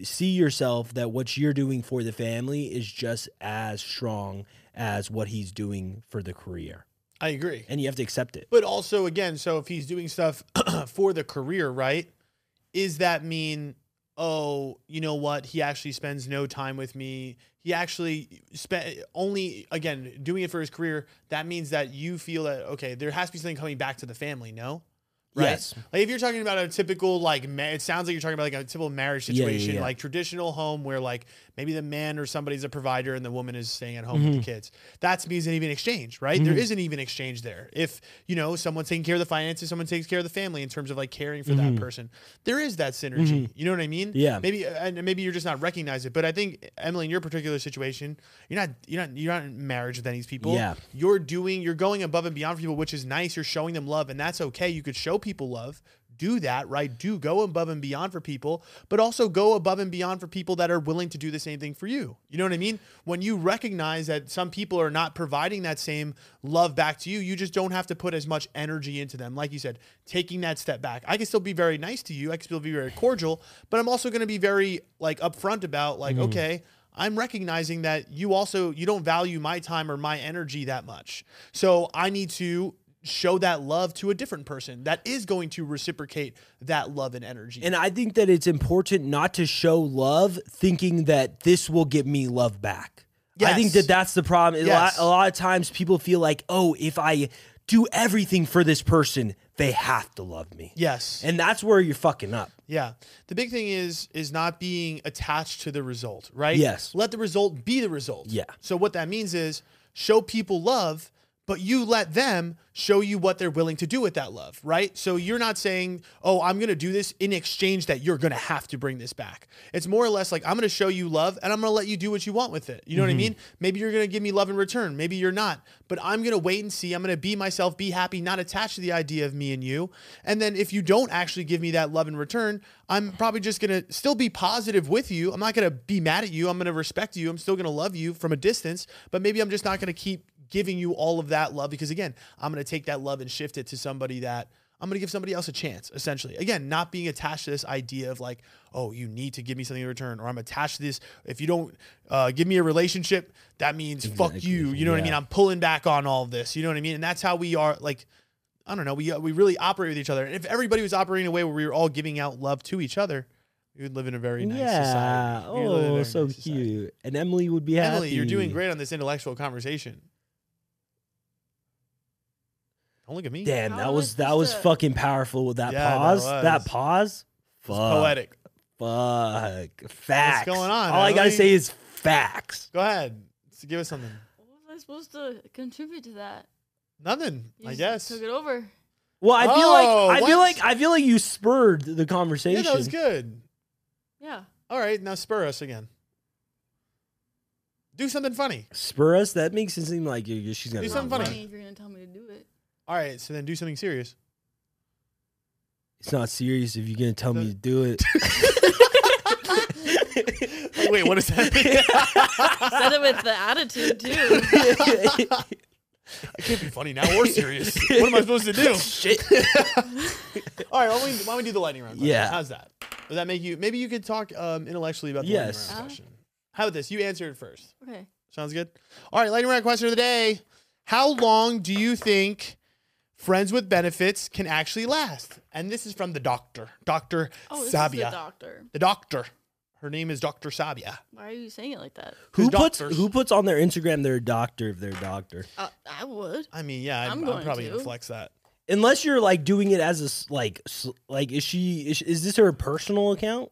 C: see yourself that what you're doing for the family is just as strong as what he's doing for the career.
A: I agree.
C: And you have to accept it.
A: But also, again, so if he's doing stuff for the career, right? Is that mean, oh, you know what? He actually spends no time with me. He actually spent only, again, doing it for his career. That means that you feel that, okay, there has to be something coming back to the family, no? Right?
C: Yes.
A: Like if you're talking about a typical, like, ma- it sounds like you're talking about like a typical marriage
C: Yeah, yeah,
A: situation,
C: yeah.
A: like traditional home where like maybe the man or somebody's a provider and the woman is staying at home with the
C: Mm-hmm.
A: kids. That's means an even exchange, right? There isn't even exchange there. If you know someone's taking care of the finances, someone takes care of the family in terms of like caring for that person. There is that synergy. You know what I mean?
C: Mm-hmm. Yeah.
A: Maybe uh, and maybe you're just not recognizing it. But I think Emily, in your particular situation, you're not you're not you're not in marriage with any of these people.
C: Yeah.
A: You're doing you're going above and beyond for people, which is nice. You're showing them love, and that's okay. You could show people love. do that, right? Do go above and beyond for people, but also go above and beyond for people that are willing to do the same thing for you. You know what I mean? When you recognize that some people are not providing that same love back to you, you just don't have to put as much energy into them. Like you said, taking that step back. I can still be very nice to you, I can still be very cordial, but I'm also going to be very like upfront about like, okay, I'm recognizing that you also you don't value my time or my energy that much. So I need to show that love to a different person that is going to reciprocate that love and energy.
C: And I think that it's important not to show love thinking that this will give me love back. I think
A: Yes.
C: that that's the problem. A,
A: Yes.
C: lot, a lot of times people feel like, oh, if I do everything for this person, they have to love me.
A: yes.
C: And that's where you're fucking up.
A: Yeah. The big thing is is not being attached to the result, right?
C: Yes.
A: Let the result be the result.
C: Yeah.
A: So what that means is show people love, but you let them show you what they're willing to do with that love, right? So you're not saying, "Oh, I'm going to do this in exchange that you're going to have to bring this back." It's more or less like, "I'm going to show you love and I'm going to let you do what you want with it." You know what I
C: Mm-hmm.
A: mean? Maybe you're going to give me love in return, maybe you're not, but I'm going to wait and see. I'm going to be myself, be happy, not attached to the idea of me and you. And then if you don't actually give me that love in return, I'm probably just going to still be positive with you. I'm not going to be mad at you. I'm going to respect you. I'm still going to love you from a distance, but maybe I'm just not going to keep giving you all of that love because again, I'm going to take that love and shift it to somebody that I'm going to give somebody else a chance essentially. Again, not being attached to this idea of like, oh, you need to give me something in return or I'm attached to this if you don't uh, give me a relationship, that means fuck
C: Exactly.
A: you. You know what I mean?
C: Yeah.
A: I'm pulling back on all of this. You know what I mean? And that's how we are like I don't know. We uh, we really operate with each other. And if everybody was operating in a way where we were all giving out love to each other, we would live in a very nice
C: yeah.
A: society. We would live in a
C: Oh,
A: very
C: so
A: nice society.
C: cute. And Emily would be happy.
A: Emily, you're doing great on this intellectual conversation. Don't look at me.
C: Damn,
B: How
C: that
B: am I
C: was that
B: supposed
C: was
B: to-
C: fucking powerful with that
A: Yeah, that
C: pause. That,
A: was.
C: pause. Fuck.
A: It's poetic.
C: Fuck. Facts.
A: going on,
C: All I gotta
A: Emily?
C: say is facts.
A: Go ahead. Let's give us something.
B: What was I supposed to contribute to that?
A: Nothing,
B: You
A: I
B: just
A: guess.
B: took it over.
C: Well, I feel
A: Oh,
C: like I feel
A: what?
C: like I feel like you spurred the conversation.
A: Yeah, that was good.
B: Yeah.
A: All right, now spur us again. Do something funny.
C: Spur us. That makes it seem like you she's gonna.
A: Do something
B: Not
A: funny.
B: If you're gonna tell me to do it.
A: All right, so then do something serious.
C: It's not serious if you're gonna tell me to do it.
A: Wait, what is that?
B: Said it with the attitude too.
A: I can't be funny now or serious. what am I supposed to do?
C: Shit.
A: All right, why don't we, why don't we do the lightning round? Question?
C: Yeah.
A: How's that? Does that make you? Maybe you could talk um, intellectually about the
C: Yes.
A: lightning
B: Uh.
A: round question. How about this? You answer it first.
B: Okay.
A: Sounds good. All right, lightning round question of the day. How long do you think friends with benefits can actually last? And this is from the doctor, Doctor
B: Oh, this is
A: Sabia.
B: the doctor.
A: the doctor. Her name is Doctor Sabia.
B: Why are you saying it like that?
C: Who
A: The
C: puts
A: doctors.
C: who puts on their Instagram their doctor if they're a doctor?
B: Uh, I would.
A: I mean, yeah, I'm,
B: I'm
A: I'm
B: going
A: probably
B: to.
A: gonna flex that.
C: Unless you're like doing it as a s- like s- like is she is, is this her personal account?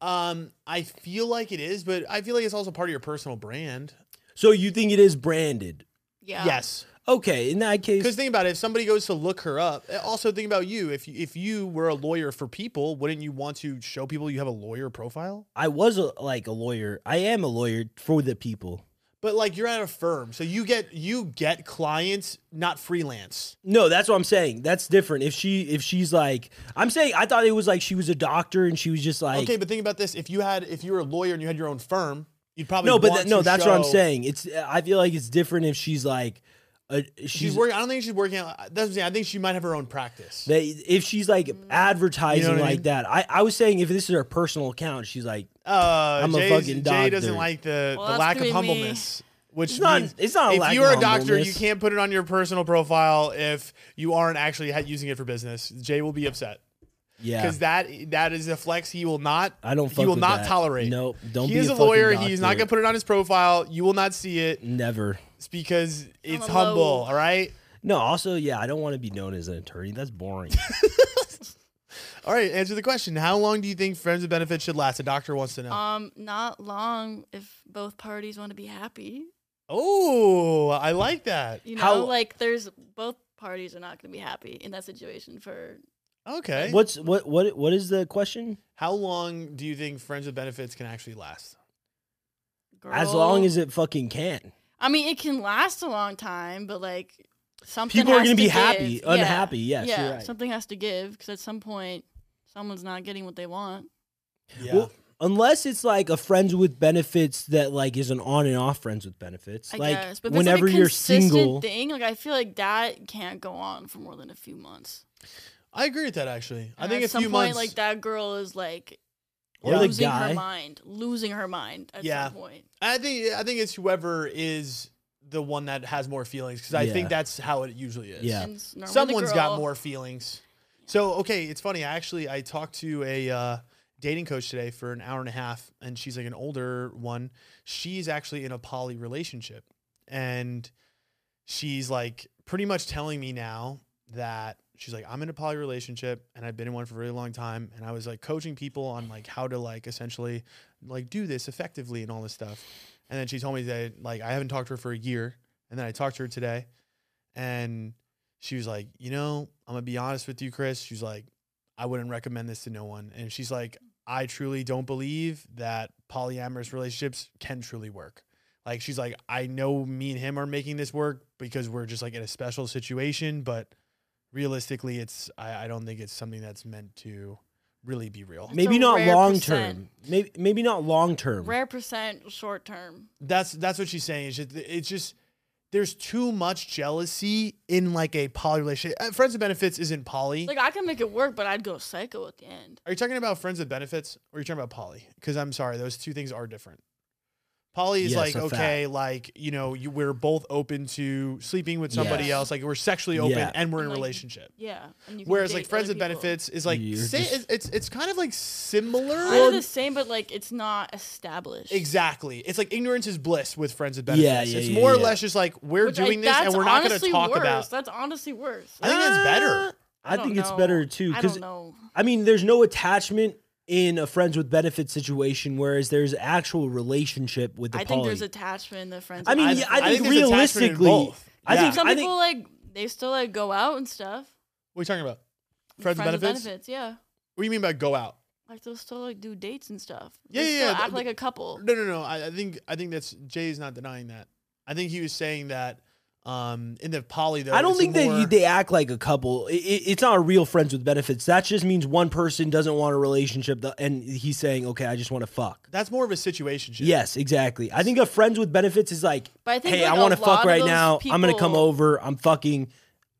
A: Um, I feel like it is, but I feel like it's also part of your personal brand.
C: So you think it is branded?
B: Yeah.
A: Yes.
C: Okay, in that
A: Because
C: case,
A: think about it, if somebody goes to look her up, eh, also think about you. If you, if you were a lawyer for people, wouldn't you want to show people you have a lawyer profile?
C: I was a, like a lawyer. I am a lawyer for the people.
A: But like you're at a firm, so you get you get clients, not freelance.
C: No, that's what I'm saying. That's different. If she if she's like I'm saying I thought it was like she was a doctor and she was just like
A: okay, but think about this: if you had if you were a lawyer and you had your own firm, you'd probably
C: No, but
A: want
C: tha- no,
A: to
C: that's what I'm
A: show-
C: saying. It's I feel like it's different if she's like a, she's,
A: She's, working. I don't think she's working. Out, that's what I'm saying. I think she might have her own practice.
C: they, if she's like
A: Mm.
C: advertising
A: You know what I
C: like
A: mean?
C: that. I, I was saying if this is her personal account, she's like
A: Uh,
C: I'm a
A: Jay's- Jay
C: fucking doctor.
A: doesn't like the,
B: Well,
A: the
B: that's
A: lack of
B: gonna be me.
A: humbleness. Which
C: It's not-
A: means
C: it's not a
A: if
C: lack
A: you're
C: of
A: a doctor, you
C: humbleness.
A: can't put it on your personal profile if you aren't actually ha- using it for business. Jay will be upset
C: yeah.
A: because that that is a flex he will not.
C: I don't. Fuck
A: he will
C: with
A: not
C: that.
A: tolerate.
C: Nope. Don't.
A: he
C: be
A: is
C: a,
A: a lawyer.
C: fucking
A: He's not
C: doctor.
A: gonna put it on his profile. You will not see it
C: Never.
A: it's because it's
B: a
A: humble.
B: low.
A: All right.
C: No. Also, yeah, I don't want to be known as an attorney. That's boring.
A: All right. Answer the question. How long do you think friends with benefits should last? A doctor wants to know.
B: Um, not long if both parties want to be happy.
A: oh, I like that.
B: You know,
C: How-
B: like there's both parties are not going to be happy in that situation for
A: Okay.
C: What's what what what is the question?
A: How long do you think friends with benefits can actually last?
B: girl.
C: As long as it fucking can.
B: I mean, it can last a long time, but like something
C: People are
B: has
C: gonna be
B: give.
C: happy,
B: Yeah.
C: unhappy. Yes,
B: yeah,
C: you're right.
B: something has to give because at some point, someone's not getting what they want.
A: Yeah.
C: Well, unless it's like a friends with benefits that like is an on and off friends with benefits.
B: I
C: like
B: guess, but if it's,
C: whenever
B: like a
C: you're
B: consistent
C: single,
B: thing like I feel like that can't go on for more than a few months.
A: I agree with that actually. I
B: And
A: think
B: at
A: a
B: some
A: few
B: point,
A: months
B: like that girl is like
C: or the
B: losing her
C: guy,
B: mind, losing her mind at
A: Yeah.
B: some point.
A: I think I think it's whoever is the one that has more feelings because I
C: Yeah.
A: think that's how it usually is.
C: Yeah.
B: And it's normal with a
A: someone's got
B: girl.
A: more feelings. So okay, it's funny. I actually I talked to a uh, dating coach today for an hour and a half, and she's like an older one. She's actually in a poly relationship, and she's like pretty much telling me now that she's like I'm in a poly relationship, and I've been in one for a really long time, and I was like coaching people on like how to like essentially like do this effectively and all this stuff. And then she told me that like I haven't talked to her for a year, and then I talked to her today, and she was like, you know, I'm gonna be honest with you, Chris. She's like, I wouldn't recommend this to no one. And she's like, I truly don't believe that polyamorous relationships can truly work. Like she's like, I know me and him are making this work because we're just like in a special situation, but realistically, it's I, I don't think it's something that's meant to really be real.
B: It's
C: maybe
B: a
C: not
B: rare
C: long term.
B: percent.
C: Maybe maybe not long term.
B: Rare percent short term.
A: That's that's what she's saying. It's just, it's just there's too much jealousy in like a poly relationship. Uh, Friends with benefits isn't
C: Mm.
A: poly.
B: Like I can make it work, but I'd go psycho at the end.
A: Are you talking about friends with benefits or are you talking about poly? Because I'm sorry, those two things are different. Poly is
C: Yes,
A: like,
C: a
A: okay, like, you know, you, we're both open to sleeping with somebody
B: Yes.
A: else. Like, we're sexually open
C: Yeah.
A: and we're in a
B: Like,
A: relationship.
B: Yeah. And you can
A: Whereas,
B: date
A: like, friends
B: other
A: with
B: people.
A: benefits is like,
C: You're
A: sa-
C: just-
A: it's, it's, it's kind of like similar.
B: Kind of the same, but like it's not established.
A: exactly. It's like ignorance is bliss with friends with benefits.
C: Yeah, yeah,
A: it's
C: yeah,
A: more or
C: yeah.
A: less just like, we're
B: Which, like,
A: doing this and
B: that's
A: we're not going to
B: honestly
A: talk
B: worse.
A: about.
B: That's honestly worse.
A: I think it's better.
C: Ah, I, think
B: don't
C: it's
B: know.
C: better too
B: I
C: because
B: don't know.
C: I mean, there's no attachment in a friends with benefits situation, whereas there's actual relationship with the
B: I
C: poly.
B: think there's attachment in the friends.
C: I mean,
A: I-
C: yeah,
A: I
C: I,
A: think
C: think,
A: there's attachment in
C: realistically,
A: both.
C: I
A: Yeah.
C: think
B: some
C: I think
B: people like they still like go out and stuff.
A: What are you talking about? Friends, with benefits?
B: yeah.
A: What do you mean by go out?
B: Like they'll still like do dates and stuff.
A: Yeah,
B: They
A: yeah,
B: still
A: yeah,
B: Act
A: but-
B: like a couple.
A: No, no, no. I, I think I think that's Jay's not denying that. I think he was saying that um, in the poly though.
C: I don't
A: it's
C: think
A: more-
C: that you- they act like a couple. I- I- it's not a real friends with benefits. That just means one person doesn't want a relationship, th- and he's saying, "Okay, I just want to fuck."
A: that's more of a situation.
C: Yes, exactly. I think a friends with benefits is like,
B: But I think
C: "Hey,
B: like,
C: I
B: a
C: want to
B: lot
C: fuck
B: of
C: right
B: those
C: now. I'm gonna come
B: people-
C: over. I'm fucking.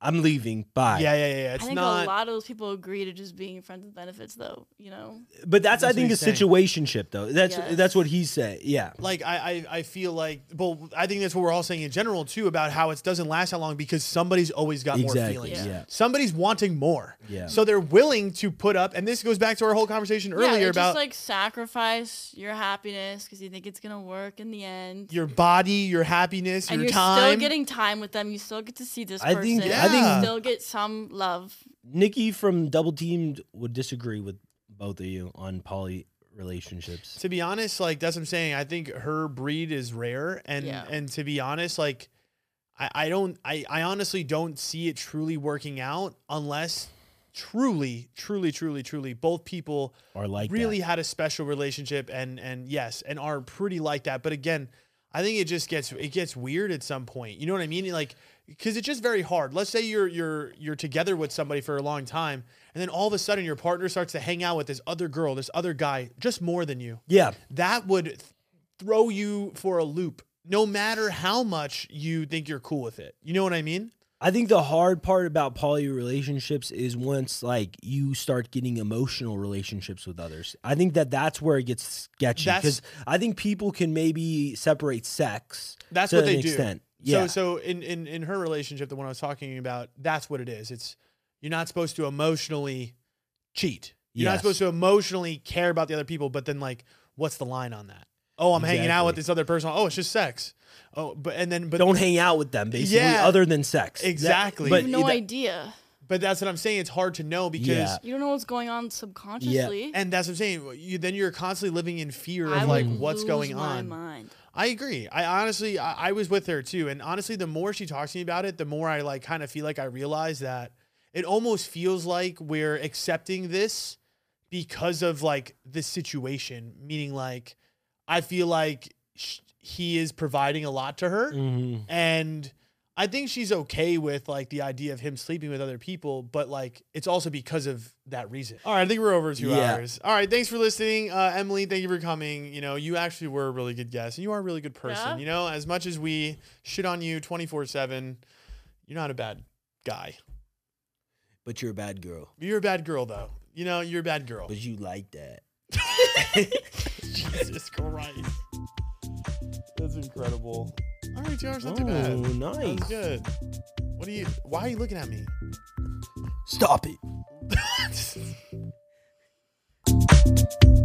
C: I'm leaving. Bye."
A: Yeah, yeah, yeah. yeah. It's
B: I think
A: not.
B: a lot of those people agree to just being friends with benefits, though. You know,
C: But that's,
A: That's
C: I think a
A: what he's saying.
C: situationship though. That's
B: Yes.
C: that's what he's saying. Yeah.
A: like I, I, I feel like well I think that's what we're all saying in general too about how it doesn't last that long because somebody's always got more
C: Exactly,
A: feelings.
C: yeah.
A: Somebody's wanting more.
C: Yeah.
A: So they're willing to put up and this goes back to our whole conversation
B: yeah,
A: earlier
B: you
A: about
B: just like sacrifice your happiness because you think it's gonna work in the end,
A: your body, your happiness,
B: and
A: your
B: you're
A: time.
B: still getting time with them. You still get to see this
C: I
B: person.
C: think-
A: I think-
B: you still get some love.
C: Nikki from Double Teamed would disagree with both of you on poly relationships.
A: to be honest, like that's what I'm saying. I think her breed is rare, and
B: Yeah.
A: and to be honest, like I, I don't, I, I honestly don't see it truly working out unless truly, truly, truly, truly both people
C: Or like that.
A: really had a special relationship, and and yes, and are pretty like that. But again, I think it just gets it gets weird at some point. You know what I mean? Like because it's just very hard. Let's say you're you're you're together with somebody for a long time, and then all of a sudden your partner starts to hang out with this other girl, this other guy, just more than you
C: Yeah.
A: that would th- throw you for a loop no matter how much you think you're cool with it. You know what I mean?
C: I think the hard part about poly relationships is once like you start getting emotional relationships with others. I think that that's where it gets sketchy
A: That's-
C: because I think people can maybe separate sex.
A: That's
C: to
A: what
C: an
A: they do.
C: extent. Yeah.
A: So so in, in in her relationship, the one I was talking about, that's what it is. It's you're not supposed to emotionally cheat. You're not
C: Yes.
A: supposed to emotionally care about the other people, but then like what's the line on that? Oh, I'm hanging out with
C: Exactly.
A: this other person. Oh, it's just sex. Oh, but and then but
C: don't hang out with them basically
A: Yeah.
C: other than sex. That-
A: Exactly.
B: You
C: but
B: have no
C: it-
B: idea.
A: but that's what I'm saying. It's hard to know because
C: Yeah.
B: You don't know what's going on subconsciously.
A: and that's what I'm saying. You then you're constantly living in fear
B: I
A: of like
B: would
A: what's
B: lose
A: going
B: my
A: on.
B: mind.
A: I agree. I honestly, I, I was with her too, and honestly, the more she talks to me about it, the more I like kind of feel like I realize that it almost feels like we're accepting this because of like this situation. Meaning, like
C: Mm-hmm.
A: I feel like sh- he is providing a lot to her,
C: Mhm.
A: and I think she's okay with like the idea of him sleeping with other people, but like it's also because of that reason. All right, I think we're over two
C: Yeah.
A: hours. All right, thanks for listening, uh, Emily. Thank you for coming. You know, you actually were a really good guest, and you are a really good person.
B: Yeah.
A: You know, as much as we shit on you twenty four seven, you're not a bad guy.
C: But you're a bad girl.
A: You're a bad girl though. You know, you're a bad girl.
C: But you like that.
A: Jesus Christ, that's incredible. All right, two hours, not too
C: Oh,
A: bad.
C: nice.
A: That's good. What are you? Why are you looking at me?
C: Stop it.